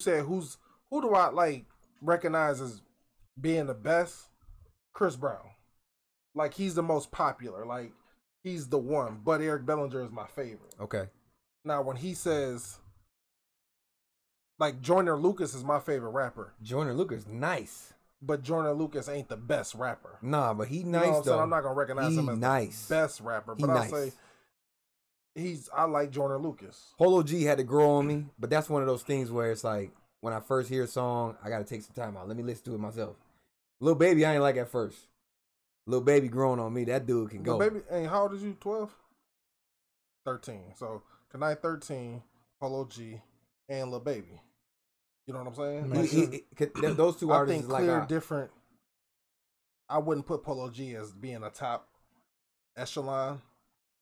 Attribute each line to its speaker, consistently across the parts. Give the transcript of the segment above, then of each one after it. Speaker 1: said who's who do I like recognize as being the best? Chris Brown. Like he's the most popular. Like he's the one. But Eric Bellinger is my favorite.
Speaker 2: Okay.
Speaker 1: Now when he says like Joyner Lucas is my favorite rapper,
Speaker 2: Joyner Lucas, nice.
Speaker 1: but Joyner Lucas ain't the best rapper.
Speaker 2: Nah, but he
Speaker 1: You
Speaker 2: nice
Speaker 1: know what I'm
Speaker 2: though.
Speaker 1: saying? I'm not gonna recognize
Speaker 2: He
Speaker 1: him as
Speaker 2: nice.
Speaker 1: the best rapper,
Speaker 2: He
Speaker 1: but
Speaker 2: nice.
Speaker 1: I'll say he's I like Joyner Lucas.
Speaker 2: Holo G had to grow on me, but that's one of those things where it's like when I first hear a song, I gotta take some time out. Let me listen to it myself. Lil Baby, I ain't like at first. Lil Baby growing on me, that dude can go.
Speaker 1: But baby, and how old is you? 12? 13. So tonight 13, Polo G, and Lil Baby. You know what I'm saying?
Speaker 2: He-
Speaker 1: Like,
Speaker 2: he- he- could- th- those two
Speaker 1: I
Speaker 2: artists
Speaker 1: think
Speaker 2: is like
Speaker 1: clear
Speaker 2: uh,
Speaker 1: different. I wouldn't put Polo G as being a top echelon.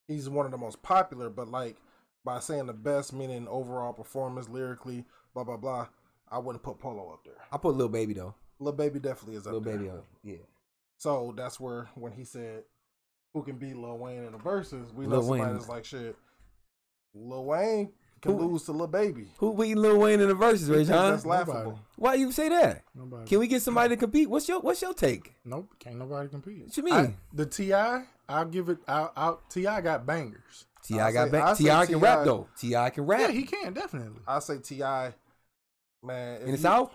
Speaker 1: He's one of the most popular, but like by saying the best, meaning overall performance, lyrically, blah blah blah. I wouldn't put Polo up there.
Speaker 2: I put Lil Baby though.
Speaker 1: Lil Baby definitely is up
Speaker 2: Lil
Speaker 1: there.
Speaker 2: Baby, on. yeah.
Speaker 1: So that's where when he said, "Who can beat Lil Wayne in the verses?" We know
Speaker 2: Lil
Speaker 1: somebody
Speaker 2: Wayne.
Speaker 1: that's like, "Shit, Lil Wayne can
Speaker 2: Who-
Speaker 1: lose to Lil Baby."
Speaker 2: Who we Lil Wayne in the verses, Ray John?
Speaker 1: That's laughable.
Speaker 2: Why you say that?
Speaker 3: Nobody.
Speaker 2: Can we get somebody to compete? What's your What's your take?
Speaker 3: nope. Can't nobody compete.
Speaker 2: What you mean?
Speaker 3: I- the Ti, I'll give it. I'll, I'll Ti got bangers.
Speaker 2: Ti
Speaker 1: I
Speaker 2: got
Speaker 1: say- I
Speaker 2: back.
Speaker 1: say
Speaker 2: Ti can rap
Speaker 1: T.I.
Speaker 2: though. Ti can rap.
Speaker 3: Yeah, he can definitely.
Speaker 1: I say Ti, man. If
Speaker 2: and it's
Speaker 1: you,
Speaker 2: out.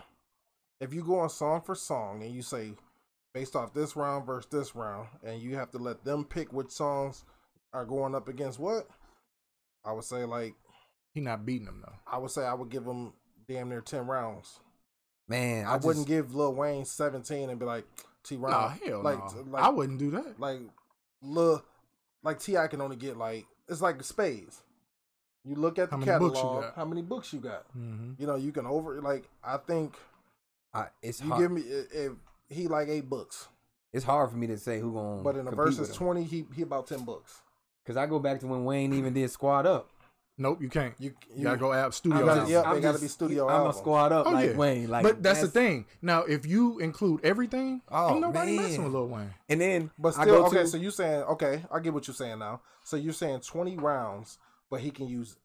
Speaker 1: If you go on song for song and you say, based off this round versus this round, and you have to let them pick which songs are going up against what, I would say like
Speaker 3: He not beating him though.
Speaker 1: I would say I would give them damn near ten rounds.
Speaker 2: Man,
Speaker 1: I,
Speaker 2: I, just-
Speaker 1: wouldn't give Lil Wayne seventeen and be like T.
Speaker 3: No
Speaker 1: Round.
Speaker 3: hell
Speaker 1: like,
Speaker 3: no.
Speaker 1: like
Speaker 3: I wouldn't do that.
Speaker 1: like look like Ti can only get like it's like spades. You look at the
Speaker 3: How many books you
Speaker 1: catalog,
Speaker 3: got?
Speaker 1: how many books you got?
Speaker 3: Mm-hmm.
Speaker 1: You know, you can over like I think
Speaker 2: I, it's
Speaker 1: you
Speaker 2: hard.
Speaker 1: give me if, if he like eight books,
Speaker 2: it's hard for me to say who
Speaker 3: Mm,
Speaker 2: going.
Speaker 1: but in the verses twenty, he he about ten books.
Speaker 2: because I go back to when Wayne even did squad up.
Speaker 3: Nope, you can't. You,
Speaker 1: You you
Speaker 3: gotta go app studio.
Speaker 1: You gotta-
Speaker 3: album.
Speaker 1: yep, they gotta be studio
Speaker 2: I'm a
Speaker 1: album.
Speaker 2: squad up
Speaker 3: Oh
Speaker 2: like
Speaker 3: yeah,
Speaker 2: Wayne. Like,
Speaker 3: but that's, the thing. Now, if you include everything,
Speaker 2: Oh,
Speaker 3: ain't nobody
Speaker 2: man.
Speaker 3: messing with Lil Wayne.
Speaker 2: And then,
Speaker 1: But
Speaker 2: I
Speaker 1: still,
Speaker 2: go
Speaker 1: okay.
Speaker 2: to-
Speaker 1: so you saying okay? I get what you're saying now. So you're saying twenty rounds, but he can use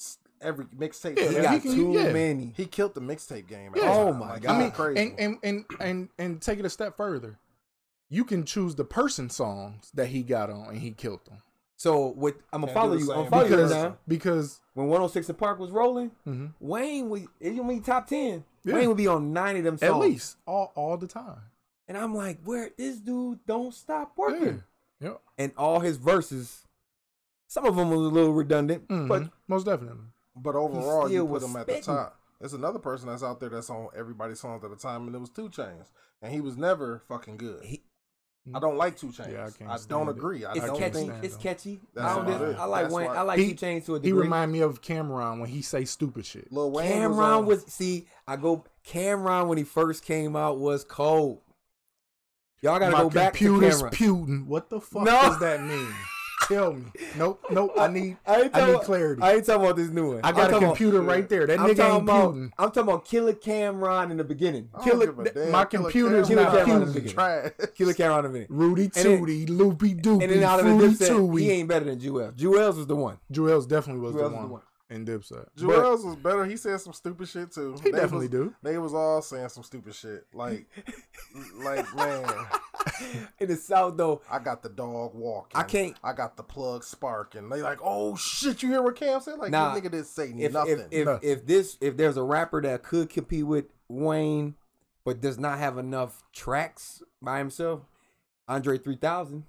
Speaker 1: s- every mixtape.
Speaker 3: Yeah,
Speaker 2: he
Speaker 3: yeah,
Speaker 2: got
Speaker 3: he can-
Speaker 2: too
Speaker 3: yeah.
Speaker 2: many.
Speaker 1: He killed the mixtape game. at
Speaker 3: Yeah.
Speaker 1: one
Speaker 2: Oh
Speaker 1: time.
Speaker 2: my
Speaker 1: Like,
Speaker 2: God.
Speaker 1: I
Speaker 2: I
Speaker 1: mean,
Speaker 2: mean,
Speaker 1: crazy.
Speaker 3: And, and and and and take it a step further. You can choose the person songs that he got on and he killed them
Speaker 2: So with I'm gonna
Speaker 1: Can't
Speaker 2: follow
Speaker 1: do the
Speaker 2: you. I'm
Speaker 1: same
Speaker 2: gonna follow you
Speaker 3: because
Speaker 2: right now.
Speaker 3: because
Speaker 2: When 106 and Park was rolling,
Speaker 3: mhm.
Speaker 2: Wayne was it you mean top ten.
Speaker 3: Yeah.
Speaker 2: Wayne would be on nine of them
Speaker 3: at
Speaker 2: songs.
Speaker 3: least all all the time.
Speaker 2: And I'm like, where this dude don't stop
Speaker 3: Yeah.
Speaker 2: working.
Speaker 3: Yep.
Speaker 2: And all his verses, some of them was a little redundant,
Speaker 1: Mm-hmm.
Speaker 2: but
Speaker 3: But Mm-hmm. most definitely.
Speaker 1: But overall, you
Speaker 2: still
Speaker 1: put
Speaker 2: was
Speaker 1: him at the
Speaker 2: spitting.
Speaker 1: top. There's another person that's out there that's on everybody's songs at the time, and it was Two Chains, and he was never fucking good.
Speaker 2: He-
Speaker 1: I don't like Two Chains.
Speaker 3: Yeah, I
Speaker 1: I,
Speaker 3: can't
Speaker 1: don't
Speaker 3: stand it.
Speaker 1: agree. I
Speaker 2: it's
Speaker 1: don't
Speaker 2: catchy.
Speaker 1: think
Speaker 3: stand
Speaker 2: It's
Speaker 3: him.
Speaker 2: catchy.
Speaker 1: That's
Speaker 2: I, don't
Speaker 3: why.
Speaker 2: dis- I like
Speaker 1: That's
Speaker 2: Wayne.
Speaker 1: why.
Speaker 2: I like
Speaker 3: He-
Speaker 2: he, Chains to a
Speaker 3: He
Speaker 2: degree.
Speaker 3: remind me of Cameron when he say stupid shit.
Speaker 1: Lil Wayne
Speaker 2: Cameron
Speaker 1: was, uh,
Speaker 2: was, see. I go Cameron when he first came out was cold. Y'all gotta
Speaker 3: My
Speaker 2: go back to
Speaker 3: computer's
Speaker 2: Cameron.
Speaker 3: Putin. What the fuck
Speaker 2: No.
Speaker 3: does that mean? Tell me. Nope, nope. I need
Speaker 2: I, ain't
Speaker 3: I
Speaker 2: talking
Speaker 3: need
Speaker 2: about-
Speaker 3: clarity.
Speaker 2: I ain't talking about this new one.
Speaker 3: I
Speaker 2: I'm
Speaker 3: got a
Speaker 2: talking about-
Speaker 3: computer right there. That
Speaker 2: I'm
Speaker 3: nigga
Speaker 2: talking
Speaker 3: ain't
Speaker 2: about
Speaker 3: Putin.
Speaker 2: I'm talking about Killer Cameron in the beginning.
Speaker 3: Oh,
Speaker 1: I don't
Speaker 2: Killer
Speaker 1: give a damn.
Speaker 3: my
Speaker 1: Killer
Speaker 3: computer's
Speaker 1: Cameron
Speaker 2: not
Speaker 1: was
Speaker 2: Cameron
Speaker 1: fucking
Speaker 2: again.
Speaker 1: trash.
Speaker 2: Killer Cameron in a minute.
Speaker 3: Rudy
Speaker 2: then-
Speaker 3: Tooty, Loopy
Speaker 2: And then
Speaker 3: Doopy,
Speaker 2: out of the
Speaker 3: Fruity
Speaker 2: dipset, he
Speaker 3: Tooty.
Speaker 2: ain't better than Jewel. Jewel's was the one.
Speaker 3: Joel's definitely was
Speaker 2: Jewel's
Speaker 3: the
Speaker 2: was
Speaker 3: one,
Speaker 2: the one.
Speaker 3: in Dipset.
Speaker 1: Jewels was better. He said some stupid shit too.
Speaker 3: He definitely
Speaker 1: was,
Speaker 3: do.
Speaker 1: They was all saying some stupid shit. Like, like man,
Speaker 2: In the South though,
Speaker 1: I got the dog walking.
Speaker 2: I can't-
Speaker 1: I got the plug sparking. They like, oh shit, you hear what Cam said? Like,
Speaker 2: Nah.
Speaker 1: this nigga didn't say
Speaker 2: if
Speaker 1: nothing.
Speaker 2: if if,
Speaker 3: Nothing.
Speaker 2: if this if there's a rapper that could compete with Wayne, but does not have enough tracks by himself, Andre three thousand.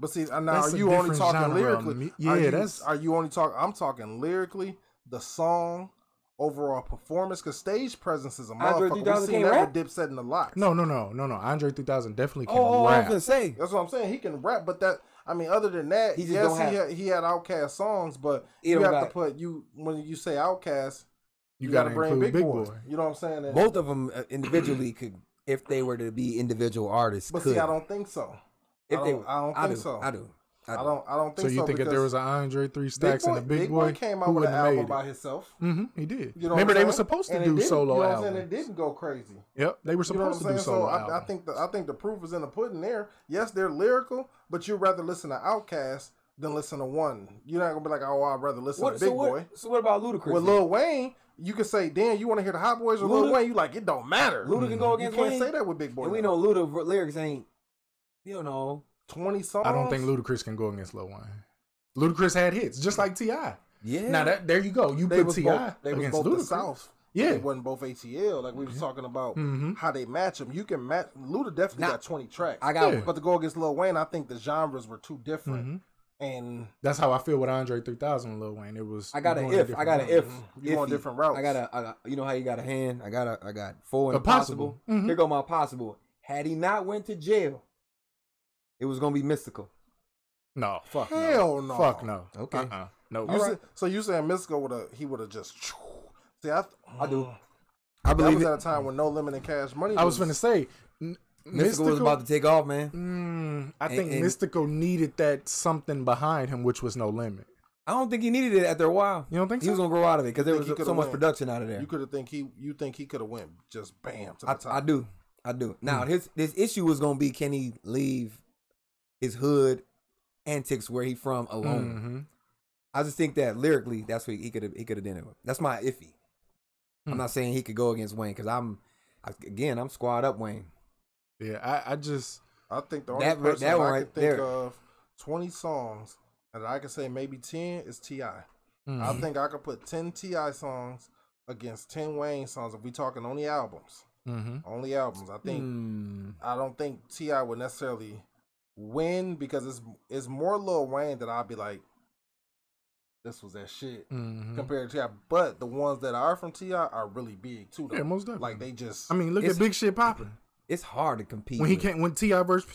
Speaker 1: But see, uh, now
Speaker 3: That's
Speaker 1: are
Speaker 3: a
Speaker 1: you only
Speaker 3: different
Speaker 1: talking
Speaker 3: genre of
Speaker 1: lyrically?
Speaker 3: mu- yeah,
Speaker 1: are you,
Speaker 3: that's-
Speaker 1: Are you only talking? I'm talking lyrically, the song, overall performance, because stage presence is a
Speaker 2: Andre
Speaker 1: motherfucker. We
Speaker 2: 3000
Speaker 1: seen
Speaker 2: can't
Speaker 1: that
Speaker 2: rap?
Speaker 1: with Dipset in the lot.
Speaker 3: No, no, no, no, no. Andre 3000 definitely can
Speaker 2: Oh, I was
Speaker 3: rap.
Speaker 2: gonna say.
Speaker 1: that's what I'm saying. He can rap, but that I mean, other than that,
Speaker 2: He just
Speaker 1: yes,
Speaker 2: don't have-
Speaker 1: he had, he had Outcast songs, but
Speaker 2: He
Speaker 1: you
Speaker 2: don't
Speaker 1: have
Speaker 2: got
Speaker 1: to
Speaker 2: it.
Speaker 1: put you when you say Outcast,
Speaker 3: you gotta,
Speaker 1: bring
Speaker 3: include Big Boy.
Speaker 1: You know what I'm saying? And-
Speaker 2: Both of them uh, individually could, if they were to be individual artists,
Speaker 1: but
Speaker 2: could.
Speaker 1: see, I don't think so.
Speaker 2: if
Speaker 1: I
Speaker 2: they,
Speaker 1: don't- I don't
Speaker 2: I
Speaker 1: think
Speaker 2: do,
Speaker 1: so.
Speaker 2: I do. I
Speaker 1: I
Speaker 2: do.
Speaker 1: don't. I don't
Speaker 3: So
Speaker 1: think so.
Speaker 3: you think if
Speaker 1: because
Speaker 3: there was an Andre Three Stacks
Speaker 1: Big Boy,
Speaker 3: and a Big,
Speaker 1: Big
Speaker 3: Boy,
Speaker 1: Boy came
Speaker 3: who
Speaker 1: out with an
Speaker 3: would've made
Speaker 1: album
Speaker 3: it?
Speaker 1: by himself.
Speaker 3: hmm he did.
Speaker 1: You know what
Speaker 3: Remember,
Speaker 1: I'm
Speaker 3: they were
Speaker 1: saying?
Speaker 3: supposed to
Speaker 1: And it
Speaker 3: do
Speaker 1: didn't-
Speaker 3: solo
Speaker 1: you know what I'm saying?
Speaker 3: albums.
Speaker 1: It didn't go crazy.
Speaker 3: Yep, they were
Speaker 1: You know what I'm
Speaker 3: supposed to
Speaker 1: saying?
Speaker 3: do solo
Speaker 1: So I, I
Speaker 3: albums.
Speaker 1: think the I think the proof is in the pudding there. Yes, they're lyrical, but you'd rather listen to Outkast than listen to one. You're not gonna be like, oh, I'd rather listen
Speaker 2: What,
Speaker 1: to
Speaker 2: so
Speaker 1: Big
Speaker 2: what?
Speaker 1: Boy.
Speaker 2: So what about Ludacris?
Speaker 1: With
Speaker 2: then?
Speaker 1: Lil Wayne, you can say, "Damn, you want to hear the Hot Boys or
Speaker 2: Luda-
Speaker 1: Lil Wayne?" You like it don't matter.
Speaker 2: Luda can go
Speaker 1: you
Speaker 2: against
Speaker 1: can't
Speaker 2: Wayne.
Speaker 1: say that with Big Boy.
Speaker 2: and we
Speaker 1: now.
Speaker 2: know Luda v- lyrics ain't. You know,
Speaker 1: twenty songs.
Speaker 3: I don't think Ludacris can go against Lil Wayne. Ludacris had hits just like Ti.
Speaker 2: yeah.
Speaker 3: Now that there you go. You
Speaker 1: they
Speaker 3: put
Speaker 1: was
Speaker 3: Ti
Speaker 1: both, they was
Speaker 3: against
Speaker 1: both the
Speaker 3: Ludacris.
Speaker 1: South.
Speaker 3: Yeah.
Speaker 1: they wasn't both ATL. Like we was talking about
Speaker 3: hmm
Speaker 1: how they match them. You can match. Luda definitely
Speaker 2: Now-
Speaker 1: got twenty tracks.
Speaker 2: I got
Speaker 3: Yeah.
Speaker 2: one.
Speaker 1: but to go against Lil Wayne, I think the genres were too different.
Speaker 3: hmm
Speaker 1: and
Speaker 3: That's how I feel with Andre 3000 and Lil Wayne. It was
Speaker 2: I got
Speaker 3: you
Speaker 2: an
Speaker 3: going
Speaker 2: if.
Speaker 3: a
Speaker 2: I
Speaker 3: different
Speaker 2: got an
Speaker 3: route.
Speaker 2: if.
Speaker 1: you going
Speaker 2: Iffy.
Speaker 1: different routes.
Speaker 2: I got a. I got, you know how you got a hand. I got a. I got four and
Speaker 3: Impossible.
Speaker 2: possible.
Speaker 3: Mhm.
Speaker 1: Mm-hmm.
Speaker 2: Here go my possible. Had he not went to jail, it was gonna be mystical.
Speaker 3: No, fuck
Speaker 1: Hell
Speaker 3: no.
Speaker 1: no.
Speaker 3: Fuck no.
Speaker 2: Okay.
Speaker 3: Uh-uh. No.
Speaker 1: You say- so you saying Mystico would have he would have just see I
Speaker 2: I do.
Speaker 1: I that
Speaker 2: believe
Speaker 1: was
Speaker 2: it.
Speaker 1: at a time when no limit and cash money.
Speaker 3: I was gonna say, n-
Speaker 2: Mystical, was about to take off, man.
Speaker 3: Mm, I
Speaker 2: And-
Speaker 3: think
Speaker 2: and-
Speaker 3: Mystical needed that something behind him, which was no limit.
Speaker 2: I don't think he needed it after a while.
Speaker 3: You don't think
Speaker 2: He was
Speaker 3: so?
Speaker 2: gonna grow out of it because there
Speaker 1: think
Speaker 2: was
Speaker 1: he could've
Speaker 2: so much
Speaker 1: went?
Speaker 2: production out of there.
Speaker 1: You could have think he you think he could have went just bam to the
Speaker 2: I,
Speaker 1: top. Hmm.
Speaker 2: I do. I do. Now his this issue was gonna be can he leave his hood antics where he from alone?
Speaker 3: Mhm.
Speaker 2: I just think that lyrically, that's what he could have he could have done it. with. That's my iffy. I'm
Speaker 3: Hmm.
Speaker 2: not saying he could go against Wayne because I'm I, again I'm squad up Wayne.
Speaker 3: Yeah, I, I just
Speaker 1: I think the only
Speaker 2: That-
Speaker 1: person
Speaker 2: that
Speaker 1: that
Speaker 2: one
Speaker 1: I
Speaker 2: right
Speaker 1: could think
Speaker 2: there.
Speaker 1: of twenty songs and I could say maybe ten is Ti. I
Speaker 3: mm,
Speaker 1: think I could put ten Ti songs against ten Wayne songs if we talking only albums.
Speaker 3: mhm.
Speaker 1: Only albums. I
Speaker 3: Mm.
Speaker 1: think
Speaker 2: Hmm.
Speaker 1: I don't think Ti would necessarily win because it's it's more Lil Wayne that I'll be like, this was that shit
Speaker 3: Mhm.
Speaker 1: compared to Ti. But the ones that are from Ti are really big too. Though.
Speaker 3: Yeah, most definitely.
Speaker 1: like they just
Speaker 3: I mean, look
Speaker 2: It's-
Speaker 3: at Big Shit Poppin'.
Speaker 2: It's hard to compete.
Speaker 3: When he
Speaker 2: with.
Speaker 3: can't, when Ti verse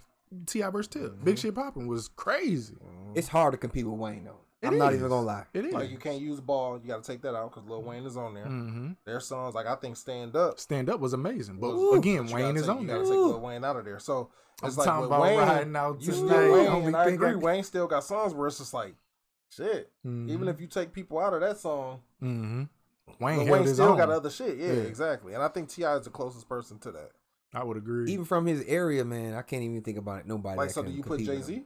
Speaker 3: Ti verse Tip, Big Shit Poppin' was crazy.
Speaker 2: it's hard to compete with Wayne though.
Speaker 3: It
Speaker 2: I'm not
Speaker 3: is.
Speaker 2: even gonna lie.
Speaker 3: It is.
Speaker 1: Mm-hmm. like you can't use ball. You got to take that out because Lil Wayne is on there.
Speaker 3: Mhm.
Speaker 1: Their songs like I think Stand Up.
Speaker 3: Stand up was amazing, but
Speaker 1: was-
Speaker 3: again,
Speaker 1: but you
Speaker 3: Wayne
Speaker 1: gotta
Speaker 3: is
Speaker 1: take,
Speaker 3: on
Speaker 1: you
Speaker 3: there.
Speaker 1: gotta take Lil Wayne out of there. So
Speaker 3: I'm
Speaker 1: it's like
Speaker 3: talking
Speaker 1: with
Speaker 3: about
Speaker 1: Wayne,
Speaker 3: riding out
Speaker 1: you still
Speaker 3: tonight.
Speaker 1: Wayne,
Speaker 3: Only
Speaker 1: and I
Speaker 3: thing I
Speaker 1: agree.
Speaker 3: can-
Speaker 1: Wayne still got songs where it's just like, shit.
Speaker 3: Mm-hmm.
Speaker 1: Even if you take people out of that song,
Speaker 3: hmm Wayne,
Speaker 1: Lil
Speaker 3: held
Speaker 1: Wayne
Speaker 3: his
Speaker 1: still
Speaker 3: own.
Speaker 1: got other shit. Yeah,
Speaker 3: Yeah.
Speaker 1: exactly. And I think Ti is the closest person to that.
Speaker 3: I would agree.
Speaker 2: Even from his area, man, I can't even think about it. Nobody.
Speaker 1: Like,
Speaker 2: that
Speaker 1: so do
Speaker 2: can
Speaker 1: you put
Speaker 2: compete with
Speaker 1: Jay
Speaker 2: him.
Speaker 1: Z?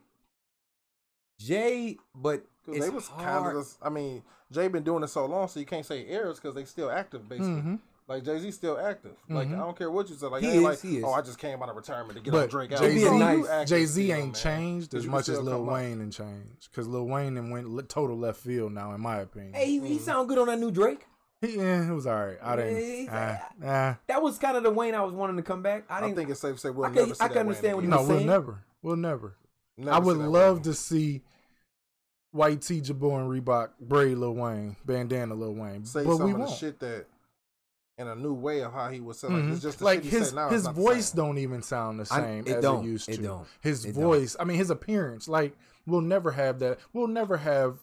Speaker 2: Jay, but
Speaker 1: Because
Speaker 2: it's
Speaker 1: they was kind of
Speaker 2: hard.
Speaker 1: just. I mean, Jay been doing it so long, so you can't say errors because they still active basically.
Speaker 3: Mhm.
Speaker 1: Like Jay Z still active. Like I don't care what you say. Like
Speaker 2: He
Speaker 1: I ain't
Speaker 2: is,
Speaker 1: like
Speaker 2: he is.
Speaker 1: oh I just came out of retirement to get on
Speaker 3: But
Speaker 1: Drake
Speaker 3: Jay
Speaker 2: It'd be
Speaker 3: Z,
Speaker 2: nice.
Speaker 3: Jay Z ain't changed as much as Lil
Speaker 1: Wayne.
Speaker 3: Wayne and changed because Lil Wayne and went le- total left field now, in my opinion.
Speaker 2: Hey, he,
Speaker 3: Hmm.
Speaker 2: he sound good on that new Drake.
Speaker 3: He- yeah, it was all right. I
Speaker 2: Yeah, he's
Speaker 3: didn't.
Speaker 2: like,
Speaker 3: ah, ah.
Speaker 2: That was kind of the Wayne I was wanting to come back. I
Speaker 1: I
Speaker 2: didn't.
Speaker 1: think it's safe to say we'll
Speaker 2: I can-
Speaker 1: never see that
Speaker 2: I can
Speaker 1: Wayne
Speaker 2: understand what
Speaker 1: again.
Speaker 2: he
Speaker 3: no,
Speaker 2: was
Speaker 3: we'll
Speaker 2: saying-
Speaker 3: never. We'll never.
Speaker 1: Never
Speaker 3: I
Speaker 1: see
Speaker 3: would
Speaker 1: that
Speaker 3: love
Speaker 1: Wayne.
Speaker 3: to see White T Jabor and Reebok braid Lil Wayne, bandana Lil Wayne,
Speaker 1: say
Speaker 3: but
Speaker 1: some
Speaker 3: we
Speaker 1: of the
Speaker 3: won't.
Speaker 1: shit that in a new way of how he was saying. Like,
Speaker 3: Mhm.
Speaker 1: it's just the
Speaker 3: Like
Speaker 1: shit he
Speaker 3: his
Speaker 1: said now, it's
Speaker 3: his
Speaker 1: not the
Speaker 3: voice
Speaker 1: same.
Speaker 3: don't even sound the
Speaker 2: I-
Speaker 3: same
Speaker 2: it
Speaker 3: as
Speaker 2: don't.
Speaker 3: it used to.
Speaker 2: It don't.
Speaker 3: His
Speaker 2: It don't.
Speaker 3: voice, I mean, his appearance, like we'll never have that. We'll never have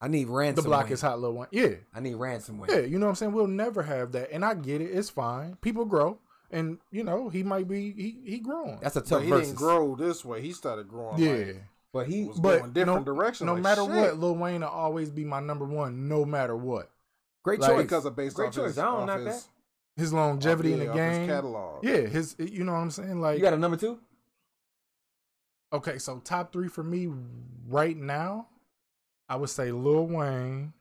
Speaker 2: I need ransom.
Speaker 3: the block
Speaker 2: Wayne.
Speaker 3: is hot, Lil Wayne. Yeah,
Speaker 2: I need ransom. Wayne.
Speaker 3: yeah. You know what I'm saying? We'll never have that, and I get it. It's fine. People grow, and you know he might be he he growing.
Speaker 2: That's a tough
Speaker 1: But he
Speaker 2: versus.
Speaker 1: didn't grow this way. He started growing.
Speaker 3: yeah.
Speaker 1: like,
Speaker 2: But he
Speaker 1: was
Speaker 3: But
Speaker 1: going different
Speaker 3: no-
Speaker 1: direction.
Speaker 3: no
Speaker 1: like,
Speaker 3: matter
Speaker 1: shit.
Speaker 3: what, Lil Wayne will always be my number one, no matter what.
Speaker 2: great
Speaker 3: Like,
Speaker 2: choice
Speaker 1: because of based
Speaker 2: Great
Speaker 1: off
Speaker 2: choice.
Speaker 1: his,
Speaker 2: I don't
Speaker 1: off
Speaker 2: knock
Speaker 1: his,
Speaker 2: that.
Speaker 1: off
Speaker 3: His longevity in
Speaker 1: yeah,
Speaker 3: the
Speaker 1: off his
Speaker 3: game.
Speaker 1: catalog.
Speaker 3: Yeah, his eh, you know what I'm saying? Like
Speaker 2: You got a number two?
Speaker 3: Okay, so top three for me right now, I would say Lil Wayne,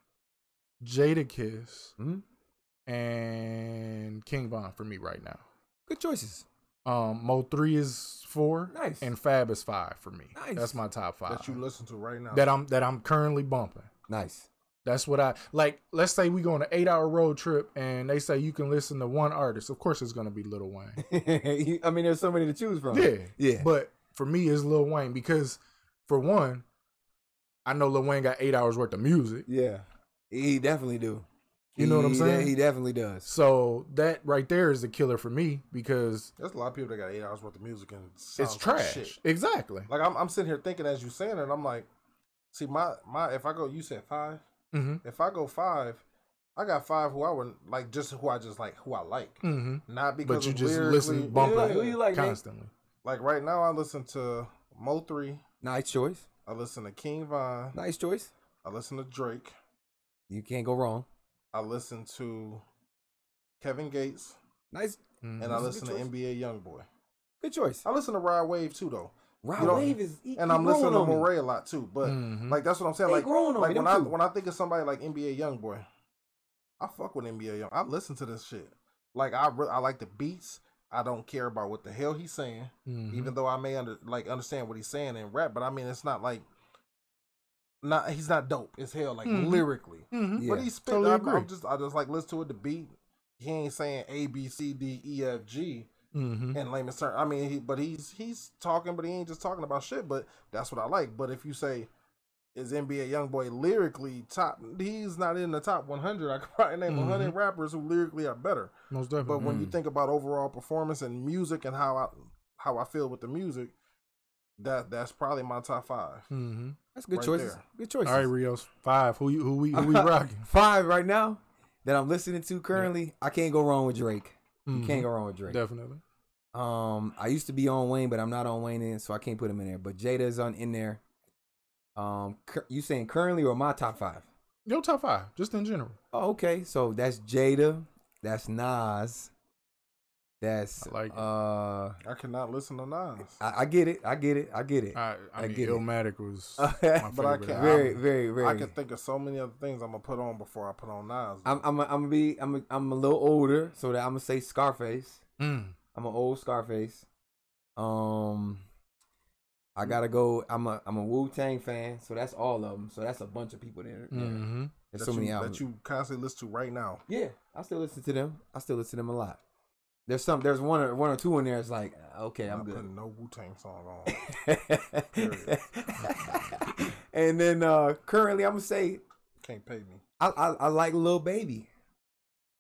Speaker 3: Jada Kiss,
Speaker 2: Mm-hmm.
Speaker 3: and King Von for me right now.
Speaker 2: Good choices.
Speaker 3: Um, Mo three is four,
Speaker 2: Nice.
Speaker 3: and Fab is five for me.
Speaker 2: Nice.
Speaker 3: That's my top five
Speaker 1: that you listen to right now.
Speaker 3: that I'm that I'm currently bumping.
Speaker 2: Nice.
Speaker 3: That's what I like. Let's say we go on an eight hour road trip, and they say you can listen to one artist. Of course, it's gonna be Lil Wayne.
Speaker 2: You- I mean, there's so many to choose from.
Speaker 3: Yeah.
Speaker 2: Yeah.
Speaker 3: But for me, it's Lil Wayne because, for one, I know Lil Wayne got eight hours worth of music.
Speaker 2: yeah. He definitely do.
Speaker 3: You know what I'm
Speaker 2: He-
Speaker 3: saying?
Speaker 2: He definitely does.
Speaker 3: So that right there is the killer for me because
Speaker 1: There's a lot of people that got eight hours worth of music and sounds
Speaker 3: it's
Speaker 1: like
Speaker 3: trash.
Speaker 1: shit.
Speaker 3: Exactly.
Speaker 1: Like I'm, I'm sitting here thinking as you saying it, I'm like, see my my if I go, you said five.
Speaker 3: Mm-hmm.
Speaker 1: If I go five, I got five who I would like, just who I just like, who I like,
Speaker 3: Mm-hmm.
Speaker 1: not because
Speaker 3: But you
Speaker 1: of
Speaker 3: just
Speaker 1: lyrically-
Speaker 3: listen bump
Speaker 2: Who you
Speaker 1: Yeah.
Speaker 2: like? Who you like, Nick?
Speaker 3: constantly.
Speaker 1: Like right now, I listen to Mo Three.
Speaker 2: Nice choice.
Speaker 1: I listen to King Von.
Speaker 2: Nice choice.
Speaker 1: I listen to Drake.
Speaker 2: You can't go wrong.
Speaker 1: I listen to Kevin Gates,
Speaker 2: Nice.
Speaker 3: Mm-hmm.
Speaker 1: and I
Speaker 2: That's a
Speaker 1: listen to
Speaker 2: good choice.
Speaker 1: NBA YoungBoy.
Speaker 2: Good choice.
Speaker 1: I listen to Ride Wave too, though,
Speaker 2: Rod
Speaker 1: you know,
Speaker 2: Wave is. He,
Speaker 1: and
Speaker 2: he
Speaker 1: I'm listening
Speaker 2: growing
Speaker 1: to
Speaker 2: on me.
Speaker 1: Moray a lot too. But
Speaker 3: Mhm.
Speaker 1: like that's what I'm saying.
Speaker 2: They
Speaker 1: like
Speaker 2: growing on
Speaker 1: like
Speaker 2: me,
Speaker 1: when
Speaker 2: them
Speaker 1: I
Speaker 2: two.
Speaker 1: when I think of somebody like NBA YoungBoy, I I fuck with NBA Young. I listen to this shit. Like I re- I like the beats. I don't care about what the hell he's saying,
Speaker 3: Mhm.
Speaker 1: even though I may under like understand what he's saying in rap. But I mean, it's not like not he's not dope as hell like
Speaker 3: Mhm.
Speaker 1: lyrically.
Speaker 3: Mhm.
Speaker 2: Yeah.
Speaker 1: But he spit.
Speaker 3: Totally
Speaker 1: I'm, I'm
Speaker 3: agree.
Speaker 1: just I just like listen to it. The beat. He ain't saying A B C D E F G
Speaker 3: Mhm.
Speaker 1: in layman's terms. I mean, he, but he's he's talking, but he ain't just talking about shit. But that's what I like. But if you say is NBA YoungBoy lyrically top, he's not in the top 100. I could probably name 100
Speaker 3: Mm-hmm.
Speaker 1: rappers who lyrically are better.
Speaker 3: Most
Speaker 1: But
Speaker 3: definitely.
Speaker 1: when
Speaker 2: Mm-hmm.
Speaker 1: you think about overall performance and music and how I how I feel with the music, that that's probably my top five.
Speaker 3: hmm
Speaker 2: That's good
Speaker 1: Right
Speaker 2: choices.
Speaker 1: there.
Speaker 2: Good choices.
Speaker 3: All right, Rios five. Who you? Who we? Who we rocking?
Speaker 2: Five right now that I'm listening to currently. I can't go wrong with Drake.
Speaker 1: Mm-hmm.
Speaker 2: You
Speaker 3: Mhm.
Speaker 2: can't go wrong with Drake.
Speaker 3: Definitely.
Speaker 2: Um, I used to be on Wayne, but I'm not on Wayne, in, so I can't put him in there. But Jada's on in there. Um, cur- you saying currently or my top five?
Speaker 3: Your top five, just in general.
Speaker 2: Oh, okay, so that's Jada, that's Nas, that's
Speaker 3: I like it.
Speaker 2: uh,
Speaker 1: I cannot listen to Nas,
Speaker 2: I, I get it, I get it, I get it.
Speaker 3: I, I,
Speaker 2: I
Speaker 3: mean,
Speaker 2: get it.
Speaker 3: Illmatic was my
Speaker 2: But I
Speaker 3: favorite.
Speaker 1: but I can't.
Speaker 3: album.
Speaker 2: very, very, very.
Speaker 1: I can think of so many other things I'm gonna put on before I put on Nas.
Speaker 2: I'm, I'm, a, I'm gonna be, I'm, a, I'm a little older, so that I'm gonna say Scarface.
Speaker 3: Mm.
Speaker 2: I'm an old Scarface. Um, I gotta go. I'm a, I'm a Wu Tang fan, so that's all of them. So that's a bunch of people there. there.
Speaker 1: Mm.
Speaker 2: There's
Speaker 3: Mhm.
Speaker 1: that
Speaker 2: so many
Speaker 1: you,
Speaker 2: albums.
Speaker 1: that you constantly listen to right now.
Speaker 2: Yeah, I still listen to them. I still listen to them a lot. There's some. There's one or one or two in there. It's like uh, okay,
Speaker 1: I'm
Speaker 2: I'm
Speaker 1: not
Speaker 2: good.
Speaker 1: putting no Wu Tang song on. Period.
Speaker 2: and then uh currently, I'm gonna say
Speaker 1: Can't pay me.
Speaker 2: I I, I like Lil Baby.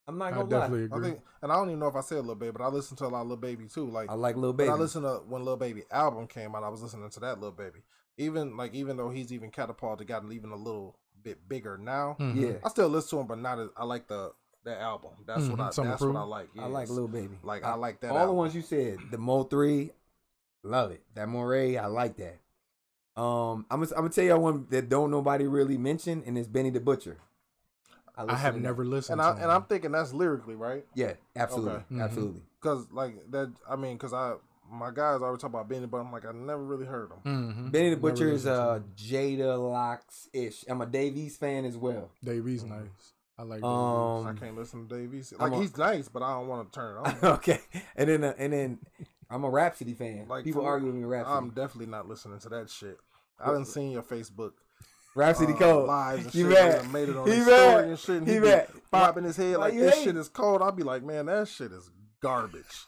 Speaker 2: I'm not
Speaker 3: I
Speaker 2: gonna
Speaker 3: definitely
Speaker 2: lie.
Speaker 1: I
Speaker 3: agree.
Speaker 1: think, and I don't even know if I said Lil Baby, but I listen to a lot of Lil Baby too. Like,
Speaker 2: I like Lil
Speaker 1: but
Speaker 2: Baby.
Speaker 1: I listened to when Lil Baby album came out. I was listening to that Lil Baby. Even like, even though he's even catapulted, gotten even a little bit bigger now.
Speaker 3: Mhm.
Speaker 2: yeah,
Speaker 1: I still listen to him, but not as I like the that album. That's what
Speaker 3: Mhm,
Speaker 1: I.
Speaker 3: Summer
Speaker 1: that's what I
Speaker 3: Improvement.
Speaker 1: like.
Speaker 2: Mm-hmm. I like
Speaker 1: Mm-hmm. yes.
Speaker 2: Lil Baby.
Speaker 1: Like I, like that.
Speaker 2: all the
Speaker 1: album.
Speaker 2: ones you said. The Mo three, love it. That Moray, I like that. Um, I'm gonna I'm gonna tell y'all one that don't nobody really mention, and it's Benny the Butcher.
Speaker 3: I
Speaker 2: listen
Speaker 3: have
Speaker 2: to that.
Speaker 3: never listened
Speaker 1: and I
Speaker 3: to
Speaker 1: and I'm thinking that's lyrically right
Speaker 2: Yeah, absolutely,
Speaker 1: Okay.
Speaker 3: Mhm.
Speaker 2: absolutely.
Speaker 1: because like that. I mean, because I my guys always talk about Benny, but I'm like I never really heard him.
Speaker 3: hmm
Speaker 2: Benny the Butcher is uh Jada Locks ish. I'm a Davies fan as well.
Speaker 1: uh,
Speaker 3: Davies nice. I like.
Speaker 1: I
Speaker 2: Um,
Speaker 1: can't listen to Davies.
Speaker 2: I'm
Speaker 1: Like
Speaker 2: a-
Speaker 1: he's nice, but I don't want to turn it on.
Speaker 2: okay, and then uh, and then I'm a Rhapsody fan.
Speaker 1: Like,
Speaker 2: People
Speaker 1: for-
Speaker 2: argue with me with Rhapsody.
Speaker 1: I'm definitely not listening to that shit. I done seen your Facebook
Speaker 2: Rhapsody
Speaker 1: uh,
Speaker 2: Cole.
Speaker 1: lives and
Speaker 2: He
Speaker 1: shit.
Speaker 2: mad.
Speaker 1: and Made it on
Speaker 2: He
Speaker 1: his
Speaker 2: mad.
Speaker 1: story and shit. And
Speaker 2: He
Speaker 1: he, be
Speaker 2: mad.
Speaker 1: bopping his head
Speaker 2: Why
Speaker 1: like
Speaker 2: you
Speaker 1: this
Speaker 2: hate?
Speaker 1: shit is cold. I'll be like, man, that shit is garbage.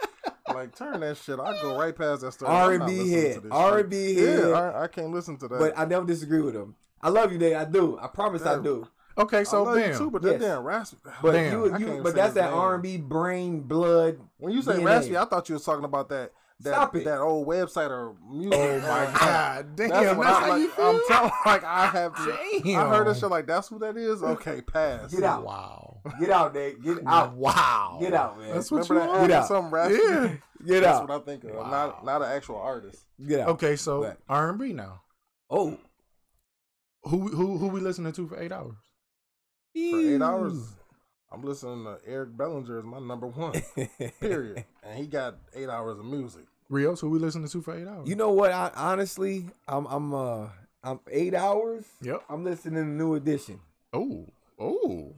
Speaker 1: like turn that shit. I go right past that story.
Speaker 2: R
Speaker 1: I'm
Speaker 2: and
Speaker 1: not
Speaker 2: B
Speaker 1: listening to
Speaker 2: head.
Speaker 1: this
Speaker 2: R
Speaker 1: shit.
Speaker 2: and B
Speaker 1: Yeah,
Speaker 2: head.
Speaker 1: I, I can't listen to that.
Speaker 2: But I never disagree with him. I love you, Nate. I do. I promise I
Speaker 1: Damn.
Speaker 2: do.
Speaker 3: okay,
Speaker 1: I
Speaker 3: so
Speaker 1: love you
Speaker 3: bam.
Speaker 1: too, but that
Speaker 2: Yes.
Speaker 1: damn raspy.
Speaker 2: But
Speaker 3: Damn.
Speaker 2: you,
Speaker 1: I
Speaker 2: you-
Speaker 1: can't even
Speaker 2: but
Speaker 1: say
Speaker 2: that's
Speaker 1: his
Speaker 2: that
Speaker 1: name.
Speaker 2: R and B brain blood.
Speaker 1: When you say
Speaker 2: DNA.
Speaker 1: raspy, I thought you was talking about that that
Speaker 2: Stop it.
Speaker 1: that old website or music.
Speaker 3: oh my god, damn!
Speaker 1: That's
Speaker 3: That's,
Speaker 1: what
Speaker 3: how
Speaker 1: I'm
Speaker 3: you
Speaker 1: like.
Speaker 3: feel.
Speaker 1: I'm telling like I have. I heard this
Speaker 3: Damn.
Speaker 1: shit like that's who that is. Okay, pass.
Speaker 2: Get out.
Speaker 3: Wow.
Speaker 2: Get out, Nate. Get out.
Speaker 3: Wow.
Speaker 2: Get out, man.
Speaker 3: That's what
Speaker 1: Remember
Speaker 3: you
Speaker 1: that?
Speaker 3: want.
Speaker 2: Get
Speaker 1: album,
Speaker 2: out.
Speaker 1: Some raspy.
Speaker 3: Yeah.
Speaker 2: Get
Speaker 1: That's
Speaker 2: out.
Speaker 1: what I think of.
Speaker 3: Wow.
Speaker 1: Not not an actual artist.
Speaker 2: Get out.
Speaker 3: Okay, so
Speaker 2: But-
Speaker 3: R and B now.
Speaker 2: Oh,
Speaker 3: Who who who we listening to for eight hours?
Speaker 1: For eight hours, I'm listening to Eric Bellinger is my number one.
Speaker 2: Oh.
Speaker 1: Period. and he got eight hours of music.
Speaker 3: Rios, who we listening to for eight hours?
Speaker 2: You know what? I honestly, I'm I'm uh I'm eight hours.
Speaker 3: Yep.
Speaker 2: I'm listening to New Edition.
Speaker 3: Oh oh.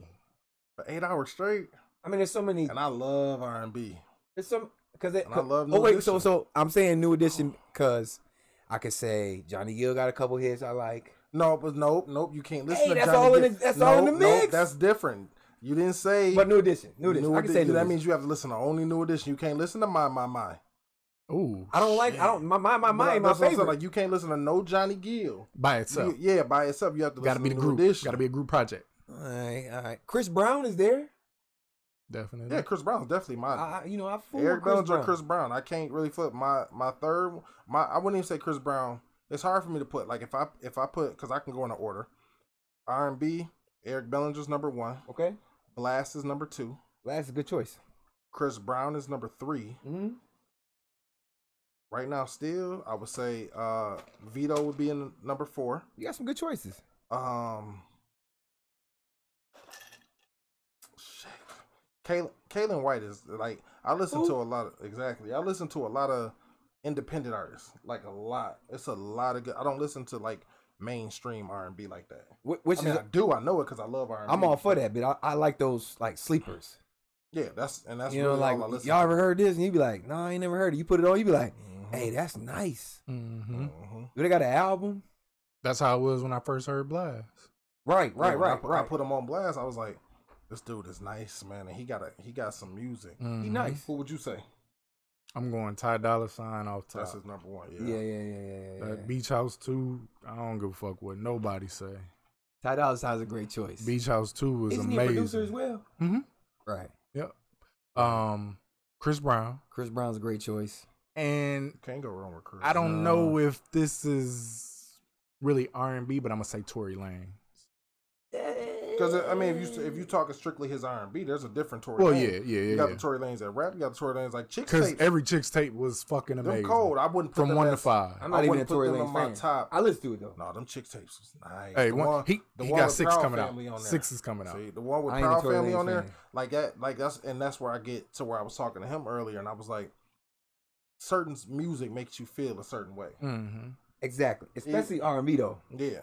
Speaker 1: For eight hours straight,
Speaker 2: I mean, there's so many.
Speaker 1: and I love R and B.
Speaker 2: There's some because it.
Speaker 1: And I love New
Speaker 2: oh wait, so
Speaker 1: Edition.
Speaker 2: so I'm saying New Edition because I could say Johnny Gill got a couple hits I like.
Speaker 1: No, but nope, nope. You can't listen
Speaker 2: Hey,
Speaker 1: to
Speaker 2: that's
Speaker 1: Johnny
Speaker 2: all in
Speaker 1: Gill.
Speaker 2: the- that's all in the
Speaker 1: Nope,
Speaker 2: mix.
Speaker 1: Nope, that's different. You didn't say.
Speaker 2: But New Edition, New Edition. I can
Speaker 1: Edi-
Speaker 2: say
Speaker 1: that
Speaker 2: New Edition.
Speaker 1: means you have to listen to only New Edition. You can't listen to My My My.
Speaker 3: Oh.
Speaker 2: I don't like. I don't. My my my
Speaker 1: But
Speaker 2: my, my
Speaker 1: that's what I'm saying,
Speaker 2: favorite.
Speaker 1: Like you can't listen to no Johnny Gill.
Speaker 3: by itself.
Speaker 1: You- yeah, by itself, you have to
Speaker 3: Got to
Speaker 1: listen
Speaker 3: be
Speaker 1: to
Speaker 3: the
Speaker 1: New
Speaker 3: group.
Speaker 1: Edition.
Speaker 3: Got to be a group project.
Speaker 2: all right, all right. Chris Brown is there.
Speaker 3: Definitely.
Speaker 1: yeah, Chris Brown's definitely my.
Speaker 2: I, I- you know, I fool
Speaker 1: Eric
Speaker 2: with Chris
Speaker 1: Bellinger,
Speaker 2: Brown.
Speaker 1: Chris Brown. I can't really flip my my third. My I wouldn't even say Chris Brown. It's hard for me to put like if I if I put because I can go in a order. R and B. Eric Bellinger's number one.
Speaker 2: Okay,
Speaker 1: Blast is number two.
Speaker 2: that's a good choice.
Speaker 1: Chris Brown is number three.
Speaker 2: hmm
Speaker 1: Right now, still, I would say uh Vito would be in number four.
Speaker 2: You got some good choices.
Speaker 1: Um, shit. Kalen, Kalen White is like I listen to
Speaker 2: Who?
Speaker 1: a lot of exactly. I listen to a lot of independent artists, like a lot. It's a lot of good. I don't listen to like mainstream R and B like that.
Speaker 2: Wh- Which
Speaker 1: I mean,
Speaker 2: is
Speaker 1: I do. I know it because I love R and
Speaker 2: I'm all for that, but I, I like those like sleepers.
Speaker 1: Yeah, that's and that's
Speaker 2: you know,
Speaker 1: really
Speaker 2: like
Speaker 1: all I listen.
Speaker 2: y'all ever heard this? And you be like, no, I ain't never heard it. You put it on, you be like,
Speaker 1: Mhm.
Speaker 2: hey, mm-hmm. that's nice.
Speaker 3: hmm
Speaker 1: Mhm.
Speaker 2: Do they got an album?
Speaker 3: That's how it was when I first heard Blast.
Speaker 2: Right,
Speaker 1: Yeah,
Speaker 2: right,
Speaker 1: when I
Speaker 2: right,
Speaker 1: put-
Speaker 2: right.
Speaker 1: I put him on blast. I was like, this dude is nice, man, and he got a he got some music.
Speaker 2: Mm-hmm.
Speaker 1: Mm-hmm.
Speaker 2: he
Speaker 3: Mhm.
Speaker 2: nice.
Speaker 1: Who would you say?
Speaker 3: I'm going Ty Dolla Sign off top.
Speaker 1: That's his number one.
Speaker 2: Yeah,
Speaker 1: Yeah.
Speaker 2: yeah, yeah, yeah. yeah, yeah.
Speaker 3: That Beach House Two. I don't give a fuck what nobody say.
Speaker 2: Ty Dolla Sign's a great choice.
Speaker 3: Beach House Two was
Speaker 2: Isn't he a producer as
Speaker 3: amazing.
Speaker 2: well?
Speaker 1: Mm-hmm.
Speaker 3: Mhm.
Speaker 2: Right.
Speaker 3: Um, Chris Brown.
Speaker 2: Chris Brown's a great choice.
Speaker 3: And
Speaker 1: Can't go wrong with Chris.
Speaker 3: I don't
Speaker 2: No.
Speaker 3: know if this is really R and B, but I'm gonna say Tory Lane.
Speaker 1: because uh, I mean, if you if you talking strictly his R and B, there's a different Tory.
Speaker 3: Well,
Speaker 1: Lanez.
Speaker 3: yeah,
Speaker 1: You
Speaker 3: yeah, yeah.
Speaker 1: got the Tory Lanes that rap. You got the Tory Lanes like chicks.
Speaker 3: Because
Speaker 1: Tapes.
Speaker 3: every chick's tape was fucking
Speaker 1: them
Speaker 3: amazing.
Speaker 1: cold. I wouldn't put
Speaker 3: From
Speaker 1: them
Speaker 3: one to
Speaker 1: as-
Speaker 3: five.
Speaker 2: I'm
Speaker 1: I
Speaker 2: not even a
Speaker 1: wouldn't put
Speaker 2: Tory
Speaker 1: them
Speaker 2: Lane
Speaker 1: on my
Speaker 2: fan.
Speaker 1: top.
Speaker 2: I listen to it though.
Speaker 1: No, them chicks tapes was nice.
Speaker 3: Hey,
Speaker 1: The
Speaker 3: one, he,
Speaker 1: the
Speaker 3: he
Speaker 1: one
Speaker 3: got
Speaker 1: with
Speaker 3: six
Speaker 1: Proud
Speaker 3: coming out.
Speaker 1: Family on there.
Speaker 3: Six is coming out.
Speaker 1: See, the one with
Speaker 2: I ain't a
Speaker 1: Proud
Speaker 2: Tory
Speaker 1: Family
Speaker 2: Lanez
Speaker 1: on there,
Speaker 2: fan.
Speaker 1: like that, like that's and that's where I get to where I was talking to him earlier, and I was like, certain s- music makes you feel a certain way.
Speaker 3: Mm-hmm.
Speaker 2: Exactly. Especially R and B though.
Speaker 1: Yeah.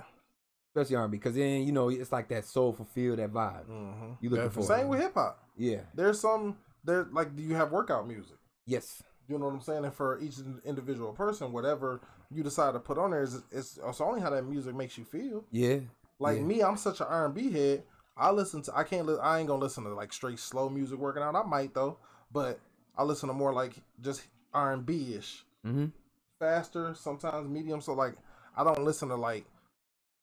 Speaker 2: Especially R and B, because then you know it's like that soulful feel, that vibe
Speaker 1: hmm
Speaker 2: you looking
Speaker 3: Definitely.
Speaker 2: for.
Speaker 1: Same with hip hop.
Speaker 2: Yeah.
Speaker 1: There's some there like you have workout music.
Speaker 2: Yes.
Speaker 1: You know what I'm saying? And for each in- individual person, whatever you decide to put on there is it's, it's only how that music makes you feel.
Speaker 2: Yeah.
Speaker 1: Like
Speaker 2: Yeah.
Speaker 1: me, I'm such an R&B head. I listen to I can't li- I ain't gonna listen to like straight slow music working out. I might though, but I listen to more like just R&B ish,
Speaker 2: Mm-hmm.
Speaker 1: faster, sometimes medium. So like I don't listen to like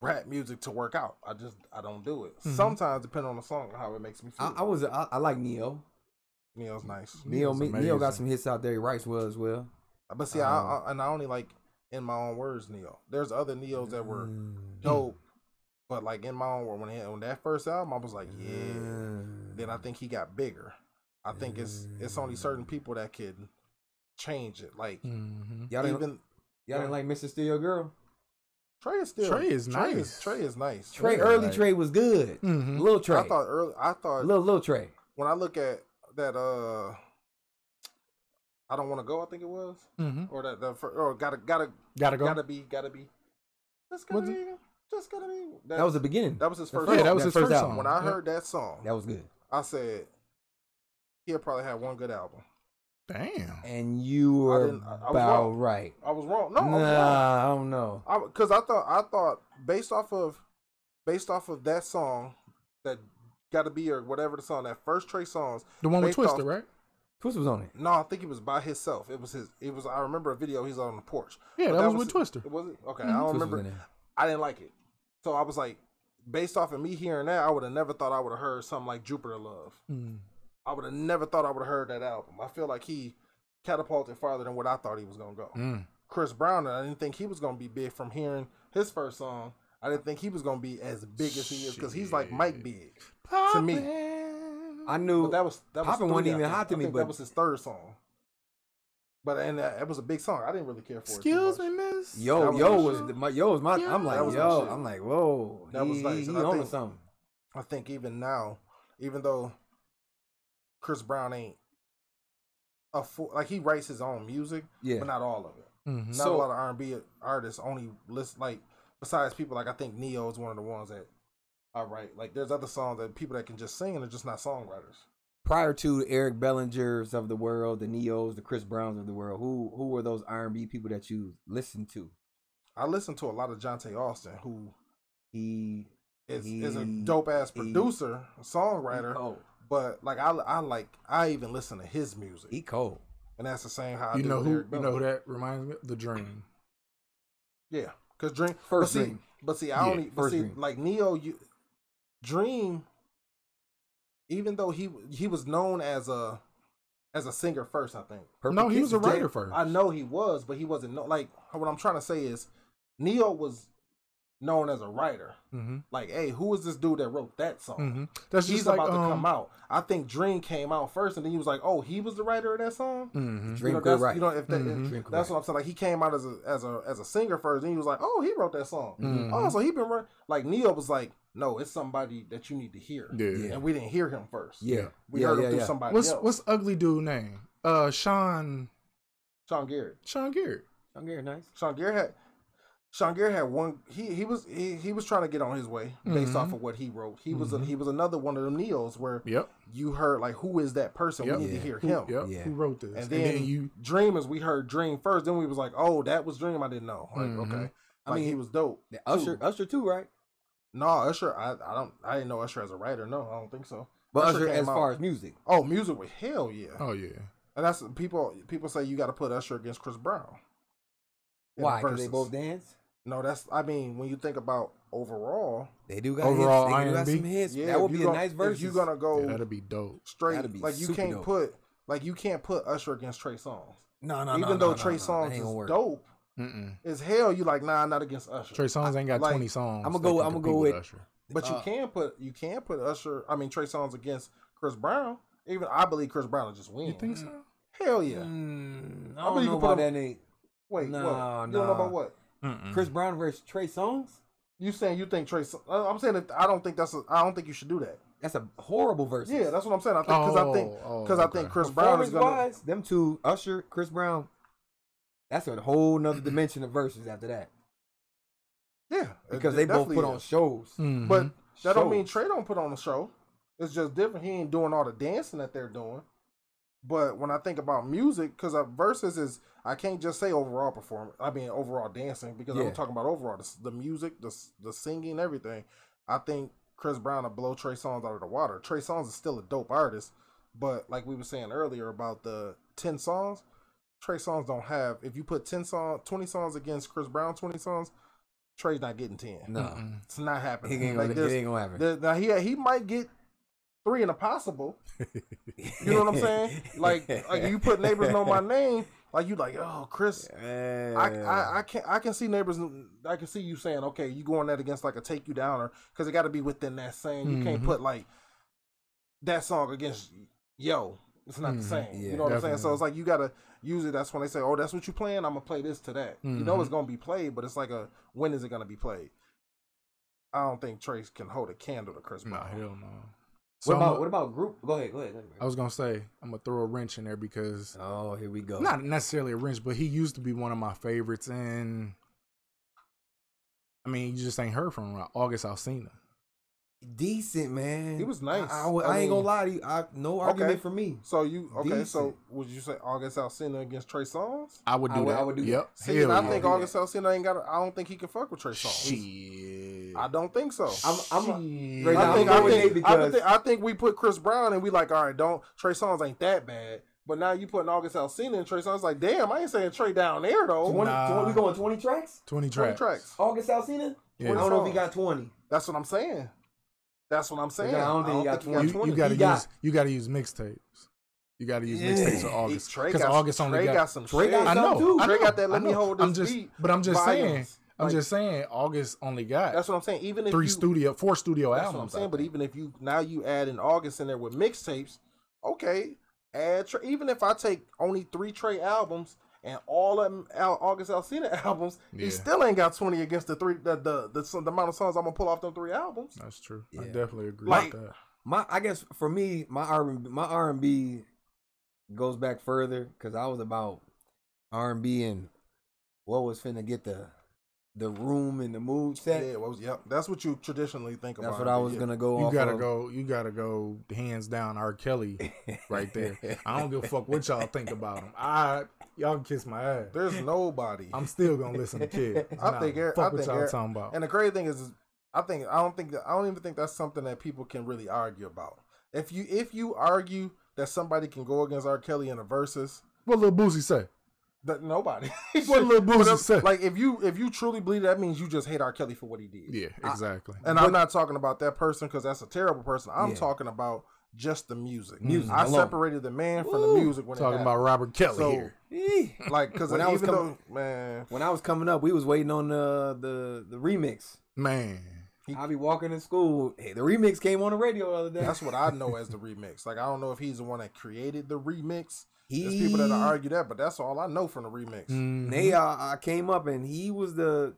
Speaker 1: rap music to work out. I just I don't do it.
Speaker 3: Mhm.
Speaker 1: Sometimes depending on the song how it makes me feel.
Speaker 2: Mm-hmm. I, I was. I, I like Neo.
Speaker 1: you know, it's nice.
Speaker 2: Neo.
Speaker 3: Neo's
Speaker 2: Me, Neo got
Speaker 3: amazing.
Speaker 2: some hits out there. He writes well as well.
Speaker 1: But see,
Speaker 2: Um,
Speaker 1: I, I and I only like in my own words Neo. There's other Neos that were
Speaker 2: Mm.
Speaker 1: dope, but like in my own word, when he, when that first album, I was like, yeah.
Speaker 2: Mm.
Speaker 1: Then I think he got bigger. I think it's it's only certain people that can change it. Like
Speaker 3: Mm-hmm.
Speaker 2: y'all didn't,
Speaker 1: even
Speaker 2: y'all didn't like Mr. Steel Girl.
Speaker 1: Trey is still
Speaker 3: Trey is nice.
Speaker 1: Is, Trey is nice.
Speaker 2: Trey
Speaker 1: Yeah.
Speaker 2: early
Speaker 3: like-
Speaker 2: Trey was good.
Speaker 3: Mm-hmm.
Speaker 2: Little Trey.
Speaker 1: I thought uh, early. I thought
Speaker 2: little little Trey.
Speaker 1: when I look at that. uh I don't want to go. I think it was
Speaker 3: Mm-hmm.
Speaker 1: or that the fir- or gotta gotta
Speaker 3: Gotta go.
Speaker 1: gotta be gotta be. Just gotta
Speaker 3: What's
Speaker 1: be. Just gotta be.
Speaker 2: That was the beginning.
Speaker 1: that was his
Speaker 2: the
Speaker 1: first.
Speaker 2: first-
Speaker 1: song.
Speaker 3: Oh, yeah, that was
Speaker 2: that
Speaker 3: his
Speaker 2: first
Speaker 3: first
Speaker 2: album.
Speaker 3: song.
Speaker 1: when I
Speaker 3: Yeah.
Speaker 1: heard that song,
Speaker 2: That was good.
Speaker 1: I said he'll probably have one good album.
Speaker 3: Damn.
Speaker 2: And you were
Speaker 1: didn't- I- I was
Speaker 2: about
Speaker 1: wrong.
Speaker 2: right.
Speaker 1: I was wrong. No, I
Speaker 2: nah, I don't know.
Speaker 1: was wrong. Because I, thought I thought based off of based off of that song that got to be or whatever the song that first Trey songs.
Speaker 3: The one with
Speaker 1: Based off-
Speaker 3: Twister, right?
Speaker 2: Twist was on it.
Speaker 1: No, I think it was by himself. It was his. It was. I remember a video. He's on the porch.
Speaker 3: Yeah,
Speaker 1: But
Speaker 3: that, was, with Twister.
Speaker 1: Was it? Okay,
Speaker 3: Mhm.
Speaker 1: I don't
Speaker 2: Twist Mm-hmm. was
Speaker 1: remember.
Speaker 2: in there.
Speaker 1: I didn't like it, so I was like, based off of me hearing that, I would have never thought I would have heard something like Jupiter Love.
Speaker 3: Mm.
Speaker 1: I would have never thought I would have heard that album. I feel like he catapulted farther than what I thought he was gonna go.
Speaker 3: Mm.
Speaker 1: Chris Brown, and I didn't think he was gonna be big from hearing his first song. I didn't think he was gonna be as big as he is because he's like Mike Big. To me.
Speaker 3: Poppin'.
Speaker 2: I knew
Speaker 1: But that was that was
Speaker 2: Poppin' wasn't
Speaker 1: three, I
Speaker 2: even
Speaker 1: think.
Speaker 2: hot to
Speaker 1: I
Speaker 2: me,
Speaker 1: think
Speaker 2: but-
Speaker 1: that was his third song. But and that, that was a big song. I didn't really care for
Speaker 3: Excuse
Speaker 1: it. too
Speaker 3: me,
Speaker 1: much.
Speaker 3: miss.
Speaker 2: yo
Speaker 1: that was
Speaker 2: yo
Speaker 1: my
Speaker 2: was
Speaker 1: shit.
Speaker 2: the, my yo was my. I'm like
Speaker 1: That was my
Speaker 2: yo.
Speaker 1: shit.
Speaker 2: I'm like whoa.
Speaker 1: That was
Speaker 2: he,
Speaker 1: nice,
Speaker 2: He,
Speaker 1: and
Speaker 2: he
Speaker 1: I
Speaker 2: on to
Speaker 1: think-
Speaker 2: something.
Speaker 1: I think even now, even though Chris Brown ain't a full, like he writes his own music,
Speaker 2: Yeah.
Speaker 1: but not all of it.
Speaker 3: Mm-hmm.
Speaker 1: Not a
Speaker 2: So-
Speaker 1: lot of R and B artists only list like besides people like I think Neo is one of the ones that I write. Like there's other songs that people that can just sing and they're just not songwriters.
Speaker 2: Prior to Eric Bellinger's of the world, the Neos, the Chris Browns of the world, who who were those R&B people that you listened to?
Speaker 1: I listen to a lot of Jonte Austin, who
Speaker 2: He
Speaker 1: is is a
Speaker 2: He-
Speaker 1: dope ass
Speaker 2: he-
Speaker 1: producer,
Speaker 2: he
Speaker 3: Oh.
Speaker 1: songwriter.
Speaker 2: cold.
Speaker 1: But like I, I like I even listen to his music,
Speaker 2: He cold.
Speaker 1: and that's the same how I
Speaker 3: You
Speaker 1: do
Speaker 3: know
Speaker 1: with
Speaker 3: who?
Speaker 1: Eric
Speaker 3: You
Speaker 1: Bella.
Speaker 3: know who that reminds me? of? The Dream.
Speaker 1: Yeah, because Dream.
Speaker 2: First
Speaker 1: but see,
Speaker 2: Dream.
Speaker 1: but see, I
Speaker 3: Yeah,
Speaker 1: only but
Speaker 2: first
Speaker 1: see
Speaker 2: Dream.
Speaker 1: like Neo. You Dream, even though he he was known as a as a singer first, I think.
Speaker 3: no, Oh, he
Speaker 2: Kiss
Speaker 3: was a
Speaker 2: is dead.
Speaker 3: writer first.
Speaker 1: I know he was, but he wasn't. No, like what I'm trying to say is, Neo was known as a writer.
Speaker 3: Mm-hmm.
Speaker 1: Like, hey, who is this dude that wrote that song?
Speaker 3: Mm-hmm. That's
Speaker 1: Oh, He's
Speaker 3: just like,
Speaker 1: about to
Speaker 3: um,
Speaker 1: come out. I think Dream came out first, and then he was like, "Oh, he was the writer of that song."
Speaker 3: Mm-hmm.
Speaker 2: Dream
Speaker 1: you know,
Speaker 2: could
Speaker 1: that's,
Speaker 2: write.
Speaker 1: you know, if that,
Speaker 3: Mhm.
Speaker 1: if-
Speaker 2: Dream could
Speaker 1: that's
Speaker 2: write.
Speaker 1: what I'm saying. Like, he came out as a as a as a singer first, and he was like, "Oh, he wrote that song."
Speaker 3: Mhm.
Speaker 1: Oh, so he been run like Neo was like, "No, it's somebody that you need to hear,"
Speaker 3: Yeah.
Speaker 1: and we didn't hear him first.
Speaker 2: Yeah.
Speaker 1: we
Speaker 2: yeah,
Speaker 1: heard
Speaker 2: yeah,
Speaker 1: him through
Speaker 2: yeah.
Speaker 1: somebody
Speaker 3: What's
Speaker 1: else.
Speaker 3: what's ugly dude name? Uh, Sean
Speaker 1: Sean Garrett.
Speaker 3: Sean Garrett.
Speaker 2: Young Gary, nice.
Speaker 1: Sean Garrett had Shangira had one. He he was he, he was trying to get on his way based
Speaker 3: Mhm.
Speaker 1: off of what he wrote. He was a,
Speaker 3: Mhm.
Speaker 1: he was another one of them neos where
Speaker 3: Yep.
Speaker 1: you heard like who is that person?
Speaker 3: Yep.
Speaker 1: We need
Speaker 2: Yeah.
Speaker 1: to hear
Speaker 3: Who,
Speaker 1: him.
Speaker 3: Yep.
Speaker 2: Yeah.
Speaker 3: Who wrote this?
Speaker 1: Oh, And then,
Speaker 3: you.
Speaker 1: Dreamers, we heard Dream first. Then we was like, oh, that was Dream. I didn't know. Like
Speaker 3: Mhm.
Speaker 1: okay,
Speaker 2: I
Speaker 1: I mean
Speaker 2: mean,
Speaker 1: he was dope.
Speaker 2: The Usher, Usher too, right?
Speaker 1: No, Usher. I, I don't. I didn't know Usher as a writer. No, I don't think so.
Speaker 2: But
Speaker 1: Usher
Speaker 2: Usher,
Speaker 1: came
Speaker 2: as
Speaker 1: out-
Speaker 2: far as music,
Speaker 1: Oh, music with hell yeah.
Speaker 3: Oh yeah.
Speaker 1: And that's people. People say you got to put Usher against Chris Brown. in the
Speaker 2: why? Because they
Speaker 1: verses.
Speaker 2: both dance.
Speaker 1: No, that's. I mean, when you think about overall,
Speaker 2: They do got
Speaker 3: Overall,
Speaker 2: hits. They do got
Speaker 3: IMB?
Speaker 2: some hits.
Speaker 1: yeah,
Speaker 2: that would
Speaker 1: if
Speaker 2: be
Speaker 1: you
Speaker 2: a
Speaker 1: gon-
Speaker 2: nice
Speaker 1: If
Speaker 2: verse.
Speaker 1: you gonna go
Speaker 3: yeah. That'd be dope.
Speaker 1: straight,
Speaker 2: that'd be
Speaker 1: like you
Speaker 2: super
Speaker 1: can't
Speaker 2: dope.
Speaker 1: put, like you can't put Usher against Trey Songz.
Speaker 2: no, no, no,
Speaker 1: Even
Speaker 2: no,
Speaker 1: though
Speaker 2: no,
Speaker 1: Trey
Speaker 2: no,
Speaker 1: Songz
Speaker 2: that ain't
Speaker 1: is
Speaker 2: gonna work.
Speaker 1: dope
Speaker 3: Mm-mm.
Speaker 1: as hell, you like nah, not against Usher.
Speaker 3: Trey Songz ain't got
Speaker 1: like,
Speaker 3: twenty songs.
Speaker 2: I'ma
Speaker 3: that
Speaker 2: go-
Speaker 3: can
Speaker 2: I'ma
Speaker 3: compete
Speaker 2: go
Speaker 3: with
Speaker 2: with-
Speaker 3: Usher.
Speaker 1: but you
Speaker 2: uh,
Speaker 1: can put you can put Usher. I mean Trey Songz against Chris Brown. Even I believe Chris Brown will just win.
Speaker 3: You think so?
Speaker 1: Hell yeah.
Speaker 2: Mm, I
Speaker 1: Hmm, I believe
Speaker 2: don't
Speaker 1: you
Speaker 2: know
Speaker 1: put
Speaker 2: about
Speaker 1: him-
Speaker 2: that name.
Speaker 1: Wait,
Speaker 2: No,
Speaker 1: what? You don't know
Speaker 2: no.
Speaker 1: about what?
Speaker 3: Mm-mm.
Speaker 2: Chris Brown versus Trey Songz.
Speaker 1: You saying you think Trey? Son- uh, I'm saying that I don't think that's. A, I don't think you should do that.
Speaker 2: That's a horrible verse.
Speaker 1: Yeah, that's what I'm saying. I think because I think
Speaker 3: Oh,
Speaker 1: because I think Chris Brown is gonna.
Speaker 2: Oh, Performance-wise, them two, Usher, Chris Brown, that's a whole nother
Speaker 3: Mm.
Speaker 2: dimension of verses after that
Speaker 1: Yeah,
Speaker 2: because they both put on
Speaker 1: show.
Speaker 2: shows.
Speaker 3: Mhm.
Speaker 1: But that don't mean
Speaker 2: Shows.
Speaker 1: Trey don't put on a show. It's just different. He ain't doing all the dancing that they're doing. But when I think about music, because verses is I can't just say overall performance. I mean overall dancing because
Speaker 2: Yeah.
Speaker 1: I'm talking about overall the, s- the music, the s- the singing, everything. I think Chris Brown will blow Trey Songz out of the water. Trey Songz is still a dope artist, but like we were saying earlier about the ten songs, Trey Songz don't have. If you put ten songs, twenty songs against Chris Brown, twenty songs, Trey's not getting ten.
Speaker 2: No,
Speaker 3: Mm-mm.
Speaker 1: It's not
Speaker 2: he
Speaker 1: happening.
Speaker 2: ain't
Speaker 1: Like,
Speaker 2: gonna,
Speaker 1: there's-
Speaker 2: it ain't gonna happen.
Speaker 1: the, now he he might get three in a possible. You know what I'm saying? like, like you put neighbors know my name. Like you like oh Chris, I, I I can I can see neighbors. I can see you saying okay, you going that against like a take you down or because it got to be within that same. You can't
Speaker 3: Mhm.
Speaker 1: put like that song against yo. It's not the
Speaker 3: Mhm.
Speaker 1: same.
Speaker 2: Yeah,
Speaker 1: you know what I'm saying? So
Speaker 3: definitely.
Speaker 1: it's like you gotta usually that's when they say oh that's what you playing. I'm gonna play this to that. You know
Speaker 3: Mhm.
Speaker 1: it's gonna be played, but it's like a when is it gonna be played? I don't think Trace can hold a candle to Chris
Speaker 3: Nah,
Speaker 1: Brown.
Speaker 3: hell no. So
Speaker 2: what
Speaker 3: I'ma-
Speaker 2: about what about group? Go ahead, go ahead. go ahead.
Speaker 3: I was gonna say I'm gonna throw a wrench in there because
Speaker 2: oh, here we go.
Speaker 3: not necessarily a wrench, but he used to be one of my favorites, and I mean, you just ain't heard from him. August Alsina.
Speaker 2: Decent man.
Speaker 1: He was nice.
Speaker 2: I, I would-
Speaker 1: I
Speaker 2: I ain't
Speaker 1: mean-
Speaker 2: gonna lie to you. I, no
Speaker 1: Okay.
Speaker 2: argument for me.
Speaker 1: So you okay? So
Speaker 2: Decent.
Speaker 1: would you say August Alcina against Trey Songz?
Speaker 3: I would
Speaker 2: I
Speaker 3: do
Speaker 2: would-
Speaker 3: that.
Speaker 2: I would do
Speaker 3: yep.
Speaker 1: See,
Speaker 3: Hell
Speaker 1: and I
Speaker 3: yeah.
Speaker 1: think
Speaker 2: I'll do
Speaker 1: August Alcina ain't got. I don't think he can fuck with Trey Songz.
Speaker 3: Shit.
Speaker 1: I don't think so.
Speaker 2: I'm, I'm a-
Speaker 3: Shit.
Speaker 2: Right now,
Speaker 1: I
Speaker 2: I'm
Speaker 1: think
Speaker 2: going
Speaker 1: I
Speaker 2: with
Speaker 1: think,
Speaker 2: Nate
Speaker 1: I
Speaker 2: because-
Speaker 1: think I think we put Chris Brown and we like all right. Don't Trey Songz ain't that bad. But now you putting August Alcina and Trey Songz like damn. I ain't saying Trey down there though.
Speaker 2: 20,
Speaker 3: Nah.
Speaker 2: 20 we going twenty tracks.
Speaker 3: twenty
Speaker 1: 20
Speaker 3: tracks.
Speaker 1: tracks.
Speaker 2: August Alcina.
Speaker 3: Yeah.
Speaker 2: I don't know if he got twenty.
Speaker 1: That's what I'm saying. That's what I'm saying.
Speaker 2: I don't think he got
Speaker 1: he
Speaker 3: You,
Speaker 2: got
Speaker 3: you
Speaker 1: 20.
Speaker 3: gotta
Speaker 2: He
Speaker 3: use
Speaker 2: got-
Speaker 3: you gotta use mixtapes. You gotta use
Speaker 2: Yeah.
Speaker 3: mixtapes of
Speaker 1: He-
Speaker 3: August
Speaker 1: Trey
Speaker 3: because
Speaker 1: got-
Speaker 3: August only
Speaker 1: Trey
Speaker 3: got,
Speaker 1: got some
Speaker 2: Trey
Speaker 1: shit.
Speaker 2: got
Speaker 3: I know.
Speaker 2: Something, too.
Speaker 3: I
Speaker 1: Trey
Speaker 3: know,
Speaker 1: got that
Speaker 3: I
Speaker 1: let me
Speaker 3: know.
Speaker 1: hold
Speaker 3: I'm
Speaker 1: this
Speaker 3: just,
Speaker 1: beat
Speaker 3: But I'm just saying.
Speaker 1: volumes.
Speaker 3: I'm
Speaker 1: Like,
Speaker 3: just saying. August only got
Speaker 1: That's what I'm saying. Even if
Speaker 3: three
Speaker 1: you,
Speaker 3: studio, four studio
Speaker 1: That's
Speaker 3: albums.
Speaker 1: what I'm
Speaker 3: I
Speaker 1: saying. But
Speaker 3: think.
Speaker 1: even if you now you add in August in there with mixtapes, okay, add Trey- even if I take only three Trey albums and all of them Al, August Alcina albums,
Speaker 3: Yeah.
Speaker 1: he still ain't got twenty against the three the the, the the amount of songs I'm gonna pull off them three albums.
Speaker 3: that's true. I
Speaker 2: Yeah.
Speaker 3: definitely agree
Speaker 1: Like-
Speaker 3: with that.
Speaker 2: my I guess for me, my R my R and B goes back further because I was about R and B and what was finna get the the room and the mood set.
Speaker 1: yeah, well, yep, that's what you traditionally think
Speaker 2: That's
Speaker 1: about.
Speaker 2: what I was
Speaker 1: yeah.
Speaker 2: gonna go.
Speaker 3: You
Speaker 2: off
Speaker 3: gotta
Speaker 2: of.
Speaker 3: go. You gotta go. Hands down, R. Kelly, right there. I don't give a fuck what y'all think about him. I y'all can kiss my ass.
Speaker 1: There's nobody.
Speaker 3: I'm still gonna listen to Kid.
Speaker 2: I
Speaker 3: Nah,
Speaker 1: think Eric-
Speaker 3: fuck
Speaker 1: I
Speaker 3: what
Speaker 1: think
Speaker 3: y'all
Speaker 1: Eric-
Speaker 3: talking about.
Speaker 1: And the crazy thing is, is I think I don't think that, I don't even think that's something that people can really argue about. If you if you argue that somebody can go against R. Kelly in a versus,
Speaker 3: What little Boosie say?
Speaker 1: that nobody.
Speaker 3: What little Boosie say?
Speaker 1: like if you if you truly believe that means you just hate R. Kelly for what he did.
Speaker 3: yeah, exactly.
Speaker 1: And I'm not talking about that person because that's a terrible person. I'm
Speaker 2: Yeah.
Speaker 1: talking about just the music.
Speaker 2: Music
Speaker 1: I
Speaker 2: alone.
Speaker 1: separated the man from
Speaker 2: Woo.
Speaker 1: the music when
Speaker 3: talking about Robert Kelly
Speaker 1: So-
Speaker 3: here.
Speaker 2: Eh.
Speaker 1: like because
Speaker 2: When
Speaker 1: even
Speaker 2: I was
Speaker 1: though man
Speaker 2: when I was coming up, we was waiting on the the the remix.
Speaker 3: Man,
Speaker 2: I be walking to school. Hey, the remix came on the radio the other day.
Speaker 1: that's what I know as the remix. Like I don't know if he's the one that created the remix.
Speaker 2: he,
Speaker 1: There's people that argue that, but that's all I know from the remix.
Speaker 3: Mhm.
Speaker 2: They uh, I came up and he was the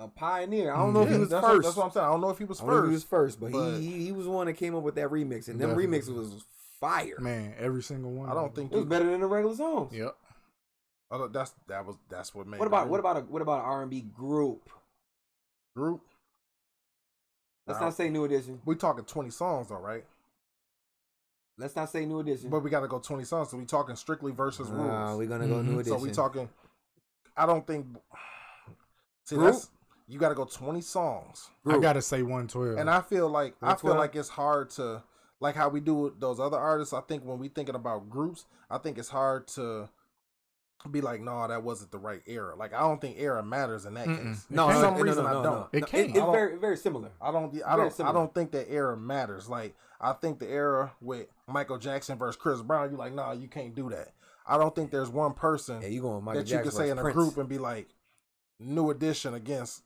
Speaker 2: a pioneer. I don't
Speaker 3: Mm-hmm.
Speaker 2: know if
Speaker 1: Yeah,
Speaker 2: he was
Speaker 1: that's
Speaker 2: first.
Speaker 1: What, that's what I'm saying. I don't know if he was
Speaker 2: I don't know if
Speaker 1: first.
Speaker 2: he was first, but,
Speaker 1: but-
Speaker 2: he, he he was the one that came up with that remix, and them
Speaker 3: Definitely.
Speaker 2: remixes was fire.
Speaker 3: man, every single one.
Speaker 1: I
Speaker 3: of
Speaker 1: don't
Speaker 3: them.
Speaker 1: think
Speaker 2: It was
Speaker 1: you,
Speaker 2: better than the regular songs.
Speaker 3: Yep.
Speaker 1: Although that's that was that's what made.
Speaker 2: What about
Speaker 1: the
Speaker 2: what about a what about an R and B group?
Speaker 1: group?
Speaker 2: Let's
Speaker 1: Nah,
Speaker 2: not say New Edition.
Speaker 1: we talking twenty songs though, right?
Speaker 2: Let's not say New Edition.
Speaker 1: But we got to go twenty songs. So we talking strictly versus
Speaker 2: Nah,
Speaker 1: rules. Mm-hmm.
Speaker 2: we're gonna go New
Speaker 1: so
Speaker 2: Edition.
Speaker 1: we talking. I don't think. See,
Speaker 2: Group?
Speaker 1: that's you got to go twenty songs.
Speaker 3: I
Speaker 2: Group.
Speaker 3: gotta say one twelve.
Speaker 1: And I feel like I
Speaker 2: That's
Speaker 1: feel
Speaker 2: what I-
Speaker 1: like it's hard to like how we do with those other artists. I think when we thinking about groups, I think it's hard to be like, no, that wasn't the right era. Like I don't think era matters in that
Speaker 3: Mm-mm.
Speaker 1: case.
Speaker 2: no,
Speaker 1: For
Speaker 2: no,
Speaker 1: some
Speaker 2: no, no,
Speaker 1: reason,
Speaker 2: no,
Speaker 1: I
Speaker 2: no,
Speaker 1: don't.
Speaker 2: no.
Speaker 3: It
Speaker 2: No,
Speaker 3: can't.
Speaker 2: it's very very similar.
Speaker 1: I don't. I
Speaker 2: Very
Speaker 1: don't. I
Speaker 2: similar.
Speaker 1: don't think that era matters. Like I think the era with Michael Jackson versus Chris Brown, you're like, nah, you can't do that. I don't think there's one person
Speaker 2: Yeah, you going Michael
Speaker 1: that you
Speaker 2: Jackson
Speaker 1: can say
Speaker 2: versus
Speaker 1: in a
Speaker 2: Prince.
Speaker 1: group and be like, New Edition against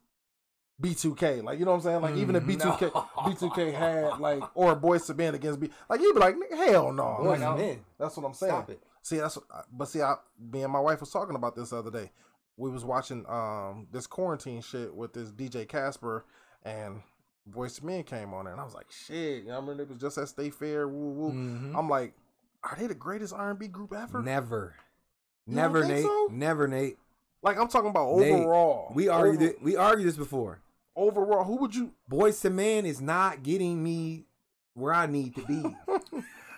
Speaker 1: B2K. Like you know what I'm saying? Like even if
Speaker 3: Mhm.
Speaker 1: B2K,
Speaker 2: Mm, No.
Speaker 1: B2K had like or Boys to Men against B, like you'd be like, "Nigga, hell no.
Speaker 2: Boyz
Speaker 1: Like,
Speaker 2: II
Speaker 1: I-
Speaker 2: Men.
Speaker 1: that's what I'm saying.
Speaker 2: Stop it.
Speaker 1: See, that's what- but see, I, me and my wife was talking about this the other day. We was watching um this quarantine shit with this DJ Casper and Voice to Men came on, there, and I was like, shit, I remember it was just at State Fair. Woo woo.
Speaker 2: Mm-hmm.
Speaker 3: Mhm.
Speaker 1: I'm like, are they the greatest R&B group ever?
Speaker 2: Never.
Speaker 1: You don't
Speaker 2: Never,
Speaker 1: think
Speaker 2: Nate.
Speaker 1: so?
Speaker 2: Never, Nate.
Speaker 1: Like I'm talking about
Speaker 2: Nate,
Speaker 1: overall.
Speaker 2: We argued.
Speaker 1: Over-
Speaker 2: it- we argued this before.
Speaker 1: overall. Who would you?
Speaker 2: Boys to Man is not getting me where I need to be.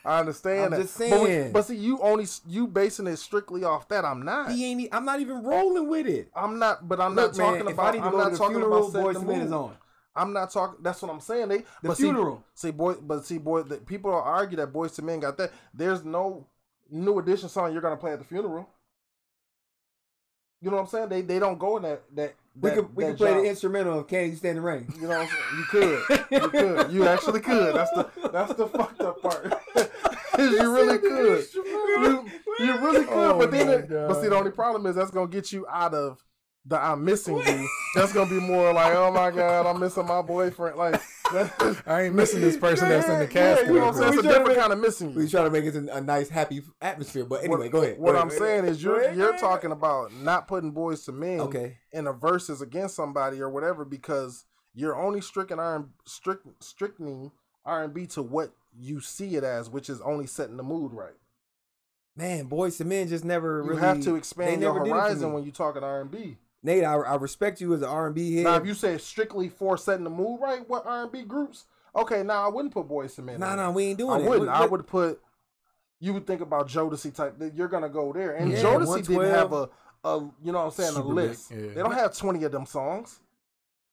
Speaker 1: I understand.
Speaker 2: I'm
Speaker 1: that.
Speaker 2: just
Speaker 1: But we-
Speaker 2: saying.
Speaker 1: But, see, you only you basing it strictly off that. I'm not.
Speaker 2: he ain't. e- I'm not even rolling with it.
Speaker 1: I'm not. But I'm
Speaker 2: Look,
Speaker 1: not talking
Speaker 2: man, if I
Speaker 1: about.
Speaker 2: need to
Speaker 1: I'm
Speaker 2: go
Speaker 1: not
Speaker 2: to the
Speaker 1: talking
Speaker 2: funeral,
Speaker 1: about setting
Speaker 2: Boys
Speaker 1: the
Speaker 2: to Men is
Speaker 1: mood.
Speaker 2: on.
Speaker 1: I'm not talking. That's what I'm saying. They
Speaker 2: The
Speaker 1: but
Speaker 2: funeral.
Speaker 1: See, see, boy, but see, boy, the, people are argue that Boys to Men got that. There's no new edition song you're gonna play at the funeral. You know what I'm saying? They they don't go in that that.
Speaker 2: We
Speaker 1: that,
Speaker 2: could we
Speaker 1: that
Speaker 2: could play
Speaker 1: genre.
Speaker 2: the instrumental of "Can You Stand the Rain."
Speaker 1: You know, what I'm saying? you could, you could, you actually could. That's the that's the fucked up part. 'Cause you really could, you, you really could.
Speaker 3: Oh
Speaker 1: but then,
Speaker 3: my
Speaker 1: it, but see, the
Speaker 3: God.
Speaker 1: only problem is that's gonna get you out of the I'm missing you. That's gonna be more like, oh my god, I'm missing my boyfriend. Like, that's,
Speaker 3: I ain't missing this person that's in the
Speaker 1: yeah,
Speaker 3: casket.
Speaker 1: you know what I'm
Speaker 3: with
Speaker 1: saying?
Speaker 3: us.
Speaker 1: It's a
Speaker 2: We try to
Speaker 1: different kind of missing you.
Speaker 2: We try to make it a, a nice, happy atmosphere. But anyway,
Speaker 1: what,
Speaker 2: go ahead.
Speaker 1: What
Speaker 2: Go
Speaker 1: I'm
Speaker 2: ahead.
Speaker 1: saying is,
Speaker 2: Go
Speaker 1: you're
Speaker 2: ahead,
Speaker 1: you're
Speaker 2: go ahead.
Speaker 1: talking about not putting boys to men
Speaker 2: Okay.
Speaker 1: in a verses against somebody or whatever because you're only stricken iron strict strictening R and B to what you see it as, which is only setting the mood right.
Speaker 2: Man, Boys to Men just never
Speaker 1: You
Speaker 2: really.
Speaker 1: have to
Speaker 2: they
Speaker 1: expand your
Speaker 2: never did it for
Speaker 1: horizon
Speaker 2: me.
Speaker 1: when you talking R and B.
Speaker 2: Nate, I, I respect you as an R&B head.
Speaker 1: Now, if you say strictly for setting the mood right, what R and B groups? Okay, now I wouldn't put Boys to Men.
Speaker 2: Nah,
Speaker 1: in there.
Speaker 2: nah, we ain't doing
Speaker 1: I
Speaker 2: it.
Speaker 1: wouldn't.
Speaker 2: What-
Speaker 1: I
Speaker 2: what-
Speaker 1: would put. You would think about Jodeci type. That you're gonna go there, and
Speaker 2: Yeah,
Speaker 1: Jodeci didn't
Speaker 2: 112.
Speaker 1: have a, a you know what I'm saying a
Speaker 3: Super big,
Speaker 1: list.
Speaker 3: yeah.
Speaker 1: They don't have 20 of them songs.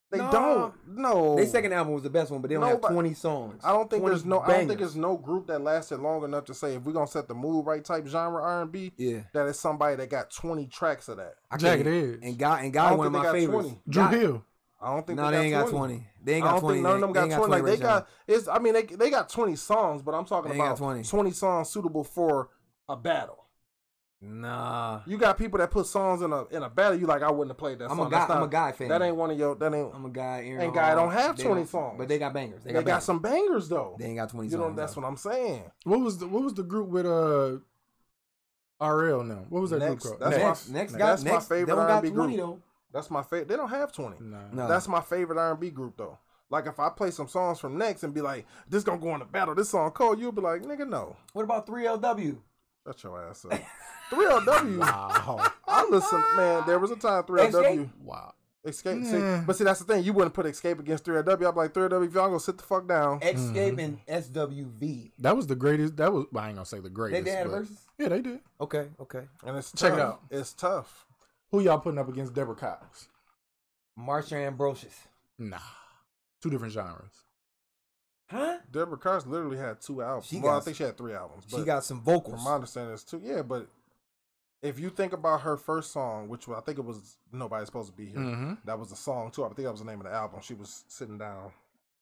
Speaker 1: They
Speaker 2: No.
Speaker 1: don't. No,
Speaker 2: Their second album was the best one, but they don't have
Speaker 1: Nobody-
Speaker 2: 20 songs.
Speaker 1: I don't think
Speaker 2: 20
Speaker 1: there's no. I don't think
Speaker 2: bangers.
Speaker 1: there's no group that lasted long enough to say if we're gonna set the mood right type genre R and B
Speaker 2: Yeah.
Speaker 1: that it's somebody that got 20 tracks of that.
Speaker 2: I
Speaker 3: Jagged
Speaker 2: couldn't-
Speaker 3: Edge.
Speaker 2: And got, and
Speaker 1: I
Speaker 2: got
Speaker 1: don't
Speaker 2: one of
Speaker 1: think
Speaker 2: my
Speaker 1: they got
Speaker 2: favorites.
Speaker 1: 20.
Speaker 3: Drew
Speaker 2: Got-
Speaker 3: Hill.
Speaker 1: I don't think.
Speaker 2: No, they ain't got 20. They ain't
Speaker 1: I
Speaker 2: got
Speaker 1: don't
Speaker 2: 20.
Speaker 1: think none of them got 20. Like they
Speaker 2: right now.
Speaker 1: got it's. I mean, they they got 20 songs, but I'm talking
Speaker 2: They ain't got
Speaker 1: about
Speaker 2: 20.
Speaker 1: 20 songs suitable for a battle.
Speaker 2: Nah.
Speaker 1: You got people that put songs in a in a battle. You like, I wouldn't have played that
Speaker 2: I'm a
Speaker 1: song.
Speaker 2: guy-
Speaker 1: That's
Speaker 2: I'm
Speaker 1: not-
Speaker 2: a guy fan.
Speaker 1: That ain't one of your. That ain't.
Speaker 2: I'm a guy. Aaron
Speaker 1: And guy
Speaker 2: Hall.
Speaker 1: don't have
Speaker 2: They
Speaker 1: 20
Speaker 2: got-
Speaker 1: songs.
Speaker 2: But they got bangers. They
Speaker 1: They
Speaker 2: got,
Speaker 1: got,
Speaker 2: bangers.
Speaker 1: some bangers though.
Speaker 2: They ain't got 20
Speaker 1: you know,
Speaker 2: songs.
Speaker 1: that's
Speaker 2: though.
Speaker 1: what I'm saying.
Speaker 3: What was the What was the group with uh RL now? What was that
Speaker 1: Next.
Speaker 3: group called?
Speaker 1: That's
Speaker 2: Next,
Speaker 3: Next.
Speaker 1: my-
Speaker 2: next,
Speaker 1: that's
Speaker 2: got,
Speaker 1: my
Speaker 2: next,
Speaker 1: favorite
Speaker 2: They don't got
Speaker 1: R&B
Speaker 2: 20,
Speaker 1: group.
Speaker 2: though.
Speaker 1: That's my favorite. They don't have 20.
Speaker 3: Nah.
Speaker 2: No.
Speaker 1: That's my favorite R&B group though. Like if I play some songs from Next and be like, this gonna go on the battle. This song cold. You'll be like, nigga, no.
Speaker 2: What about 3LW?
Speaker 1: Shut your ass up. 3LW.
Speaker 3: Wow.
Speaker 1: I listen, man. There was a time 3LW
Speaker 3: wow.
Speaker 1: escape.
Speaker 3: Nah.
Speaker 1: See, but see, that's the thing. You wouldn't put escape against 3LW. I'd be like, 3LW, if y'all go sit the fuck down.
Speaker 2: Escape and SWV.
Speaker 3: That was the greatest. That was. Well, I ain't gonna say the
Speaker 2: They,
Speaker 3: greatest.
Speaker 2: they had
Speaker 3: but-
Speaker 2: verses?
Speaker 3: yeah, they did.
Speaker 2: Okay, okay.
Speaker 1: And it's
Speaker 3: Check it
Speaker 1: tough.
Speaker 3: out.
Speaker 1: It's tough.
Speaker 3: Who y'all putting up against Deborah Cox?
Speaker 2: Marsha Ambrosius.
Speaker 3: Nah. Two different genres.
Speaker 2: Huh?
Speaker 1: Deborah Cox literally had two albums.
Speaker 2: She
Speaker 1: well, I
Speaker 2: got-
Speaker 1: think she had three albums. But
Speaker 2: She got some vocals.
Speaker 1: from my understanding, it's two. Yeah, but if you think about her first song, which was, I think it was "Nobody's Supposed to Be
Speaker 2: Mm.
Speaker 1: Here,"
Speaker 3: Mm-hmm.
Speaker 1: that was the song too. I think that was the name of the album. She was sitting down.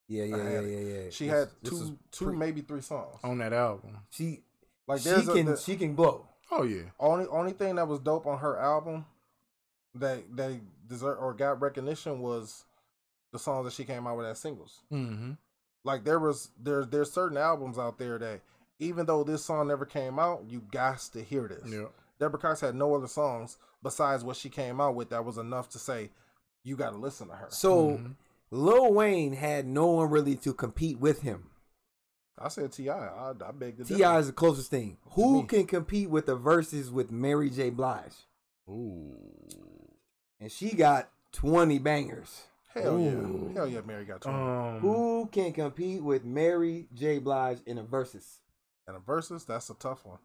Speaker 2: Yeah, yeah,
Speaker 1: I
Speaker 2: yeah,
Speaker 1: had
Speaker 2: yeah, yeah.
Speaker 1: She
Speaker 2: This-
Speaker 1: had
Speaker 2: this is
Speaker 1: two, two,
Speaker 2: pre-
Speaker 1: maybe three songs.
Speaker 3: On that album.
Speaker 2: She,
Speaker 1: Like
Speaker 2: she
Speaker 1: there's a-
Speaker 2: can,
Speaker 1: the-
Speaker 2: she can blow.
Speaker 3: Oh yeah.
Speaker 1: Only only thing that was dope on her album that that deserved or got recognition was the songs that she came out with as singles.
Speaker 3: Mm-hmm.
Speaker 1: Like there was there's there's certain albums out there that even though this song never came out, you got to hear this.
Speaker 3: Yeah.
Speaker 1: Deborah Cox had no other songs besides what she came out with that was enough to say you got to listen to her.
Speaker 2: So
Speaker 1: Mm-hmm.
Speaker 3: Mhm.
Speaker 2: Lil Wayne had no one really to compete with him.
Speaker 1: I said Ti. I, I beg to
Speaker 2: Ti
Speaker 1: differ.
Speaker 2: is the closest thing. Who
Speaker 1: me.
Speaker 2: can compete with the verses with Mary J. Blige?
Speaker 1: Mm-hmm.
Speaker 3: Ooh.
Speaker 2: and she got 20 bangers.
Speaker 1: Hell
Speaker 3: Ooh.
Speaker 1: yeah. Hell yeah, Mary got 20.
Speaker 3: Um,
Speaker 2: Who can compete with Mary J. Blige in a versus?
Speaker 1: and a versus, that's a tough one.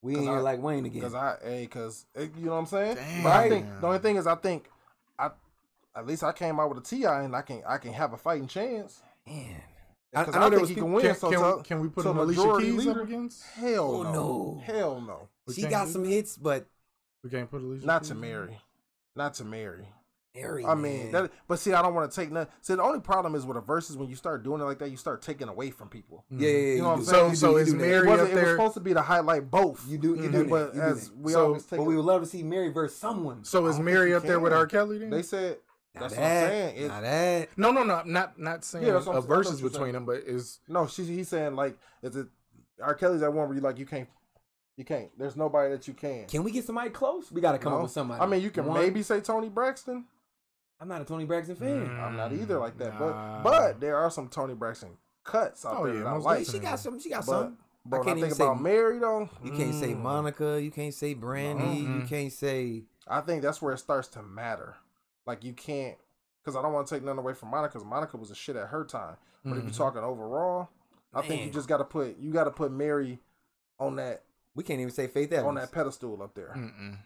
Speaker 2: We
Speaker 1: 'Cause
Speaker 2: ain't here
Speaker 1: I-
Speaker 2: like Wayne again.
Speaker 1: Because I, hey, because, you know what I'm saying?
Speaker 3: Damn.
Speaker 1: But I think, the only thing is, I think, I, at least I came out with a TI and I can, I can have a fighting chance.
Speaker 2: Man. I, I
Speaker 1: Because I,
Speaker 2: know there
Speaker 1: think
Speaker 2: was
Speaker 1: he
Speaker 2: people.
Speaker 1: can win.
Speaker 3: Can,
Speaker 1: so
Speaker 3: can,
Speaker 1: tell-
Speaker 3: we, can we put
Speaker 1: so
Speaker 3: an Alicia
Speaker 1: majority
Speaker 3: Keys
Speaker 1: leader?
Speaker 3: up against?
Speaker 1: Hell
Speaker 2: Oh,
Speaker 1: no.
Speaker 2: no.
Speaker 1: Hell no.
Speaker 3: We
Speaker 2: She
Speaker 3: can't
Speaker 2: got
Speaker 3: do
Speaker 2: some
Speaker 3: that?
Speaker 2: hits, but
Speaker 3: We can't put Alicia
Speaker 1: Not
Speaker 3: Keys
Speaker 1: to
Speaker 3: up?
Speaker 1: Mary. Not to Mary.
Speaker 2: Mary.
Speaker 1: I mean,
Speaker 2: man.
Speaker 1: that, but see, I don't want to take nothing. See, the only problem is with a versus when you start doing it like that, you start taking away from people.
Speaker 2: yeah, yeah, yeah,
Speaker 1: You know what I'm
Speaker 2: do.
Speaker 1: saying?
Speaker 2: You
Speaker 3: So-
Speaker 2: do,
Speaker 3: so
Speaker 2: you
Speaker 3: is
Speaker 2: do that.
Speaker 3: Mary-
Speaker 1: It, wasn't,
Speaker 3: up
Speaker 1: it was
Speaker 3: there-
Speaker 1: supposed to be to highlight both.
Speaker 2: You do, you do,
Speaker 3: Mhm.
Speaker 2: but
Speaker 1: Mm-hmm. but as we
Speaker 3: So-
Speaker 1: always take,
Speaker 2: but we would love to see Mary versus someone.
Speaker 3: So is
Speaker 1: I don't
Speaker 3: Mary
Speaker 1: think
Speaker 3: up
Speaker 1: you
Speaker 3: there with
Speaker 1: can.
Speaker 3: R. Kelly then?
Speaker 1: they said
Speaker 2: Not
Speaker 1: that's what I'm
Speaker 2: that,
Speaker 1: saying. It-
Speaker 2: not that.
Speaker 3: no, no, no. I'm Not not saying
Speaker 1: Yeah, that's what
Speaker 3: a
Speaker 1: I'm- that's
Speaker 3: versus
Speaker 1: what you're
Speaker 3: between
Speaker 1: saying.
Speaker 3: them, but is
Speaker 1: no. She he's saying like is it R. Kelly's that one where you like you can't, you can't. There's nobody that you can.
Speaker 2: Can we get somebody close? We got to come
Speaker 1: No.
Speaker 2: up with somebody.
Speaker 1: I mean, you can
Speaker 2: One-
Speaker 1: maybe say Tony Braxton.
Speaker 2: I'm not a Tony Braxton fan.
Speaker 1: I'm not
Speaker 2: Mm,
Speaker 1: either like that, but
Speaker 3: Nah.
Speaker 1: but there are some Tony Braxton cuts out
Speaker 3: Oh,
Speaker 1: there
Speaker 3: yeah,
Speaker 1: that I
Speaker 3: most
Speaker 1: like.
Speaker 2: But she got some. She got
Speaker 1: But-
Speaker 2: some.
Speaker 1: Bro, when I,
Speaker 2: can't even
Speaker 1: think
Speaker 2: say-
Speaker 1: about Mary though.
Speaker 2: You can't say
Speaker 1: mm,
Speaker 2: Monica. You can't say Brandy. You
Speaker 3: Mm-mm.
Speaker 2: can't say
Speaker 1: I think that's where it starts to matter. Like you can't, because I don't want to take nothing away from Monica. Because Monica was a shit at her time. But if you're
Speaker 2: Mm-hmm.
Speaker 3: Mhm.
Speaker 1: talking overall, I think you
Speaker 2: Man.
Speaker 1: just got to put you got to put Mary on that
Speaker 2: We can't even say Faith
Speaker 1: on
Speaker 2: Evans.
Speaker 1: that pedestal up there.
Speaker 2: Mm.
Speaker 3: Mm-mm.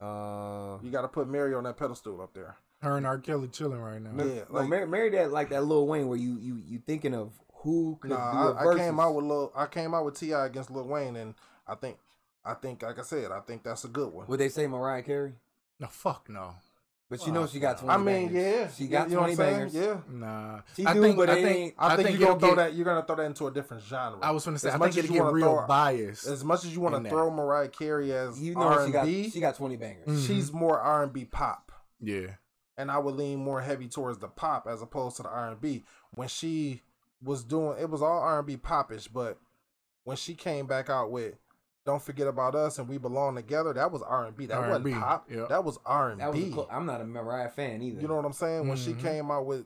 Speaker 2: uh,
Speaker 1: You got to put Mary on that pedestal up there.
Speaker 3: her and R. Kelly chilling right now.
Speaker 1: No, yeah,
Speaker 2: no,
Speaker 1: like-
Speaker 2: marry, marry that like that Lil Wayne, where you you you thinking of who could
Speaker 1: Nah,
Speaker 2: do a
Speaker 1: I, I
Speaker 2: versus.
Speaker 1: came out with Lil, I came out with Ti against Lil Wayne, and I think I think like I said, I think that's a good one.
Speaker 2: Would they say Mariah Carey?
Speaker 3: No, fuck no.
Speaker 2: But you know she got twenty.
Speaker 1: I mean,
Speaker 2: bangers.
Speaker 1: yeah,
Speaker 2: she
Speaker 1: you-
Speaker 2: got
Speaker 1: you know what
Speaker 2: twenty
Speaker 1: I'm saying?
Speaker 2: bangers.
Speaker 1: Yeah,
Speaker 3: Nah.
Speaker 2: She
Speaker 3: I
Speaker 2: do,
Speaker 3: think,
Speaker 2: but
Speaker 3: I
Speaker 2: it
Speaker 3: think,
Speaker 2: ain't-
Speaker 1: I, think, you're
Speaker 3: it'll
Speaker 1: gonna throw
Speaker 3: get-
Speaker 1: that. You're gonna throw that into a different genre.
Speaker 3: I was going to say,
Speaker 1: As
Speaker 3: I
Speaker 1: much as
Speaker 3: think it'll
Speaker 1: you
Speaker 3: get
Speaker 1: wanna
Speaker 3: real
Speaker 1: throw-
Speaker 3: biased.
Speaker 1: as much as you want
Speaker 3: in
Speaker 1: to
Speaker 3: that.
Speaker 1: throw Mariah Carey as
Speaker 2: You know
Speaker 1: R
Speaker 2: she
Speaker 1: and
Speaker 2: got
Speaker 1: B,
Speaker 2: she got Mm-hmm. twenty bangers.
Speaker 3: Mm.
Speaker 1: she's more R and B pop,
Speaker 3: yeah.
Speaker 1: and I would lean more heavy towards the pop as opposed to the R and B. When she was doing, it was all R and B popish, but when she came back out with "Don't Forget About Us" and "We Belong Together," that was R and B. That
Speaker 3: R&B,
Speaker 1: wasn't pop.
Speaker 3: yeah.
Speaker 1: That was R and
Speaker 2: That was a
Speaker 1: B.
Speaker 2: clo- I'm not a Mariah fan either.
Speaker 1: You know what I'm saying? When she
Speaker 2: Mm-hmm.
Speaker 3: Mhm.
Speaker 1: came out with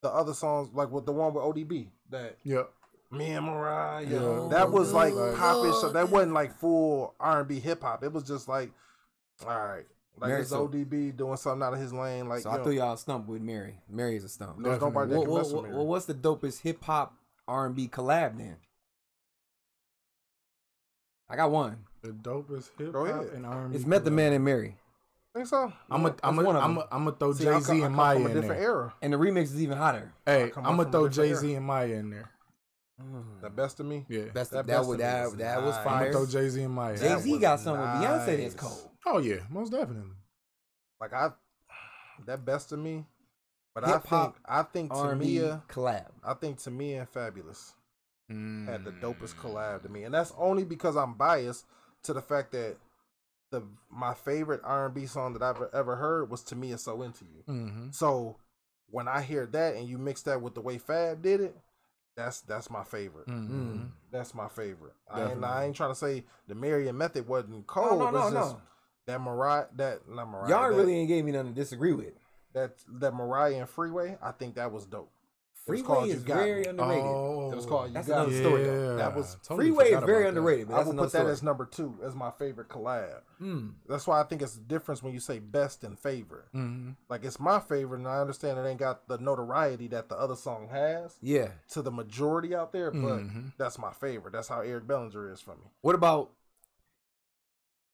Speaker 1: the other songs, like with the one with ODB, that
Speaker 3: Yep.
Speaker 1: me and Mariah,
Speaker 3: Yeah.
Speaker 1: that was like
Speaker 2: Like-
Speaker 1: popish. So that wasn't like full R and B hip hop. It was just like, all right, like
Speaker 2: Mary,
Speaker 1: it's
Speaker 2: so-
Speaker 1: ODB doing something out of his lane. Like
Speaker 2: so
Speaker 1: you
Speaker 2: I
Speaker 1: know,
Speaker 2: threw y'all a stump with Mary. Mary is a stump.
Speaker 1: there's
Speaker 3: Definitely.
Speaker 1: nobody that
Speaker 2: What,
Speaker 1: can
Speaker 2: what,
Speaker 1: mess with
Speaker 2: what,
Speaker 1: Mary.
Speaker 2: what's the dopest hip hop R and B collab then? I got one.
Speaker 3: The dopest hip
Speaker 1: Go
Speaker 3: hop
Speaker 1: ahead.
Speaker 3: and R&B.
Speaker 2: It's Method Man and Mary,
Speaker 1: Think so?
Speaker 3: I'm
Speaker 2: Yeah,
Speaker 3: gonna I'm
Speaker 2: that's one of them.
Speaker 3: gonna throw
Speaker 1: See, I
Speaker 3: Jay
Speaker 1: come-
Speaker 3: Z
Speaker 1: I
Speaker 3: and
Speaker 1: come
Speaker 3: Maya
Speaker 1: from a
Speaker 3: in
Speaker 1: different
Speaker 3: there.
Speaker 1: era.
Speaker 2: and the remix is even hotter.
Speaker 3: Hey,
Speaker 1: I come
Speaker 3: I'm
Speaker 1: from
Speaker 3: gonna
Speaker 1: a
Speaker 3: throw
Speaker 1: different
Speaker 3: Jay
Speaker 1: era.
Speaker 3: Z and Maya in there.
Speaker 1: The best of me.
Speaker 3: Yeah.
Speaker 2: That's
Speaker 1: Mm. That
Speaker 2: that,
Speaker 1: best
Speaker 2: that, was,
Speaker 1: of me
Speaker 2: that,
Speaker 1: was
Speaker 2: that was
Speaker 1: nice.
Speaker 3: I'm gonna
Speaker 2: fire.
Speaker 3: throw Jay Z and Maya.
Speaker 2: Jay Z
Speaker 1: was
Speaker 2: got something with Beyonce
Speaker 1: nice.
Speaker 2: that's cold.
Speaker 3: Oh yeah, most definitely.
Speaker 1: Like I, that best of me. But
Speaker 2: Hip
Speaker 1: I
Speaker 2: hop,
Speaker 1: think I think
Speaker 2: R&B
Speaker 1: Tamia,
Speaker 2: collab.
Speaker 1: I think Tamia and Fabulous. had the dopest
Speaker 2: Mm.
Speaker 1: collab to me, and that's only because I'm biased to the fact that the my favorite R&B song that I've ever heard was "To Me Is So Into You."
Speaker 3: Mm-hmm.
Speaker 1: So when I hear that and you mix that with the way Fab did it, that's that's my favorite.
Speaker 3: Mm-hmm.
Speaker 1: That's my favorite. I ain't, I
Speaker 3: Definitely.
Speaker 1: ain't trying to say the Marion method wasn't cold.
Speaker 2: no, no,
Speaker 1: it's just
Speaker 2: no.
Speaker 1: That Mariah, that not Mariah.
Speaker 2: Y'all
Speaker 1: that,
Speaker 2: really ain't gave me nothing to disagree with.
Speaker 1: that that Mariah and Freeway. I think that was dope. It was called
Speaker 2: Freeway
Speaker 1: You
Speaker 2: is
Speaker 1: Got Me.
Speaker 2: very underrated.
Speaker 3: Oh,
Speaker 1: It was called You
Speaker 2: That's
Speaker 1: Got
Speaker 2: another
Speaker 1: Me.
Speaker 2: story, though.
Speaker 1: That was-
Speaker 3: I totally
Speaker 2: Freeway is
Speaker 3: forgot
Speaker 2: very
Speaker 3: about that.
Speaker 2: underrated. But
Speaker 1: I
Speaker 2: that's
Speaker 1: will
Speaker 2: another
Speaker 1: put that
Speaker 2: story.
Speaker 1: as number two as my favorite collab.
Speaker 2: Mm.
Speaker 1: That's why I think it's a difference when you say best and favorite.
Speaker 3: Mhm.
Speaker 1: Like it's my favorite, and I understand it ain't got the notoriety that the other song has
Speaker 2: Yeah.
Speaker 1: to the majority out there, but
Speaker 3: Mhm.
Speaker 1: that's my favorite. That's how Eric Bellinger is for me.
Speaker 2: What about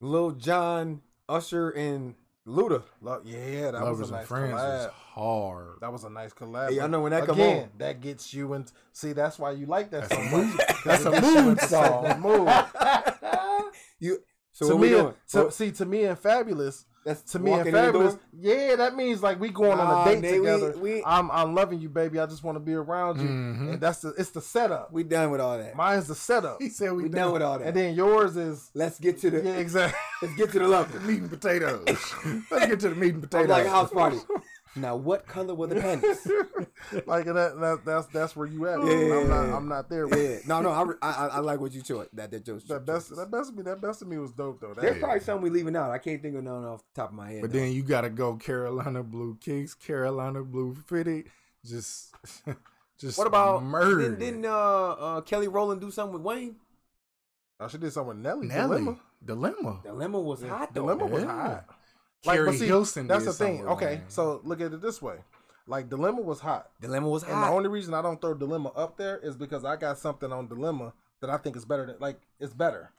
Speaker 2: Lil John, Usher, and Luda?
Speaker 1: Love, yeah, that was
Speaker 3: Lovers
Speaker 1: a
Speaker 3: and
Speaker 1: nice
Speaker 3: Friends was
Speaker 1: collab.
Speaker 3: hard.
Speaker 1: That was a nice collab.
Speaker 2: Hey, I
Speaker 1: but
Speaker 2: know when that come
Speaker 1: again,
Speaker 2: on.
Speaker 1: that gets you and see that's why you like that
Speaker 3: That's
Speaker 1: so
Speaker 3: a
Speaker 1: much.
Speaker 3: mood- that's a
Speaker 1: It gets you
Speaker 3: mood
Speaker 1: into setting that mood.
Speaker 2: you. So
Speaker 1: to
Speaker 2: what
Speaker 1: me,
Speaker 2: we doing?
Speaker 1: to,
Speaker 2: Well,
Speaker 1: see, to me and Fabulous,
Speaker 2: that's
Speaker 1: to me and
Speaker 2: walking in the door?
Speaker 1: Fabulous, yeah, that means like we going
Speaker 2: Nah,
Speaker 1: on a date
Speaker 2: nigga, we-
Speaker 1: together.
Speaker 2: we-
Speaker 1: I'm I'm loving you, baby. I just want to be around you.
Speaker 3: Mhm.
Speaker 1: And that's the it's the setup.
Speaker 2: We done with all that.
Speaker 1: Mine's the setup,
Speaker 3: He said
Speaker 2: We
Speaker 3: we
Speaker 2: done
Speaker 3: done
Speaker 2: with all that.
Speaker 1: and then yours is
Speaker 2: let's get to the
Speaker 1: yeah, exactly.
Speaker 2: let's get to the love.
Speaker 3: meat and potatoes. Let's get to the meat and
Speaker 2: I'm
Speaker 3: potatoes.
Speaker 2: like a house party. now what color were the panties?
Speaker 1: like that, that that's that's where you at.
Speaker 2: Yeah, yeah,
Speaker 1: I'm not
Speaker 2: yeah.
Speaker 1: I'm not there. With
Speaker 2: yeah. No, no, I, re- I I- I like what you chose. That that chose.
Speaker 1: That best that best of me that best of me was dope though. That,
Speaker 2: There's probably something we leaving out. I can't think of none off the top of my head.
Speaker 3: But
Speaker 2: though.
Speaker 3: then you gotta go Carolina blue kicks, Carolina blue fitted. Just, just
Speaker 2: what about
Speaker 3: murder?
Speaker 2: Didn't, didn't uh, uh, Kelly Rowland do something with Wayne?
Speaker 1: Now she did something with Nelly.
Speaker 3: Nelly
Speaker 1: Dilemma.
Speaker 3: Dilemma.
Speaker 2: Dilemma was
Speaker 1: Yeah.
Speaker 2: hot though.
Speaker 1: Dilemma was
Speaker 3: Yeah.
Speaker 1: hot. Like,
Speaker 3: Carrie
Speaker 1: but see,
Speaker 3: Hilson.
Speaker 1: That's
Speaker 3: did
Speaker 1: the thing.
Speaker 3: something with
Speaker 1: Okay,
Speaker 3: Wayne.
Speaker 1: so look at it this way. Like Dilemma was hot.
Speaker 2: Dilemma was
Speaker 1: And the
Speaker 2: hot.
Speaker 1: only reason I don't throw Dilemma up there is because I got something on Dilemma that I think is better than like it's better.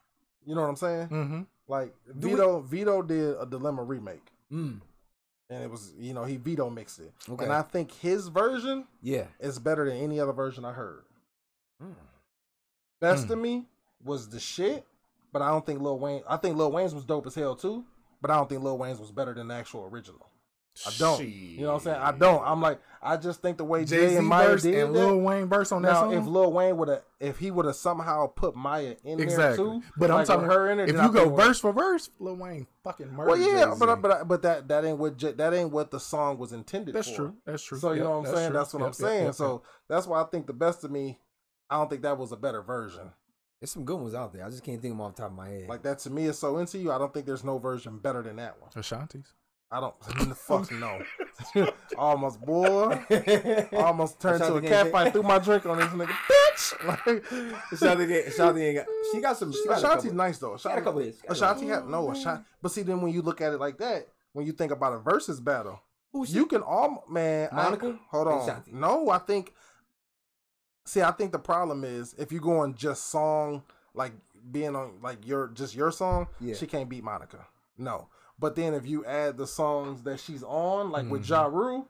Speaker 1: You know what I'm saying?
Speaker 3: Mhm.
Speaker 1: Like
Speaker 2: Mm. Do we-
Speaker 1: Vito Vito did a Dilemma remake.
Speaker 2: Mm,
Speaker 1: And it was you know, he Vito mixed it.
Speaker 2: Okay.
Speaker 1: And I think his version
Speaker 2: yeah.
Speaker 1: is better than any other version I heard.
Speaker 3: Hmm.
Speaker 2: Mm.
Speaker 1: Best of Me was the shit, but I don't think Lil Wayne I think Lil Wayne's was dope as hell too, but I don't think Lil Wayne's was better than the actual original. I don't. You know what I'm saying? I don't. I'm like I just think the way Jay
Speaker 3: Jay Z
Speaker 1: and Maya
Speaker 3: verse
Speaker 1: did
Speaker 3: and
Speaker 1: that-
Speaker 3: Lil Wayne verse on that
Speaker 1: Now, if
Speaker 3: song.
Speaker 1: Lil Wayne would have, if he would have somehow put Maya in there
Speaker 3: Exactly.
Speaker 1: too,
Speaker 3: But I'm
Speaker 1: like,
Speaker 3: talking-
Speaker 1: with her in there.
Speaker 3: If
Speaker 1: then I
Speaker 3: you go
Speaker 1: think it was-
Speaker 3: verse for verse, Lil Wayne fucking murdered.
Speaker 1: well, yeah,
Speaker 3: Jay-Z.
Speaker 1: but but but that that ain't what J- that ain't what the song was intended.
Speaker 3: that's
Speaker 1: for.
Speaker 3: true. That's true.
Speaker 1: So you
Speaker 3: Yep,
Speaker 1: know what I'm saying?
Speaker 3: true.
Speaker 1: That's what
Speaker 3: Yep,
Speaker 1: I'm
Speaker 3: yep,
Speaker 1: saying.
Speaker 3: yep,
Speaker 1: so that's why I think the best of me. I don't think that was a better version.
Speaker 2: There's some good ones out there. I just can't think of them off the top of my head.
Speaker 1: Like that to me is so into you. I don't think there's no version better than that one.
Speaker 3: yep. Ashanti's.
Speaker 1: I don't. fuck no. Almost boy.
Speaker 2: Oh,
Speaker 1: Almost turned to a
Speaker 2: Ashanti
Speaker 1: cat
Speaker 2: can't-
Speaker 1: fight. Threw my drink on this nigga. Bitch. Like,
Speaker 2: Ashanti, ain't- Ashanti ain't got. She got some. She got
Speaker 1: Ashanti's
Speaker 2: a couple,
Speaker 1: nice though.
Speaker 2: she got a
Speaker 1: Ashanti,
Speaker 2: couple hits. Oh, She got a
Speaker 1: Ashanti
Speaker 2: couple hits.
Speaker 1: had no Ashanti. But see, then when you look at it like that, when you think about a versus battle,
Speaker 2: Who's she?
Speaker 1: you can all man. I-
Speaker 2: Monica
Speaker 1: hold
Speaker 2: and
Speaker 1: on.
Speaker 2: Ashanti.
Speaker 1: No, I think. See, I think the problem is if you're going just song like being on like your just your song,
Speaker 2: Yeah.
Speaker 1: she can't beat Monica. No, but then if you add the songs that she's on, like with
Speaker 2: Mm-hmm.
Speaker 1: Ja Rule,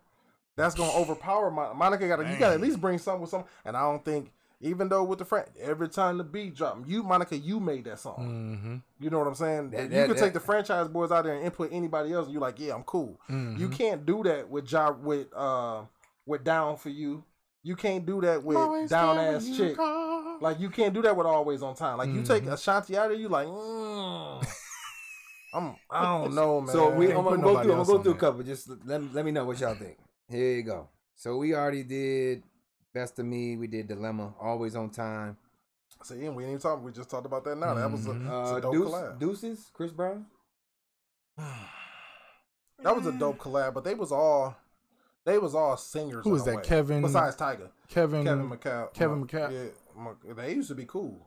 Speaker 1: that's gonna overpower Mon- Monica. Got to you got to at
Speaker 3: Dang.
Speaker 1: least bring something with some. And I don't think even though with the friend, every time the beat drop, you Monica, you made that song.
Speaker 3: Mm-hmm.
Speaker 1: You know what I'm saying?
Speaker 2: Mm. That-
Speaker 1: you
Speaker 2: that-
Speaker 1: can
Speaker 2: that-
Speaker 1: take the franchise boys out there and input anybody else, and you're like, yeah, I'm cool. You
Speaker 3: Mm-hmm.
Speaker 1: can't do that with job with uh with down for you. You can't do that with down ass chick.
Speaker 3: Like,
Speaker 1: Like you can't do that with always on time. Like you take
Speaker 3: Mhm.
Speaker 1: Ashanti out of you, like mm, I'm I don't know, man.
Speaker 2: So we,
Speaker 3: Can't
Speaker 2: I'm
Speaker 3: put
Speaker 2: gonna go
Speaker 3: nobody
Speaker 2: through. I'm gonna
Speaker 3: else
Speaker 2: go
Speaker 3: on
Speaker 2: through a
Speaker 3: there.
Speaker 2: couple. Just let me- let me know what y'all think. Here you go. So we already did best of me. We did dilemma. Always on time.
Speaker 1: see, and we didn't even talk. We just talked about that now. That was a,
Speaker 3: Mhm.
Speaker 1: it's
Speaker 2: Uh,
Speaker 1: a dope
Speaker 2: Deuce,
Speaker 1: collab.
Speaker 2: deuces. Chris Brown.
Speaker 1: That was a dope collab, but they was all they was all singers.
Speaker 3: Who
Speaker 1: in
Speaker 3: was
Speaker 1: a
Speaker 3: that?
Speaker 1: way.
Speaker 3: Kevin-
Speaker 1: Besides Tiger.
Speaker 3: Kevin.
Speaker 1: Kevin McCall.
Speaker 3: Kevin
Speaker 1: Mc-
Speaker 3: McCall.
Speaker 1: Yeah, Mc- they used to be cool.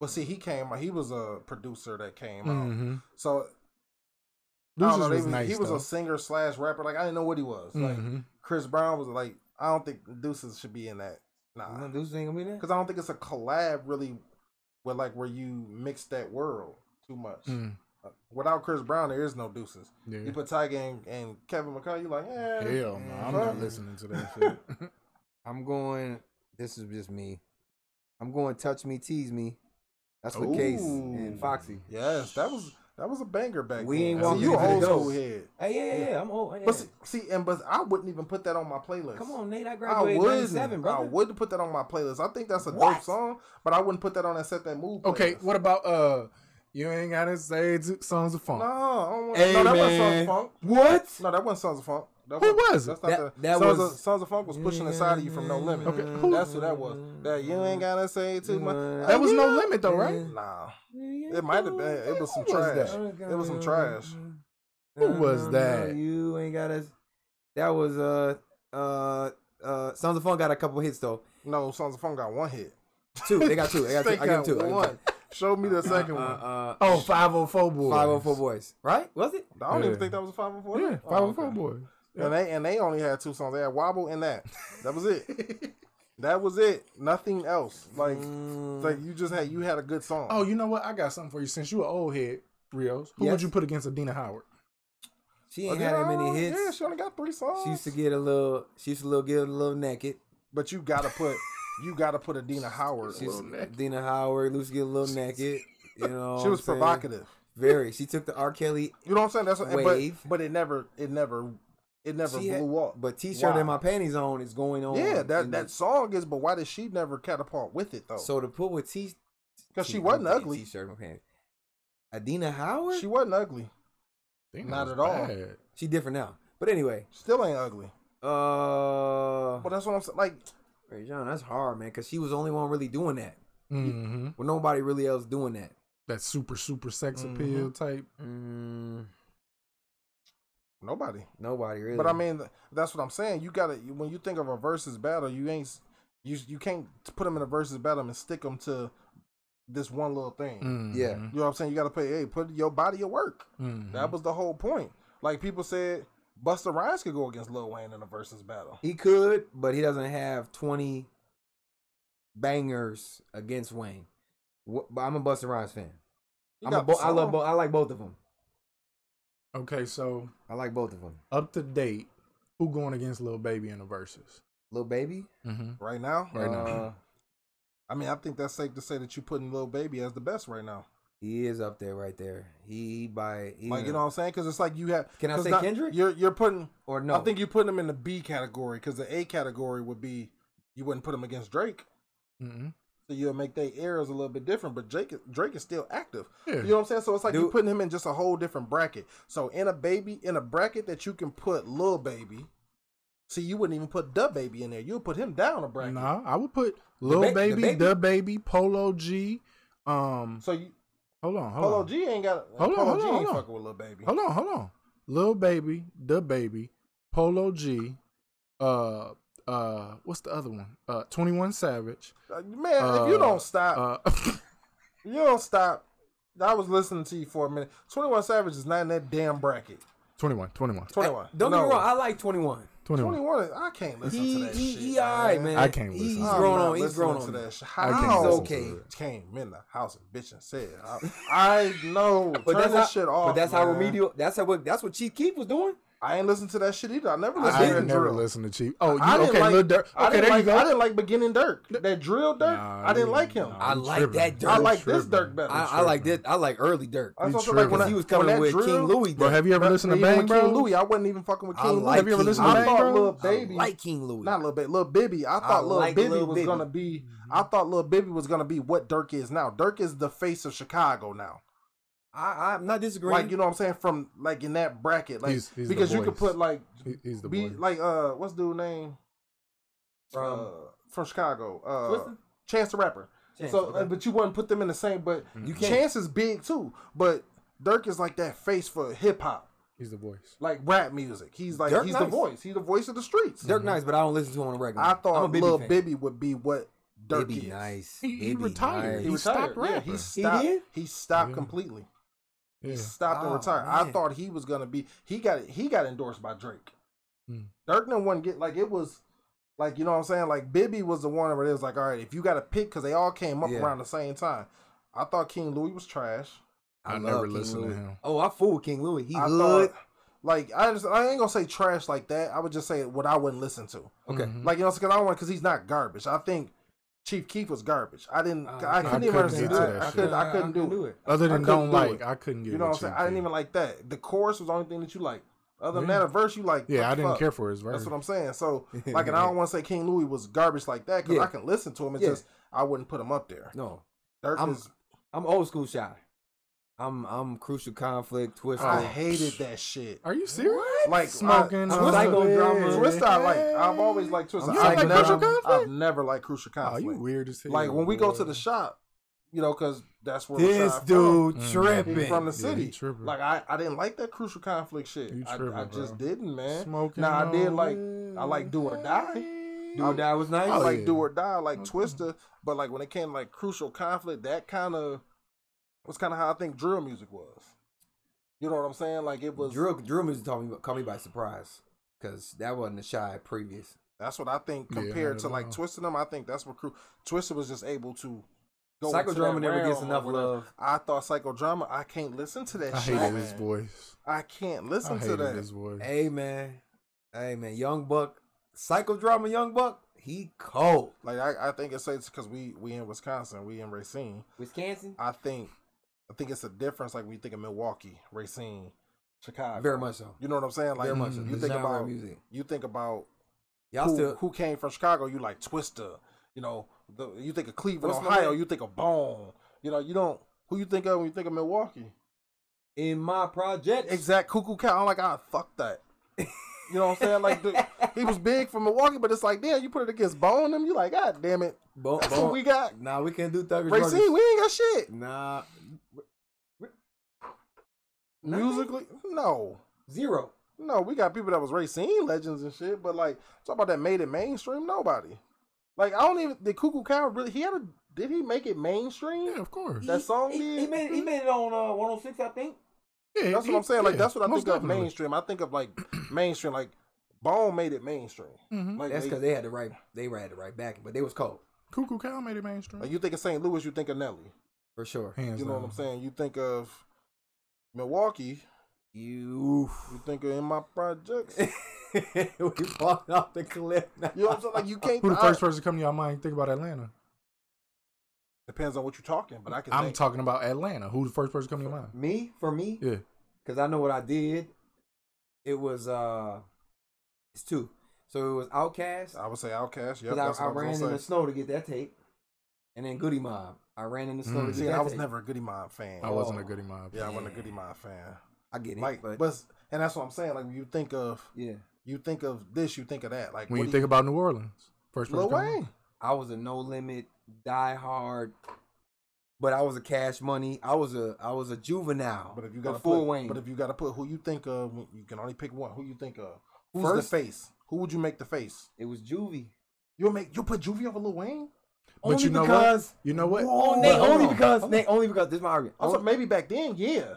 Speaker 1: But see, he came. out- He was a producer that came out.
Speaker 3: Mm-hmm.
Speaker 1: So I don't
Speaker 3: Deuces
Speaker 1: know, they
Speaker 3: was
Speaker 1: was-
Speaker 3: nice.
Speaker 1: he was
Speaker 3: though.
Speaker 1: a singer slash rapper. Like I didn't know what he was. Like
Speaker 3: Mhm.
Speaker 1: Chris Brown was like I don't think Deuces should be in that.
Speaker 2: You
Speaker 1: Nah,
Speaker 2: think Deuces ain't gonna be there.
Speaker 1: because I don't think it's a collab really. Where like where you mix that world too much. Uh,
Speaker 3: Mm.
Speaker 1: Without Chris Brown, there is no Deuces.
Speaker 3: Yeah.
Speaker 1: You put Tiger and, and Kevin McCall, you like mm-hmm. yeah.
Speaker 3: Hell no, I'm
Speaker 1: fuck.
Speaker 3: not listening to that shit.
Speaker 2: I'm going. This is just me. I'm going. Touch me, tease me. That's with Case
Speaker 1: Ooh.
Speaker 2: and Foxy.
Speaker 1: Yes, that was that was a banger back
Speaker 2: We
Speaker 1: then.
Speaker 2: ain't
Speaker 1: See,
Speaker 3: walking
Speaker 1: you
Speaker 3: into
Speaker 1: old
Speaker 3: the
Speaker 1: school
Speaker 2: doors.
Speaker 1: head.
Speaker 2: Hey, yeah, yeah, yeah. I'm old. Yeah.
Speaker 1: But see, see, and but I wouldn't even put that on my playlist.
Speaker 2: Come on, Nate. I
Speaker 1: I
Speaker 2: graduated in '97,
Speaker 1: wouldn't. I
Speaker 2: brother.
Speaker 1: wouldn't put that on my playlist. I think that's a dope
Speaker 2: What?
Speaker 1: song, but I wouldn't put that on that set that move.
Speaker 3: okay,
Speaker 1: playlist.
Speaker 3: what about uh? You ain't gotta say two songs of funk.
Speaker 1: No, I don't want,
Speaker 2: Hey,
Speaker 1: no, that
Speaker 2: man.
Speaker 1: wasn't Sons of Funk.
Speaker 2: What?
Speaker 1: No, that wasn't Sons of Funk. That
Speaker 3: Who
Speaker 1: wasn't-
Speaker 3: was it?
Speaker 1: That's not
Speaker 2: That-
Speaker 1: the,
Speaker 2: that
Speaker 1: Sons,
Speaker 2: was-
Speaker 1: of, Sons of Funk was pushing inside of you from No Limit.
Speaker 3: Okay, who- Mm.
Speaker 1: that's who that was. That you ain't gotta say too much.
Speaker 2: That
Speaker 3: That was no limit though, right?
Speaker 1: Nah, it might have been. It was some
Speaker 3: Who was
Speaker 1: trash.
Speaker 3: that?
Speaker 2: Oh,
Speaker 1: It was some trash.
Speaker 3: Who was that?
Speaker 2: You ain't got us. That was uh uh uh. Sons of Fun got a couple hits though.
Speaker 1: No, Sons of Funk got one hit.
Speaker 2: Two. They got two. They got two. I give them two. I give them
Speaker 1: One. Show me the
Speaker 2: two.
Speaker 1: second
Speaker 2: uh,
Speaker 1: one.
Speaker 2: Uh,
Speaker 3: Oh, 504 boys.
Speaker 2: Five Hundred Four Boys. Right? Was it?
Speaker 1: I don't
Speaker 3: Yeah.
Speaker 1: even think that was a 504.
Speaker 3: Yeah,
Speaker 1: Oh,
Speaker 3: 504
Speaker 1: okay.
Speaker 3: boys.
Speaker 1: And they and they only had two songs. They had Wobble and that. That was it. that was it. Nothing else. Like it's
Speaker 2: Mm.
Speaker 1: like you just had you had a good song.
Speaker 3: Oh, you know what? I got something for you. Since you an old head, Rios, who would
Speaker 2: Yes.
Speaker 3: you put against Adina Howard?
Speaker 2: She ain't had that many hits.
Speaker 1: Oh, Yeah, she only got three songs.
Speaker 2: She used to get a little. She used to little get a little naked.
Speaker 1: but you gotta put you gotta put Adina Howard.
Speaker 2: She's
Speaker 1: she
Speaker 3: naked.
Speaker 2: Dina Howard. Lucy get a little naked. You know. what
Speaker 1: was
Speaker 2: I'm saying?
Speaker 1: provocative.
Speaker 2: Very. She took the R. Kelly,
Speaker 1: You know what I'm saying? That's what,
Speaker 2: Wave.
Speaker 1: but but it never it never it never
Speaker 2: She had-
Speaker 1: blew up.
Speaker 2: but T-shirt
Speaker 1: Why?
Speaker 2: and my panties on is going on.
Speaker 1: yeah, that
Speaker 2: in
Speaker 1: that song is. But why did she never catapult with it
Speaker 2: the-
Speaker 1: though?
Speaker 2: So to put with T,
Speaker 1: Because she
Speaker 2: I'm
Speaker 1: wasn't
Speaker 2: saying
Speaker 1: ugly.
Speaker 2: T-shirt and my panties. Adina Howard.
Speaker 1: She
Speaker 2: She,
Speaker 1: wasn't ugly.
Speaker 3: Adina
Speaker 1: Not
Speaker 3: was
Speaker 1: at all.
Speaker 3: bad.
Speaker 2: different now. But anyway,
Speaker 1: Still ain't ugly.
Speaker 2: uh,
Speaker 1: But that's what I'm saying. Like
Speaker 2: Ray John, that's hard, man, because she was the only one really doing that.
Speaker 3: hmm
Speaker 2: Well, nobody really else doing that.
Speaker 3: That super, super sex
Speaker 1: Mm-hmm.
Speaker 2: Mhm.
Speaker 3: appeal type.
Speaker 2: Mm,
Speaker 1: nobody.
Speaker 2: nobody really.
Speaker 1: But I mean, th- that's what I'm saying. You gotta when you think of a versus battle, you ain't s- you you can't put them in a versus battle and stick them to this one little thing.
Speaker 3: Mm-hmm.
Speaker 1: You
Speaker 2: Yeah.
Speaker 1: know what I'm saying? You got to pay. Hey, put your body to work.
Speaker 3: Mhm.
Speaker 2: Mm-hmm.
Speaker 1: That was the whole point. Like people said, Buster Rhymes could go against Lil Wayne in a versus battle.
Speaker 2: He could, but he doesn't have 20 bangers against Wayne. Wh- But I'm a Busta Rhymes fan.
Speaker 1: He
Speaker 2: I'm a
Speaker 1: got
Speaker 2: bo- I
Speaker 1: some.
Speaker 2: love both. I like both of them.
Speaker 3: Okay, so
Speaker 2: I like both of them.
Speaker 3: up to date, who going against Lil Baby in the verses?
Speaker 2: Little baby.
Speaker 3: Mm-hmm.
Speaker 1: right now.
Speaker 3: Right now.
Speaker 2: uh,
Speaker 1: I mean, I think that's safe to say that you're putting Lil Baby as the best right now.
Speaker 2: He is up there, right there. He, he by he
Speaker 1: Like you know what I'm saying? Because it's like you have.
Speaker 2: Can I
Speaker 1: 'cause
Speaker 2: say Kendrick?
Speaker 1: You're you're putting.
Speaker 2: or no?
Speaker 1: I think you're putting him in the B category because the A category would be you wouldn't put him against Drake.
Speaker 3: Mm-hmm.
Speaker 1: So you'll make their errors a little bit different, but Drake Drake is still active.
Speaker 3: Yeah.
Speaker 1: You know what I'm saying? So it's like you're
Speaker 2: Dude.
Speaker 1: putting him in just a whole different bracket. So in a baby, in a bracket that you can put Lil Baby. See, you wouldn't even put the baby in there. You'll put him down a bracket.
Speaker 3: Nah, I would put Lil
Speaker 2: ba- the
Speaker 3: Baby,
Speaker 2: Baby?
Speaker 3: the baby, Polo G. Um,
Speaker 1: So you,
Speaker 3: hold on, hold
Speaker 1: Polo
Speaker 3: on,
Speaker 1: G ain't got
Speaker 3: Hold on,
Speaker 1: Polo
Speaker 3: hold
Speaker 1: G
Speaker 3: on,
Speaker 1: ain't
Speaker 3: hold on.
Speaker 1: fucking with Lil Baby.
Speaker 3: hold on, hold on. Lil Baby, the baby, Polo G. Uh, uh, what's the other one? Uh, Twenty One Savage.
Speaker 1: Uh, Man, if you
Speaker 3: Uh,
Speaker 1: don't stop,
Speaker 3: Uh,
Speaker 1: you don't stop. I was listening to you for a minute. Twenty One Savage is not in that damn bracket.
Speaker 3: 21, 21,
Speaker 1: Twenty One.
Speaker 2: Don't get me wrong. I like 21.
Speaker 3: 21.
Speaker 1: Twenty One. I can't listen
Speaker 2: He
Speaker 1: to that
Speaker 2: he,
Speaker 1: shit.
Speaker 2: he all right, man.
Speaker 3: I can't
Speaker 2: He-
Speaker 3: listen
Speaker 2: He's
Speaker 3: to
Speaker 2: grown
Speaker 1: I'm not
Speaker 2: on. He's
Speaker 1: listening
Speaker 2: grown
Speaker 1: to
Speaker 2: on. me.
Speaker 1: that shit.
Speaker 3: I can't
Speaker 1: How?
Speaker 2: listen to Okay.
Speaker 3: it.
Speaker 1: Came in the house and bitch and said, "I, I know."
Speaker 2: But
Speaker 1: Turn
Speaker 2: that's
Speaker 1: that
Speaker 2: how,
Speaker 1: shit off.
Speaker 2: But that's how
Speaker 1: Oh, man.
Speaker 2: remedial. That's how. That's what Chief Keef was doing.
Speaker 1: I ain't listen to that shit either. I never
Speaker 3: I,
Speaker 1: listened to that
Speaker 3: ain't never
Speaker 1: drill.
Speaker 3: listen to Chief. Oh,
Speaker 1: I
Speaker 3: you
Speaker 1: didn't
Speaker 3: okay?
Speaker 1: like-
Speaker 3: Lil Durk.
Speaker 1: I
Speaker 3: Okay,
Speaker 1: didn't
Speaker 3: there
Speaker 1: like,
Speaker 3: you go.
Speaker 1: I didn't like beginning Dirk. That drill Dirk.
Speaker 3: Nah,
Speaker 1: I didn't
Speaker 3: you-
Speaker 1: like him.
Speaker 3: nah,
Speaker 2: I
Speaker 3: you
Speaker 2: like that
Speaker 1: I
Speaker 2: you
Speaker 1: like this Dirk
Speaker 3: tripping.
Speaker 1: better.
Speaker 2: I, I like that. I like early Dirk.
Speaker 1: I
Speaker 3: you
Speaker 1: also like
Speaker 3: tripping.
Speaker 1: when I,
Speaker 2: He was
Speaker 1: when
Speaker 2: coming
Speaker 1: that
Speaker 2: with
Speaker 1: drill,
Speaker 2: King Louis.
Speaker 3: Bro,
Speaker 2: Dirk.
Speaker 3: have you ever listened to
Speaker 1: even
Speaker 3: Bang
Speaker 1: with
Speaker 3: Bro?
Speaker 1: King Louis, I wasn't even fucking with King
Speaker 2: I
Speaker 1: Louis.
Speaker 2: like
Speaker 3: Have you ever
Speaker 2: King
Speaker 3: listened to
Speaker 1: I
Speaker 2: Louis.
Speaker 3: Bang
Speaker 1: thought
Speaker 3: Bro?
Speaker 1: Lil Baby,
Speaker 2: I like King Louis.
Speaker 1: not Lil Baby, Lil Bibby. I
Speaker 2: I
Speaker 1: thought Lil
Speaker 2: like
Speaker 1: Bibby
Speaker 2: Lil
Speaker 1: was
Speaker 2: Bibby. Mm-hmm.
Speaker 1: gonna be. I thought Lil Bibby was gonna be what Dirk is now. Dirk is the face of Chicago now.
Speaker 2: I, I'm not disagreeing.
Speaker 1: Like you know what I'm saying? From like in that bracket, like
Speaker 3: He's- he's the
Speaker 1: because you could
Speaker 3: voice.
Speaker 1: put like
Speaker 3: He- He's the
Speaker 1: be
Speaker 3: boy.
Speaker 1: like uh what's dude name from uh, from Chicago uh
Speaker 2: What's the-
Speaker 1: Chance the Rapper.
Speaker 2: Chance,
Speaker 1: so,
Speaker 2: okay.
Speaker 1: uh, but you wouldn't put them in the same. But
Speaker 3: Mm-hmm.
Speaker 2: You can't.
Speaker 1: Chance is big too. But Dirk is like that face for hip hop,
Speaker 3: He's the voice.
Speaker 1: like rap music. He's like
Speaker 2: Dirk
Speaker 1: he's the
Speaker 2: nice.
Speaker 1: voice. He's the voice of the streets.
Speaker 2: Dirk nice, but I don't listen to him on the regular.
Speaker 1: I
Speaker 2: I'm a
Speaker 1: thought
Speaker 2: Bibby
Speaker 1: Lil
Speaker 2: fan.
Speaker 1: Bibby would be what Dirk
Speaker 2: Bibby
Speaker 1: is.
Speaker 2: nice.
Speaker 3: He- he
Speaker 2: Bibby
Speaker 3: retired.
Speaker 1: He,
Speaker 2: nice.
Speaker 1: retired.
Speaker 3: stopped
Speaker 1: Yeah,
Speaker 3: rapping.
Speaker 1: he
Speaker 3: He
Speaker 1: stopped. He,
Speaker 2: did?
Speaker 1: stopped
Speaker 3: Yeah.
Speaker 1: completely.
Speaker 3: Yeah.
Speaker 1: He stopped and
Speaker 2: Oh,
Speaker 1: retired. I
Speaker 2: man.
Speaker 1: thought he was gonna be. He got he got endorsed by Drake.
Speaker 3: Hmm.
Speaker 1: Dirk didn't want to get like it was. Like you know what I'm saying? Like Bibby was the one where it was like, all right, if you got to pick, because they all came up
Speaker 2: Yeah.
Speaker 1: around the same time. I thought King Louis was trash.
Speaker 3: I
Speaker 2: love
Speaker 3: never
Speaker 2: King
Speaker 3: listened to
Speaker 2: Louis.
Speaker 3: him.
Speaker 2: Oh, I fool with King Louis. He
Speaker 1: I
Speaker 2: hood.
Speaker 1: thought, like I, just, I ain't gonna say trash like that. I would just say what I wouldn't listen to.
Speaker 2: okay.
Speaker 3: Mhm.
Speaker 1: Like you know, because I don't want because he's not garbage. I think Chief Keef was garbage. I didn't.
Speaker 2: Oh,
Speaker 1: uh, I couldn't
Speaker 2: okay.
Speaker 3: I
Speaker 1: even.
Speaker 3: couldn't
Speaker 1: understand-
Speaker 3: get to
Speaker 1: I-
Speaker 3: that
Speaker 1: I
Speaker 3: shit.
Speaker 1: couldn't. I couldn't do it.
Speaker 3: Other than
Speaker 1: couldn't
Speaker 3: don't
Speaker 1: do
Speaker 3: like,
Speaker 1: it.
Speaker 3: I couldn't get.
Speaker 1: You know what
Speaker 3: with
Speaker 1: I'm saying?
Speaker 3: Chief
Speaker 1: I didn't
Speaker 3: Keef.
Speaker 1: even like that. The chorus was the only thing that you like. Other than
Speaker 3: Yeah.
Speaker 1: that, a verse you like. what
Speaker 3: Yeah, I
Speaker 1: the
Speaker 3: didn't
Speaker 1: fuck?
Speaker 3: care for his verse.
Speaker 1: That's what I'm saying. So, like, and I don't want to say King Louis was garbage like that because
Speaker 2: Yeah.
Speaker 1: I can listen to him. It's
Speaker 2: Yeah.
Speaker 1: just I wouldn't put him up there.
Speaker 2: No,
Speaker 1: Dirk
Speaker 2: I'm-
Speaker 1: is,
Speaker 2: I'm old school shy. I'm I'm crucial conflict twisted.
Speaker 1: I hated that shit.
Speaker 3: Are you serious?
Speaker 1: Like
Speaker 3: Smoking,
Speaker 1: I,
Speaker 2: I'm
Speaker 3: on
Speaker 2: psycho
Speaker 3: the
Speaker 2: drama.
Speaker 3: bed.
Speaker 1: Twista, I like. I've always liked
Speaker 2: I'm
Speaker 1: Twista.
Speaker 2: You
Speaker 1: I've,
Speaker 2: don't like
Speaker 1: never,
Speaker 2: Crucial
Speaker 3: Conflict?
Speaker 1: I've never liked Crucial
Speaker 3: Oh,
Speaker 1: Conflict.
Speaker 3: you weird as hell.
Speaker 1: like when we go to
Speaker 3: boy.
Speaker 1: the shop, you know, because that's where
Speaker 2: This
Speaker 1: Rashad from.
Speaker 2: dude
Speaker 3: Mm.
Speaker 1: He
Speaker 2: tripping.
Speaker 1: from the
Speaker 3: Yeah, he
Speaker 1: city.
Speaker 3: tripping.
Speaker 1: like I, I didn't like that crucial conflict shit.
Speaker 3: You
Speaker 1: I,
Speaker 3: tripping,
Speaker 1: I just
Speaker 3: bro.
Speaker 1: didn't, man.
Speaker 3: smoking.
Speaker 1: Now I did
Speaker 3: on
Speaker 1: like
Speaker 3: the
Speaker 1: I like Do or Die.
Speaker 3: bed.
Speaker 2: Dude, that was nice.
Speaker 1: I like
Speaker 3: Oh, yeah.
Speaker 1: Do or Die, I like
Speaker 2: Okay.
Speaker 1: Twister, but like when it came to, like crucial conflict, that kind of was kind of how I think drill music was. You know what I'm saying? Like it was.
Speaker 2: Drill Drill music taught me caught me by surprise because that wasn't a shy previous.
Speaker 1: That's what I think
Speaker 3: Yeah,
Speaker 1: compared
Speaker 3: not
Speaker 1: to
Speaker 3: at
Speaker 1: like
Speaker 3: all.
Speaker 1: Twister them. I think that's what Cru- Twister was just able to. into that
Speaker 2: Psychodrama never gets
Speaker 1: realm or
Speaker 2: enough
Speaker 1: whatever.
Speaker 2: love.
Speaker 1: I thought psychodrama. I can't listen to that
Speaker 3: I
Speaker 1: shit.
Speaker 3: hated his
Speaker 1: man.
Speaker 3: voice.
Speaker 1: I can't
Speaker 3: I
Speaker 1: listen to
Speaker 3: hated
Speaker 1: that.
Speaker 3: his voice.
Speaker 2: Hey man, hey man, Young Buck, psychodrama, Young Buck, he cold.
Speaker 1: Like I, I think it's because we we in Wisconsin, we in Racine.
Speaker 2: Wisconsin,
Speaker 1: I think I think it's a difference. Like when you think of Milwaukee, Racine, Chicago.
Speaker 2: very much so.
Speaker 1: You know what I'm saying? Like
Speaker 2: very much so.
Speaker 3: Mm-hmm.
Speaker 1: you
Speaker 2: The
Speaker 1: think
Speaker 2: genre of
Speaker 1: about
Speaker 2: music.
Speaker 1: you think about
Speaker 2: Y'all
Speaker 1: who,
Speaker 2: still
Speaker 1: who came from Chicago. You like Twister. You know, the, you think of Cleveland,
Speaker 2: What's my
Speaker 1: Ohio.
Speaker 2: name?
Speaker 1: You think of Bone. You know, you don't. Who you think of when you think of Milwaukee?
Speaker 2: in my project?
Speaker 1: Exact cuckoo cow. I'm like, ah, fuck that. You know what I'm saying? Like, the, he was big for Milwaukee, but it's like, damn, you put it against Bone, them. You like, god damn it,
Speaker 2: Bo-
Speaker 1: that's
Speaker 2: bo-
Speaker 1: what we got.
Speaker 2: Nah, we can't do Thugger
Speaker 1: Racine, we ain't got shit.
Speaker 2: Nah, Nothing?
Speaker 1: Musically, no,
Speaker 2: zero.
Speaker 1: no, we got people that was Racine legends and shit, but like talk about that made it mainstream. Nobody. Like I don't even did Cuckoo Cow really. He had a Did he make it mainstream?
Speaker 3: Yeah, of course.
Speaker 1: That song
Speaker 4: He, he
Speaker 1: did?
Speaker 4: made he made it on uh, 106, I think.
Speaker 3: Yeah,
Speaker 1: That's
Speaker 3: he-
Speaker 1: what I'm saying. Like
Speaker 3: yeah,
Speaker 1: that's what I
Speaker 3: most
Speaker 1: think of
Speaker 3: definitely.
Speaker 1: mainstream. I think of like mainstream. Like Bone made it mainstream.
Speaker 3: Mhm.
Speaker 1: Like,
Speaker 2: That's
Speaker 1: they-
Speaker 2: because they had the right they had the right backing, but they was cold
Speaker 3: Cuckoo Cow made it mainstream.
Speaker 1: like you think of St. Louis, you think of Nelly.
Speaker 2: for sure.
Speaker 3: Hands
Speaker 1: You know what
Speaker 3: down.
Speaker 1: I'm saying? You think of Milwaukee.
Speaker 2: You,
Speaker 1: You think of in my projects.
Speaker 2: we falling off the cliff. Now.
Speaker 1: You know what I'm saying? Like you can't.
Speaker 3: Who the
Speaker 1: I-
Speaker 3: first person to come to your mind? Think about Atlanta.
Speaker 1: depends on what you're talking, but I can.
Speaker 3: I'm
Speaker 1: think.
Speaker 3: talking about Atlanta. Who the first person to come to your mind?
Speaker 2: me for me,
Speaker 3: Yeah.
Speaker 2: because I know what I did. It was uh, it's two. So it was Outcast.
Speaker 1: I would say Outkast. Yeah,
Speaker 2: Because
Speaker 1: that's
Speaker 2: I, I
Speaker 1: what I
Speaker 2: ran
Speaker 1: was
Speaker 2: in
Speaker 1: gonna
Speaker 2: the
Speaker 1: say.
Speaker 2: snow to get that tape, and then Goody Mob. I ran in the snow
Speaker 3: Mm.
Speaker 2: to
Speaker 1: See,
Speaker 2: get
Speaker 1: and
Speaker 2: that
Speaker 1: I was
Speaker 2: tape.
Speaker 1: never a Goody Mob fan.
Speaker 3: I wasn't a
Speaker 2: Oh.
Speaker 3: goody mob.
Speaker 1: yeah, I wasn't a
Speaker 2: Yeah.
Speaker 1: Goody Mob fan.
Speaker 2: I get it,
Speaker 1: Like,
Speaker 2: but,
Speaker 1: but, and that's what I'm saying. Like, when you think of
Speaker 2: yeah,
Speaker 1: you think of this, you think of that. Like,
Speaker 3: When
Speaker 1: what
Speaker 3: you
Speaker 1: do
Speaker 3: think about New Orleans, first person
Speaker 1: Lil
Speaker 3: to come to mind.
Speaker 1: Wayne,
Speaker 2: I was a No Limit die hard, but I was a Cash Money. I was a I was a juvenile.
Speaker 1: but if you got to
Speaker 2: before
Speaker 1: put,
Speaker 2: Wayne,
Speaker 1: but if you got to put who you think of, you can only pick one. Who you think of? Who's
Speaker 2: First-
Speaker 1: the face? Who would you make the face?
Speaker 2: it was Juvie.
Speaker 1: You'll make you'll put Juvie over Lil Wayne.
Speaker 3: But
Speaker 2: only
Speaker 3: you know what?
Speaker 2: because
Speaker 3: You know what?
Speaker 2: Oh,
Speaker 1: But
Speaker 2: Nate,
Speaker 1: hold
Speaker 2: only
Speaker 1: on.
Speaker 2: because
Speaker 1: Hold
Speaker 2: Nate, only because this is my argument.
Speaker 1: Also,
Speaker 2: Only-
Speaker 1: maybe back then, yeah,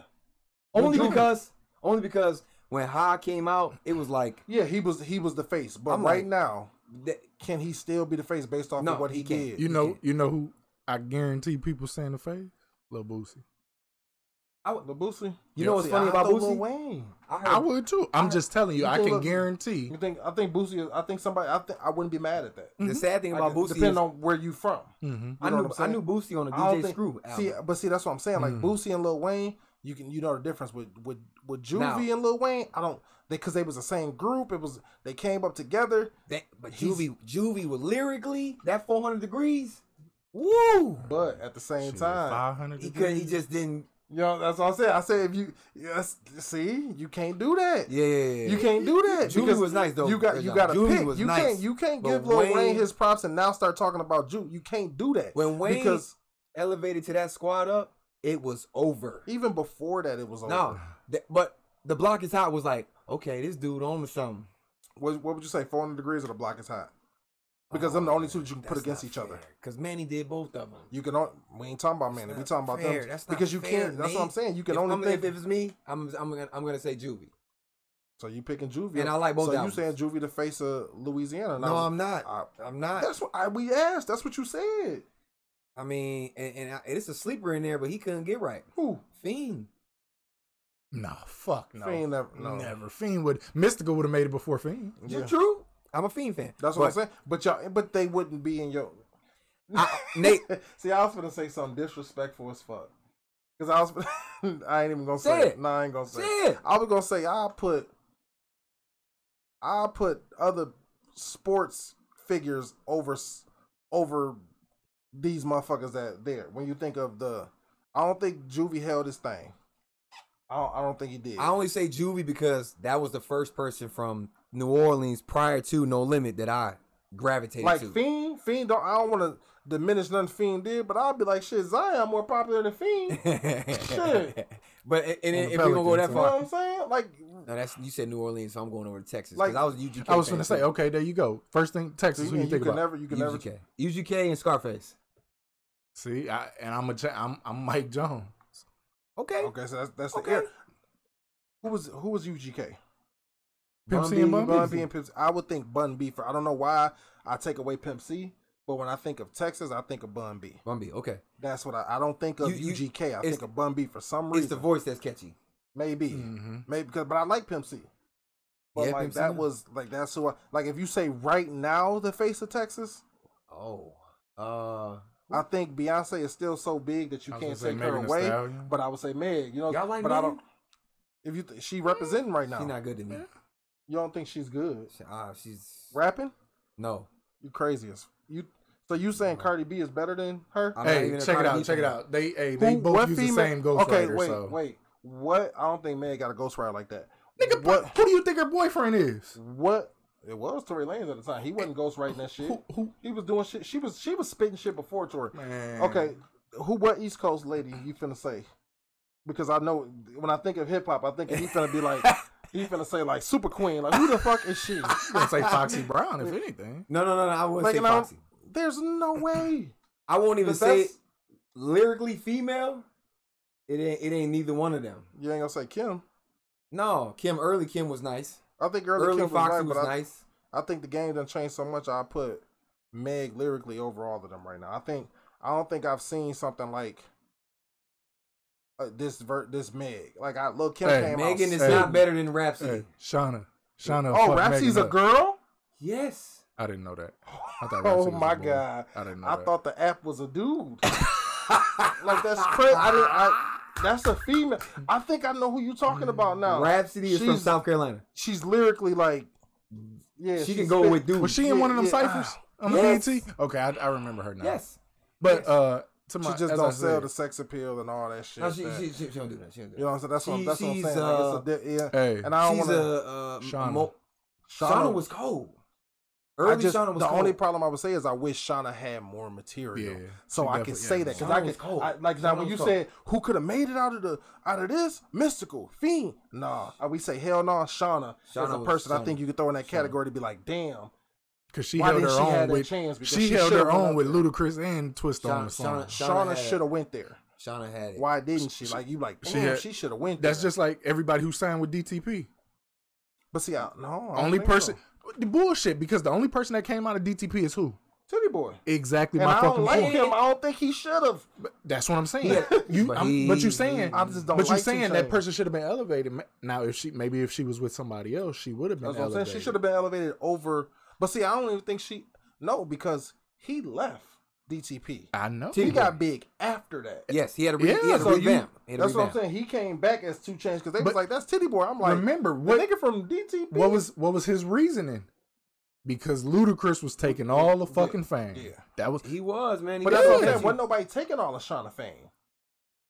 Speaker 2: only
Speaker 1: Juvie.
Speaker 2: because only because when High came out, it was like
Speaker 1: yeah, he was he was the face. But
Speaker 2: I'm
Speaker 1: right
Speaker 2: like-
Speaker 1: now,
Speaker 2: that,
Speaker 1: can he still be the face based off
Speaker 2: No,
Speaker 1: of what he,
Speaker 2: he can't.
Speaker 1: did?
Speaker 3: You know,
Speaker 2: can't.
Speaker 3: you know who I guarantee people saying the face? Lil Boosie.
Speaker 2: I,
Speaker 1: Lil Boosie.
Speaker 2: You know what's
Speaker 1: See,
Speaker 2: funny
Speaker 1: I
Speaker 2: about
Speaker 1: thought Lil
Speaker 2: Boosie?
Speaker 1: Wayne.
Speaker 2: I heard,
Speaker 3: I would too. I'm just telling you,
Speaker 1: You
Speaker 3: I
Speaker 1: think
Speaker 3: can
Speaker 1: Lil-
Speaker 3: guarantee.
Speaker 1: You think I think Boosie? Is, I think somebody. I think I wouldn't be mad at that.
Speaker 2: the sad thing about
Speaker 1: mm-hmm. I-
Speaker 2: Boosie
Speaker 1: depending
Speaker 2: is
Speaker 1: on where you from.
Speaker 3: hmm
Speaker 1: You
Speaker 2: I
Speaker 1: know
Speaker 2: knew
Speaker 1: what I'm
Speaker 2: I knew Boosie on the
Speaker 1: I don't
Speaker 2: DJ
Speaker 1: think-
Speaker 2: Screw album. Hmm.
Speaker 1: See, but see, that's what I'm saying. Like
Speaker 3: Mm.
Speaker 1: Boosie and Lil Wayne, you can you know the difference with with with Juvie
Speaker 2: Now-
Speaker 1: and Lil Wayne. I don't they because they was the same group. It was they came up together.
Speaker 2: That, but
Speaker 1: He's-
Speaker 2: Juvie, Juvie was lyrically that 400 degrees. Woo!
Speaker 1: But at the same time,
Speaker 3: five hundred.
Speaker 2: He could. He just didn't.
Speaker 1: you know that's what I said. I said if you yes, see, you can't do that.
Speaker 2: Yeah, yeah, yeah.
Speaker 1: You can't do that.
Speaker 2: Juvie
Speaker 1: because
Speaker 2: was nice, though,
Speaker 1: You got you got to
Speaker 2: Juvie
Speaker 1: pick.
Speaker 2: was
Speaker 1: you
Speaker 2: nice,
Speaker 1: can't you can't
Speaker 2: but
Speaker 1: give Lil Wayne,
Speaker 2: Wayne-
Speaker 1: his props and now start talking about Ju. You can't do that
Speaker 2: When Wayne
Speaker 1: because
Speaker 2: elevated to that squad up, it was over.
Speaker 1: even before that it was over.
Speaker 2: No, th- but the block is hot was like, okay, this dude on to something.
Speaker 1: What, what would you say? Four hundred degrees or the block is hot? Because I'm the only two that you can put against each other.
Speaker 2: Because Manny did both of them.
Speaker 1: You can only, we ain't talking about Manny. We talking about them because you can't. That's what I'm saying. You can
Speaker 2: if
Speaker 1: only
Speaker 2: I'm,
Speaker 1: think.
Speaker 2: if it's me, I'm I'm gonna, I'm gonna say Juvie.
Speaker 1: so you picking Juvie,
Speaker 2: And I like both
Speaker 1: So you
Speaker 2: albums.
Speaker 1: saying Juvie the face of Louisiana? and I
Speaker 2: No,
Speaker 1: was-
Speaker 2: I'm not.
Speaker 1: I-
Speaker 2: I'm not.
Speaker 1: that's what I, we asked. That's what you said.
Speaker 2: I mean, and, and I, it's a sleeper in there, but he couldn't get right.
Speaker 1: Who?
Speaker 2: Fiend.
Speaker 3: Nah, fuck no.
Speaker 1: Fiend never- no.
Speaker 3: Never. Fiend would. Mystical would have made it before Fiend.
Speaker 1: Yeah.
Speaker 2: True. I'm a Fiend fan.
Speaker 1: That's what I'm saying. But y'all, but they wouldn't be in your.
Speaker 2: I- Nate-
Speaker 1: see, I was gonna say something disrespectful as fuck. Cause I was, I ain't even gonna say,
Speaker 2: Say
Speaker 1: it.
Speaker 2: it.
Speaker 1: No, I ain't gonna say. it.
Speaker 2: Shit.
Speaker 1: I was gonna say I put I put other sports figures over s- over these motherfuckers that there. When you think of the, I don't think Juvie held his thing. I don't, I don't think he did.
Speaker 2: I only say Juvie because that was the first person from New Orleans prior to No Limit that I gravitated
Speaker 1: Like
Speaker 2: to.
Speaker 1: Fiend, Fiend don't. I don't want to diminish nothing Fiend did, but I'd be like, shit, Zion more popular than Fiend. Shit.
Speaker 2: But and, and if
Speaker 3: On the
Speaker 2: we're gonna go
Speaker 1: You know
Speaker 2: that
Speaker 3: Pelicans,
Speaker 1: what
Speaker 2: far,
Speaker 1: I'm saying? Like,
Speaker 2: no, that's you said New Orleans, so I'm going over to Texas
Speaker 1: Like,
Speaker 2: because I was a UGK.
Speaker 3: I was
Speaker 2: fan,
Speaker 3: gonna say,
Speaker 2: too.
Speaker 3: okay, there you go. First thing, Texas.
Speaker 1: see,
Speaker 3: who you
Speaker 1: and you
Speaker 3: think
Speaker 1: can
Speaker 3: about?
Speaker 1: never, you can never.
Speaker 2: UGK, UGK, and Scarface.
Speaker 3: See, I, and I'm a, cha- I'm, I'm Mike Jones.
Speaker 2: Okay,
Speaker 1: Okay, so that's that's the
Speaker 2: Okay.
Speaker 1: air. Who was who was UGK?
Speaker 3: Pimp
Speaker 1: Bun
Speaker 3: C
Speaker 1: B,
Speaker 3: and Bun B.
Speaker 1: Bun B and Pimp C. I would think Bun B for I don't know why I take away Pimp C, but when I think of Texas, I think of Bun B.
Speaker 2: Bumby. Okay,
Speaker 1: That's what I, I don't think of
Speaker 2: You- you-
Speaker 1: UGK. I
Speaker 2: it's-
Speaker 1: think of Bun B for some
Speaker 2: it's the
Speaker 1: reason.
Speaker 2: voice that's catchy.
Speaker 1: Maybe,
Speaker 3: Mhm.
Speaker 1: maybe because but I like Pimp C. But
Speaker 2: Yeah,
Speaker 1: like
Speaker 2: Pimp C
Speaker 1: that
Speaker 2: now.
Speaker 1: was like that's who I like. If you say right now the face of Texas,
Speaker 2: Oh, uh,
Speaker 1: I think Beyonce is still so big that you
Speaker 3: I was
Speaker 1: can't
Speaker 3: gonna say
Speaker 1: take her
Speaker 3: Megan Thee
Speaker 1: away.
Speaker 3: Stallion.
Speaker 1: But I would say Meg. You know,
Speaker 2: Y'all like
Speaker 1: but I
Speaker 2: Megan?
Speaker 1: don't. If you th- she representing right now,
Speaker 2: she's not good to me.
Speaker 1: you don't think she's good
Speaker 2: She- ah, she's
Speaker 1: rapping?
Speaker 2: no.
Speaker 1: You crazy as you. So you saying Cardi B is better than her?
Speaker 2: I'm not
Speaker 3: hey,
Speaker 2: even a
Speaker 3: check it
Speaker 2: Cardi B
Speaker 3: out, check it
Speaker 2: fan.
Speaker 3: out. They, hey, they
Speaker 1: Who-
Speaker 3: both use the same ghostwriter.
Speaker 1: Okay, wait,
Speaker 3: so.
Speaker 1: wait. What? I don't think Meg got a ghostwriter like that.
Speaker 3: Nigga,
Speaker 1: what?
Speaker 3: who do you think her boyfriend is?
Speaker 1: What? It was Tory Lanez at the time. He wasn't ghostwriting that shit.
Speaker 3: Who, who?
Speaker 1: He was doing shit. She was she was spitting shit before Tory.
Speaker 3: Man.
Speaker 1: Okay, who? What East Coast lady you finna say? Because I know when I think of hip hop, I think he finna be like he finna say like Super Queen. Like who the fuck is she?
Speaker 3: I'm gonna say Foxy Brown, if anything.
Speaker 2: No, no, no, no. I wouldn't
Speaker 1: Like
Speaker 2: say
Speaker 1: and I don't-
Speaker 2: Foxy.
Speaker 1: there's no way.
Speaker 2: I won't even
Speaker 1: But
Speaker 2: say
Speaker 1: that's-
Speaker 2: it lyrically female. It ain't it ain't neither one of them.
Speaker 1: You ain't gonna say Kim.
Speaker 2: No, Kim early Kim was nice.
Speaker 1: I think early,
Speaker 2: Early
Speaker 1: Kim
Speaker 2: Foxy
Speaker 1: was, right,
Speaker 2: was
Speaker 1: but I,
Speaker 2: nice.
Speaker 1: I think the game done changed so much. I put Meg lyrically over all of them right now. I think I don't think I've seen something like uh, this vert this Meg. Like I look Kim
Speaker 3: Hey,
Speaker 1: came out
Speaker 2: Megan is
Speaker 3: Hey.
Speaker 1: sick.
Speaker 2: not better than Rhapsody.
Speaker 3: Hey, Shauna. Shauna.
Speaker 1: Oh,
Speaker 3: fucked
Speaker 1: Rapsy's
Speaker 3: Megan
Speaker 1: a
Speaker 3: up.
Speaker 1: girl.
Speaker 2: Yes.
Speaker 3: I didn't know that. I thought Rapsy
Speaker 1: oh
Speaker 3: was a
Speaker 1: my
Speaker 3: boy.
Speaker 1: god!
Speaker 3: I didn't know
Speaker 1: I
Speaker 3: that.
Speaker 1: thought the app was a dude. like that's crazy. I didn't. I, that's a female. I think I know who you talking about now.
Speaker 2: Rhapsody is from
Speaker 1: she's-
Speaker 2: South Carolina.
Speaker 1: She's lyrically like, yeah,
Speaker 2: she
Speaker 1: she's
Speaker 2: can go
Speaker 1: spit-
Speaker 2: with dudes.
Speaker 3: Was she in
Speaker 1: Yeah,
Speaker 3: one of them
Speaker 1: yeah. uh-huh.
Speaker 3: ciphers on
Speaker 2: Yes.
Speaker 3: the BET? Okay, I, I remember her now.
Speaker 2: Yes.
Speaker 3: but
Speaker 2: yes.
Speaker 3: uh, to my
Speaker 1: She just
Speaker 3: as I
Speaker 1: don't
Speaker 3: said,
Speaker 1: sell the sex appeal and all that shit.
Speaker 2: No, she,
Speaker 1: that-
Speaker 2: she, she, she don't do that. She don't do
Speaker 1: you know what I'm saying? That's what,
Speaker 2: She-
Speaker 1: that's what I'm
Speaker 2: she's, uh,
Speaker 1: saying. like, it's a, di- yeah.
Speaker 3: Hey,
Speaker 1: And
Speaker 2: that.
Speaker 1: I don't
Speaker 2: She's
Speaker 1: want to.
Speaker 2: a uh,
Speaker 3: Shauna.
Speaker 2: mo- Shauna. was cold. Early
Speaker 1: I just,
Speaker 2: Shauna was
Speaker 1: the
Speaker 2: cold.
Speaker 1: only problem I would say is I wish Shauna had more material,
Speaker 3: Yeah,
Speaker 1: so
Speaker 3: she
Speaker 1: I could
Speaker 3: definitely-
Speaker 1: say
Speaker 3: yeah,
Speaker 1: that
Speaker 3: no.
Speaker 1: because I
Speaker 2: Shauna was
Speaker 1: could
Speaker 2: cold.
Speaker 1: I, like now when
Speaker 2: Shauna was
Speaker 1: you
Speaker 2: cold.
Speaker 1: said who could have made it out of the out of this mystical fiend, nah, I would say hell no, Shauna, as
Speaker 2: Shauna
Speaker 1: a
Speaker 2: was-
Speaker 1: person I
Speaker 2: Shauna.
Speaker 1: think you could throw in that
Speaker 2: Shauna.
Speaker 1: category to be like, damn,
Speaker 3: because she
Speaker 1: why
Speaker 3: held
Speaker 1: didn't
Speaker 3: her
Speaker 1: she have
Speaker 3: own
Speaker 1: that
Speaker 3: with
Speaker 1: chance? Because
Speaker 3: she
Speaker 1: she
Speaker 3: held
Speaker 1: should've
Speaker 3: her
Speaker 1: went
Speaker 3: own
Speaker 1: up
Speaker 3: with
Speaker 1: there.
Speaker 3: Ludacris and Twista
Speaker 2: Shauna-
Speaker 3: on the song.
Speaker 2: Shauna-
Speaker 1: Shauna
Speaker 2: had-
Speaker 1: should have went there.
Speaker 2: Shauna had it.
Speaker 1: Why didn't she? Like you like
Speaker 3: she
Speaker 1: damn,
Speaker 3: had-
Speaker 1: she should have went.
Speaker 3: That's
Speaker 1: there.
Speaker 3: just like everybody who signed with DTP.
Speaker 1: But see, I, no, I don't
Speaker 3: only
Speaker 1: think so.
Speaker 3: person, the bullshit. Because the only person that came out of DTP is who?
Speaker 1: Titty boy.
Speaker 3: Exactly
Speaker 1: And
Speaker 3: my
Speaker 1: I
Speaker 3: fucking
Speaker 1: don't like
Speaker 3: point.
Speaker 1: him. I don't think he should have.
Speaker 3: But that's what I'm saying.
Speaker 2: Yeah.
Speaker 3: You,
Speaker 2: But
Speaker 3: but, I'm, but
Speaker 2: he-
Speaker 3: you saying,
Speaker 1: I just don't
Speaker 3: but you
Speaker 1: like
Speaker 3: saying
Speaker 1: T-Train.
Speaker 3: that person should have been elevated. Ma- Now, if she maybe if she was with somebody else, she would have been
Speaker 1: That's what I'm saying.
Speaker 3: elevated.
Speaker 1: She should have been elevated over. But see, I don't even think she. No, because he left DTP.
Speaker 3: I know.
Speaker 1: He
Speaker 2: T-
Speaker 1: got big after that.
Speaker 2: Yes, he had a, re-
Speaker 3: Yeah,
Speaker 2: he had a
Speaker 3: so you-
Speaker 2: revamp. He had a
Speaker 1: That's what I'm
Speaker 2: revamp.
Speaker 1: saying. He came back as two chains because they was
Speaker 3: But-
Speaker 1: like, "That's Titty Boy." I'm like,
Speaker 3: Remember
Speaker 1: the
Speaker 3: what?
Speaker 1: nigga from DTP?
Speaker 3: What was what was his reasoning? Because Ludacris was taking all the fucking fame.
Speaker 1: Yeah.
Speaker 3: That was
Speaker 2: He was, man. He
Speaker 1: But that's what I'm
Speaker 2: was.
Speaker 1: saying. Wasn't nobody taking all of Shauna fame?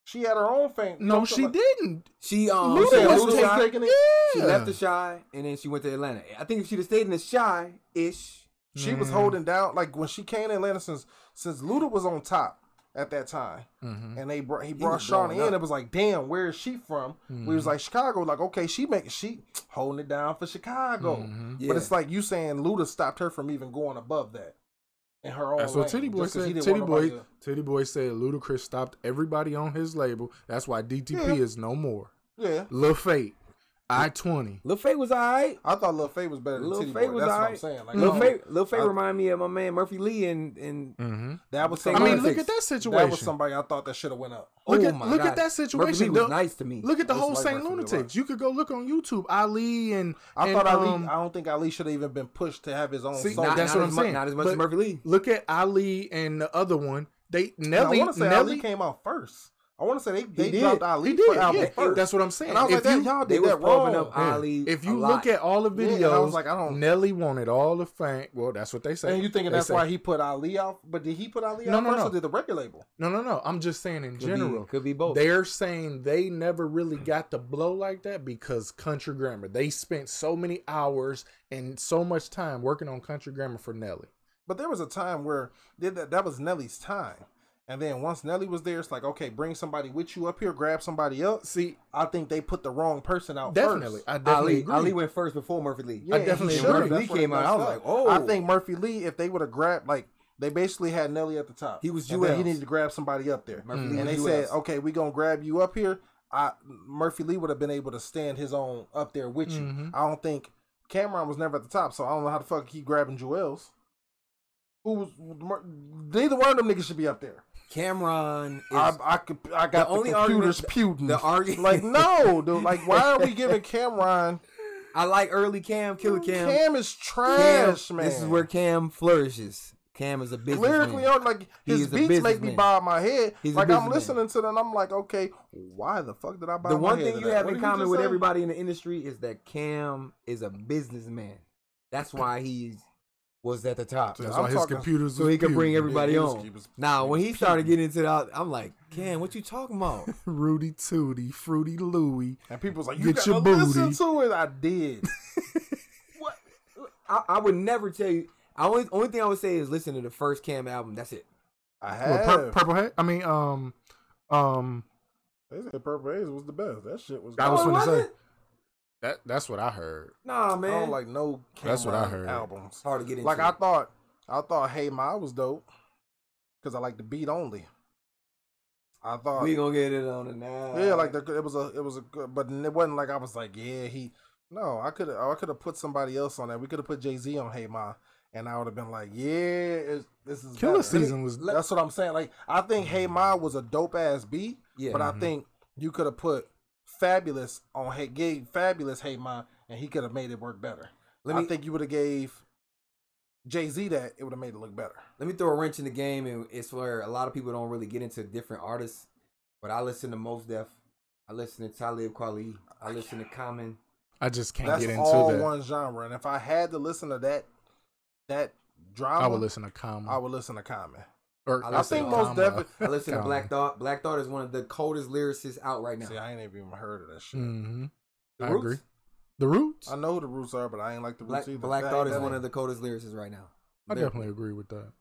Speaker 1: She had her own fame.
Speaker 3: no, she didn't.
Speaker 2: She um
Speaker 1: Luda
Speaker 2: she
Speaker 1: was
Speaker 2: left the
Speaker 1: taking-
Speaker 2: shy.
Speaker 1: taking it.
Speaker 2: She
Speaker 3: Yeah.
Speaker 2: left the shy and then she went to Atlanta. I think if she'd have stayed in the shy ish,
Speaker 1: She was holding down like when she came to Atlanta since since Luda was on top at that time,
Speaker 3: Mhm.
Speaker 1: and they brought he brought
Speaker 2: was
Speaker 1: Shauna
Speaker 2: blowing
Speaker 1: in.
Speaker 2: up.
Speaker 1: It was like, damn, where is she from? We
Speaker 3: Mm-hmm.
Speaker 1: was like Chicago. Like, okay, she making she holding it down for Chicago,
Speaker 3: Mm-hmm.
Speaker 2: yeah.
Speaker 1: but it's like you saying Luda stopped her from even going above that. In her own
Speaker 3: That's what
Speaker 1: lane,
Speaker 3: Titty Boy
Speaker 1: Oh, just 'cause he
Speaker 3: said.
Speaker 1: didn't
Speaker 3: Titty
Speaker 1: want
Speaker 3: Boy,
Speaker 1: nobody to-
Speaker 3: Titty Boy said Ludacris stopped everybody on his label. That's why DTP
Speaker 1: Yeah.
Speaker 3: is no more.
Speaker 1: yeah.
Speaker 3: Lil Fate, I twenty.
Speaker 2: Lil Faye was alright.
Speaker 1: I thought Lil Faye was better than
Speaker 2: Lil
Speaker 1: Titty
Speaker 2: Faye
Speaker 1: Boy.
Speaker 2: was
Speaker 1: That's what I'm
Speaker 2: alright.
Speaker 1: saying. Like,
Speaker 2: Lil
Speaker 1: um,
Speaker 2: Faye, Lil Faye
Speaker 1: I-
Speaker 2: remind me of my man Murphy Lee and and
Speaker 3: Mm-hmm.
Speaker 1: that was
Speaker 2: I
Speaker 3: I
Speaker 1: somebody.
Speaker 3: mean, look
Speaker 2: Politics.
Speaker 3: at that situation.
Speaker 1: that was somebody I thought that should have went up.
Speaker 3: Look
Speaker 2: oh
Speaker 3: at-
Speaker 2: my
Speaker 3: look
Speaker 2: God.
Speaker 3: at that
Speaker 2: Murphy Lee
Speaker 3: situation,
Speaker 2: was
Speaker 3: though.
Speaker 2: whole, nice to me.
Speaker 3: Look at the
Speaker 1: I
Speaker 3: whole
Speaker 1: just like
Speaker 3: Saint
Speaker 1: Murphy Lee
Speaker 3: Lunatics. You could go look on YouTube. Ali and
Speaker 1: I
Speaker 3: and,
Speaker 1: thought Ali.
Speaker 3: um,
Speaker 1: I don't think Ali should have even been pushed to have his own
Speaker 3: See,
Speaker 1: song.
Speaker 2: not,
Speaker 3: that's
Speaker 2: not
Speaker 3: what
Speaker 2: as
Speaker 3: I'm
Speaker 2: mu-
Speaker 3: saying.
Speaker 2: Not as much as
Speaker 3: But-
Speaker 2: Murphy Lee.
Speaker 3: Look at Ali and the other one. They
Speaker 1: And
Speaker 3: Nelly.
Speaker 1: I want to say
Speaker 3: Nelly
Speaker 1: Ali came out first. I want to say they, they
Speaker 2: did.
Speaker 1: dropped Ali
Speaker 3: He did.
Speaker 1: for album
Speaker 3: yeah.
Speaker 1: first.
Speaker 3: That's what I'm saying.
Speaker 1: and I was
Speaker 3: If
Speaker 1: like, that,
Speaker 3: you-
Speaker 1: y'all
Speaker 2: They
Speaker 1: did
Speaker 2: was
Speaker 1: that wrong.
Speaker 2: propping up
Speaker 3: Yeah.
Speaker 2: Ali.
Speaker 3: If
Speaker 2: a
Speaker 3: you
Speaker 2: lot.
Speaker 3: look at all the
Speaker 1: Yeah,
Speaker 3: videos,
Speaker 1: and I was like, I don't-
Speaker 3: Nelly wanted all the fame. Well, that's what they say.
Speaker 1: and you thinking
Speaker 3: They
Speaker 1: that's
Speaker 3: say-
Speaker 1: why he put Ali out? But did he put Ali
Speaker 3: No,
Speaker 1: out
Speaker 3: no,
Speaker 1: first
Speaker 3: no.
Speaker 1: or did the record label?
Speaker 3: No, no, no. I'm just saying in
Speaker 2: Could be-
Speaker 3: general.
Speaker 2: could be both.
Speaker 3: They're saying they never really got the blow like that because Country Grammar. They spent so many hours and so much time working on Country Grammar for Nelly.
Speaker 1: But there was a time where did that, that was Nelly's time. And then once Nelly was there, it's like, okay, bring somebody with you up here, grab somebody else.
Speaker 3: See,
Speaker 1: I think they put the wrong person out
Speaker 3: definitely,
Speaker 1: first.
Speaker 3: I definitely
Speaker 2: Ali,
Speaker 3: agree.
Speaker 2: Ali went first before Murphy Lee.
Speaker 1: Yeah,
Speaker 3: I definitely
Speaker 1: he
Speaker 3: agree.
Speaker 1: should've.
Speaker 2: Murphy
Speaker 1: That's
Speaker 2: Lee
Speaker 1: where
Speaker 2: came
Speaker 1: they
Speaker 2: out. I was
Speaker 1: messed
Speaker 2: like,
Speaker 1: up.
Speaker 2: oh,
Speaker 1: I think Murphy Lee, if they would have grabbed, like, they basically had Nelly at the top.
Speaker 2: He was
Speaker 1: And then He
Speaker 2: ULs.
Speaker 1: needed to grab somebody up there.
Speaker 3: Mm.
Speaker 2: Murphy Lee
Speaker 1: and they
Speaker 2: was
Speaker 1: said,
Speaker 2: ULs.
Speaker 1: "Okay, we gonna grab you up here." I Murphy Lee would have been able to stand his own up there with you.
Speaker 3: Mhm.
Speaker 1: I don't think Cameron was never at the top, so I don't know how the fuck he grabbing Joel's. Who was Mur- neither one of them niggas should be up there.
Speaker 2: Cameron is
Speaker 1: I, I could I got the,
Speaker 2: only
Speaker 1: computers pewed.
Speaker 2: the argument.
Speaker 1: like no, dude. Like why are we giving Cameron?
Speaker 2: I like early Cam, Killer Cam.
Speaker 1: Cam is
Speaker 2: Cam,
Speaker 1: trash, man.
Speaker 2: This is where Cam flourishes. Cam is a businessman.
Speaker 1: lyrically on like his
Speaker 2: is a
Speaker 1: beats make me
Speaker 2: businessman.
Speaker 1: bob my head.
Speaker 2: He's a
Speaker 1: like I'm
Speaker 2: businessman.
Speaker 1: listening to them, I'm like, okay, why the fuck did I bob
Speaker 2: the
Speaker 1: my
Speaker 2: one
Speaker 1: head
Speaker 2: thing
Speaker 1: to
Speaker 2: you
Speaker 1: that?
Speaker 2: have
Speaker 1: What
Speaker 2: in
Speaker 1: did you
Speaker 2: common
Speaker 1: just
Speaker 2: with
Speaker 1: say?
Speaker 2: everybody in the industry is that Cam is a businessman. That's why he was at the top.
Speaker 3: That's
Speaker 1: I'm
Speaker 3: why his
Speaker 1: talking-
Speaker 3: computers.
Speaker 2: so
Speaker 3: was
Speaker 2: he could bring
Speaker 3: pewed.
Speaker 2: everybody
Speaker 1: Yeah, he was-
Speaker 2: on.
Speaker 1: he was-
Speaker 2: now,
Speaker 1: he
Speaker 2: when
Speaker 1: was
Speaker 2: he started
Speaker 1: pewed.
Speaker 2: getting into that, I'm like, Cam, what you talking about?
Speaker 3: Rudy Tootie, Fruity Louie.
Speaker 1: And people was like, you
Speaker 3: Get
Speaker 1: gotta
Speaker 3: your
Speaker 1: listen
Speaker 3: booty.
Speaker 1: to it. I did.
Speaker 2: I, I would never tell you. I only only thing I would say is listen to the first Cam album. That's it.
Speaker 1: I
Speaker 3: Well,
Speaker 1: have.
Speaker 3: pur- Purple Hat. I mean, um, um,
Speaker 1: they said Purple Haze was the best. That shit was.
Speaker 3: I was
Speaker 2: Oh, it
Speaker 3: gonna say
Speaker 2: wasn't?
Speaker 3: that. That's what I heard.
Speaker 2: Nah,
Speaker 1: I
Speaker 2: man.
Speaker 1: don't like no. Cameron
Speaker 3: That's what I heard.
Speaker 1: Albums.
Speaker 2: it's hard to get into.
Speaker 1: Like I thought, I thought Hey Ma was dope. because I like the beat only. I thought
Speaker 2: we gonna get it on the now.
Speaker 1: yeah,
Speaker 3: Um,
Speaker 1: like the, it was a it was a good, but it wasn't like I was like yeah he no I could I could have put somebody else on that. We could have put Jay Z on Hey Ma, and I would have been like yeah it's, this is
Speaker 3: Killer
Speaker 1: better.
Speaker 3: Season was
Speaker 1: That's what I'm saying. Like I think Hey Ma was a dope ass beat,
Speaker 2: yeah.
Speaker 1: but I
Speaker 3: Mhm.
Speaker 1: think you could have put Fabulous on Hey gave Fabulous Hey Ma, and he could have made it work better.
Speaker 2: let me
Speaker 1: I think you would have gave Jay Z that it would have made it look better.
Speaker 2: let me throw a wrench in the game, and it's where a lot of people don't really get into different artists. But I listen to Most Def, I listen to Talib Kweli, I listen to Common.
Speaker 3: I just can't
Speaker 1: That's
Speaker 3: get into
Speaker 1: all
Speaker 3: that.
Speaker 1: one genre, and if I had to listen to that that drama,
Speaker 3: I would listen to Common.
Speaker 1: I would listen to Common.
Speaker 3: or,
Speaker 2: I
Speaker 1: I,
Speaker 2: listen
Speaker 1: think
Speaker 2: to
Speaker 1: most
Speaker 3: Common.
Speaker 1: definitely.
Speaker 2: I listen to
Speaker 3: Common.
Speaker 2: Black Thought. Black Thought is one of the coldest lyricists out right now.
Speaker 1: See, I ain't even heard of that shit.
Speaker 3: hmm
Speaker 2: The
Speaker 3: I
Speaker 2: Roots?
Speaker 3: agree. The Roots?
Speaker 1: I
Speaker 3: I,
Speaker 1: know who the Roots are, but I ain't like the Roots
Speaker 2: Black,
Speaker 1: either.
Speaker 2: Black
Speaker 1: That
Speaker 2: Thought
Speaker 1: ain't-
Speaker 2: is
Speaker 1: that
Speaker 2: one
Speaker 1: ain't-
Speaker 2: of the coldest lyricists right now.
Speaker 3: definitely agree with that.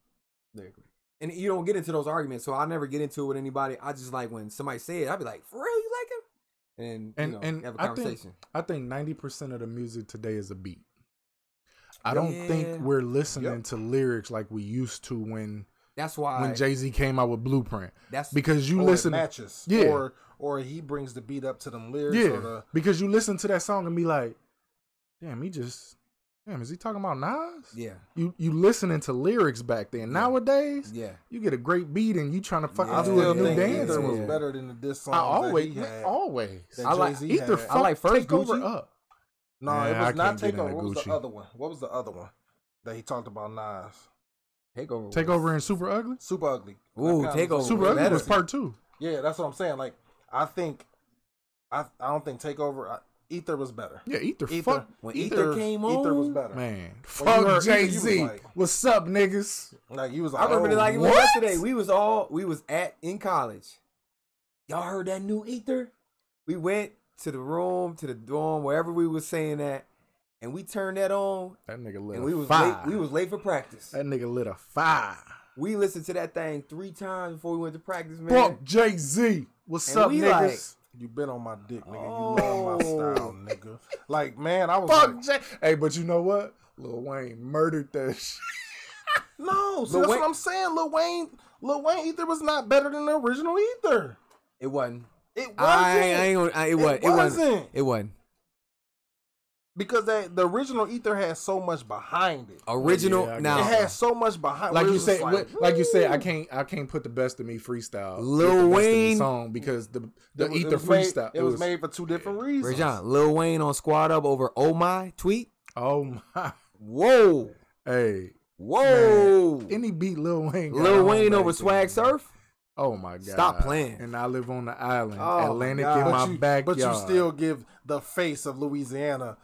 Speaker 2: Lyrically. And you don't get into those arguments, so I never get into it with anybody. I just like when somebody say it, I'd be like, "For real, you like him?" And
Speaker 3: And-
Speaker 2: you know,
Speaker 3: and
Speaker 2: have a
Speaker 3: I think-
Speaker 2: conversation.
Speaker 3: I think 90% of the music today is a beat. I don't
Speaker 2: Yeah.
Speaker 3: think we're listening
Speaker 2: Yep.
Speaker 3: to lyrics like we used to when
Speaker 2: that's why.
Speaker 3: when Jay Z came out with Blueprint
Speaker 2: that's
Speaker 3: because you
Speaker 1: or it
Speaker 3: listen
Speaker 1: matches.
Speaker 3: Yeah.
Speaker 1: Or or he brings the beat up to them lyrics.
Speaker 3: yeah
Speaker 1: Or the,
Speaker 3: because you listen to that song and be like, damn, he just damn is he talking about Nas?
Speaker 2: yeah,
Speaker 3: You you listening to lyrics back then. Nowadays
Speaker 2: yeah.
Speaker 3: you get a great beat and you trying to fucking
Speaker 2: Yeah.
Speaker 1: I
Speaker 3: do
Speaker 1: still
Speaker 3: a new
Speaker 1: think
Speaker 3: dance
Speaker 1: Ether was
Speaker 3: move.
Speaker 2: yeah.
Speaker 1: better than the diss song.
Speaker 3: I always
Speaker 1: that he had.
Speaker 3: always
Speaker 1: that
Speaker 2: I like-
Speaker 1: Jay-Z
Speaker 3: Ether
Speaker 1: had.
Speaker 3: fucked
Speaker 2: like first
Speaker 3: Takeover
Speaker 2: Gucci.
Speaker 3: up.
Speaker 1: No,
Speaker 3: Nah,
Speaker 1: it
Speaker 3: I
Speaker 1: was not
Speaker 3: can't get
Speaker 1: take
Speaker 3: into
Speaker 1: over. What was the
Speaker 3: Gucci.
Speaker 1: other one? What was the other one that he talked about? Nas,
Speaker 2: Takeover.
Speaker 3: Takeover and Super Ugly.
Speaker 1: Super Ugly.
Speaker 2: Ooh,
Speaker 1: Oh, That kinda was-
Speaker 2: Takeover.
Speaker 3: Super Ugly was
Speaker 2: Medicine.
Speaker 3: part two.
Speaker 1: Yeah, that's what I'm saying. Like, I think, I I don't think Takeover I, Ether was better.
Speaker 3: Yeah, Ether,
Speaker 1: Ether.
Speaker 3: fuck
Speaker 2: when Ether, came on.
Speaker 1: Ether was better.
Speaker 3: man.
Speaker 1: When you
Speaker 3: Fuck
Speaker 1: heard Ether,
Speaker 3: Jay
Speaker 1: you was
Speaker 3: Z.
Speaker 1: like-
Speaker 3: What's up, niggas?
Speaker 1: Like you was
Speaker 2: I
Speaker 1: like,
Speaker 2: remember
Speaker 1: oh,
Speaker 2: like it was
Speaker 3: what?
Speaker 2: yesterday. We was all we was at in college. Y'all heard that new ether? We went to the room, to the dorm, wherever we was saying that, and we turned that on,
Speaker 3: That nigga lit
Speaker 2: and we
Speaker 3: a
Speaker 2: was late,
Speaker 3: fire.
Speaker 2: we was late for practice.
Speaker 3: that nigga lit a fire.
Speaker 2: We listened to that thing three times before we went to practice, man.
Speaker 3: Fuck Jay Z. What's
Speaker 2: And
Speaker 3: up,
Speaker 2: we
Speaker 3: niggas?
Speaker 1: you been on my dick, nigga. You love my
Speaker 2: Oh.
Speaker 1: style, nigga. Like, man, I was
Speaker 3: fuck
Speaker 1: like,
Speaker 3: Jay. Hey, but you know what? Lil Wayne murdered that shit.
Speaker 1: no. So
Speaker 2: Lil
Speaker 1: that's
Speaker 2: Wayne-
Speaker 1: what I'm saying. Lil Wayne, Lil Wayne Ether was not better than the original Ether.
Speaker 2: It wasn't.
Speaker 1: It wasn't.
Speaker 2: I, I ain't gonna. I, it,
Speaker 1: It
Speaker 2: wasn't. It wasn't.
Speaker 1: wasn't.
Speaker 2: It wasn't.
Speaker 1: because that the original Ether had so much behind it.
Speaker 2: Original.
Speaker 3: Yeah, I
Speaker 2: now,
Speaker 1: It had so much behind. where
Speaker 3: Like
Speaker 1: it
Speaker 3: you
Speaker 1: was
Speaker 3: said,
Speaker 1: just
Speaker 3: like, like you said, I
Speaker 1: woo.
Speaker 3: can't, I can't put the best of me freestyle, with
Speaker 2: Lil
Speaker 3: the Best of Me
Speaker 2: Wayne-
Speaker 3: song because the
Speaker 1: It
Speaker 3: the
Speaker 1: was- it
Speaker 3: ether
Speaker 1: was made-
Speaker 3: freestyle.
Speaker 1: it was made for two different reasons.
Speaker 2: Rajon, Lil Wayne on Squad Up over Oh My tweet.
Speaker 3: Oh my,
Speaker 2: Whoa,
Speaker 3: hey,
Speaker 2: whoa.
Speaker 3: any beat Lil Wayne, got
Speaker 2: Lil
Speaker 3: on
Speaker 2: Wayne
Speaker 3: right
Speaker 2: over Swag
Speaker 3: there.
Speaker 2: Surf.
Speaker 3: Oh my god!
Speaker 2: Stop playing.
Speaker 3: And I live on the island,
Speaker 2: Oh, my
Speaker 3: Atlantic
Speaker 2: God.
Speaker 3: in
Speaker 1: But
Speaker 3: my
Speaker 1: you-
Speaker 3: backyard.
Speaker 1: But you still give the face of Louisiana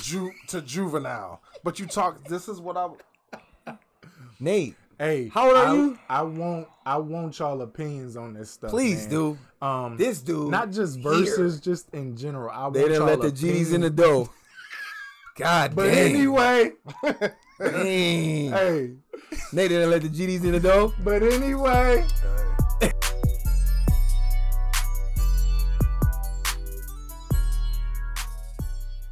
Speaker 1: ju- to juvenile. But you talk. This is what I.
Speaker 2: Nate,
Speaker 3: hey,
Speaker 2: How old are
Speaker 3: I-
Speaker 2: you?
Speaker 3: I want, I want y'all opinions on this stuff.
Speaker 2: please,
Speaker 3: man.
Speaker 2: dude.
Speaker 3: Um,
Speaker 2: This dude.
Speaker 3: not just
Speaker 2: here.
Speaker 3: verses, just in general. I
Speaker 2: They done
Speaker 3: want y'all
Speaker 2: let the G's in the
Speaker 3: opinions.
Speaker 2: dough. God
Speaker 3: But
Speaker 2: dang.
Speaker 3: anyway,
Speaker 2: Dang.
Speaker 3: hey,
Speaker 2: Nate done let the GDs in the dough.
Speaker 3: but anyway,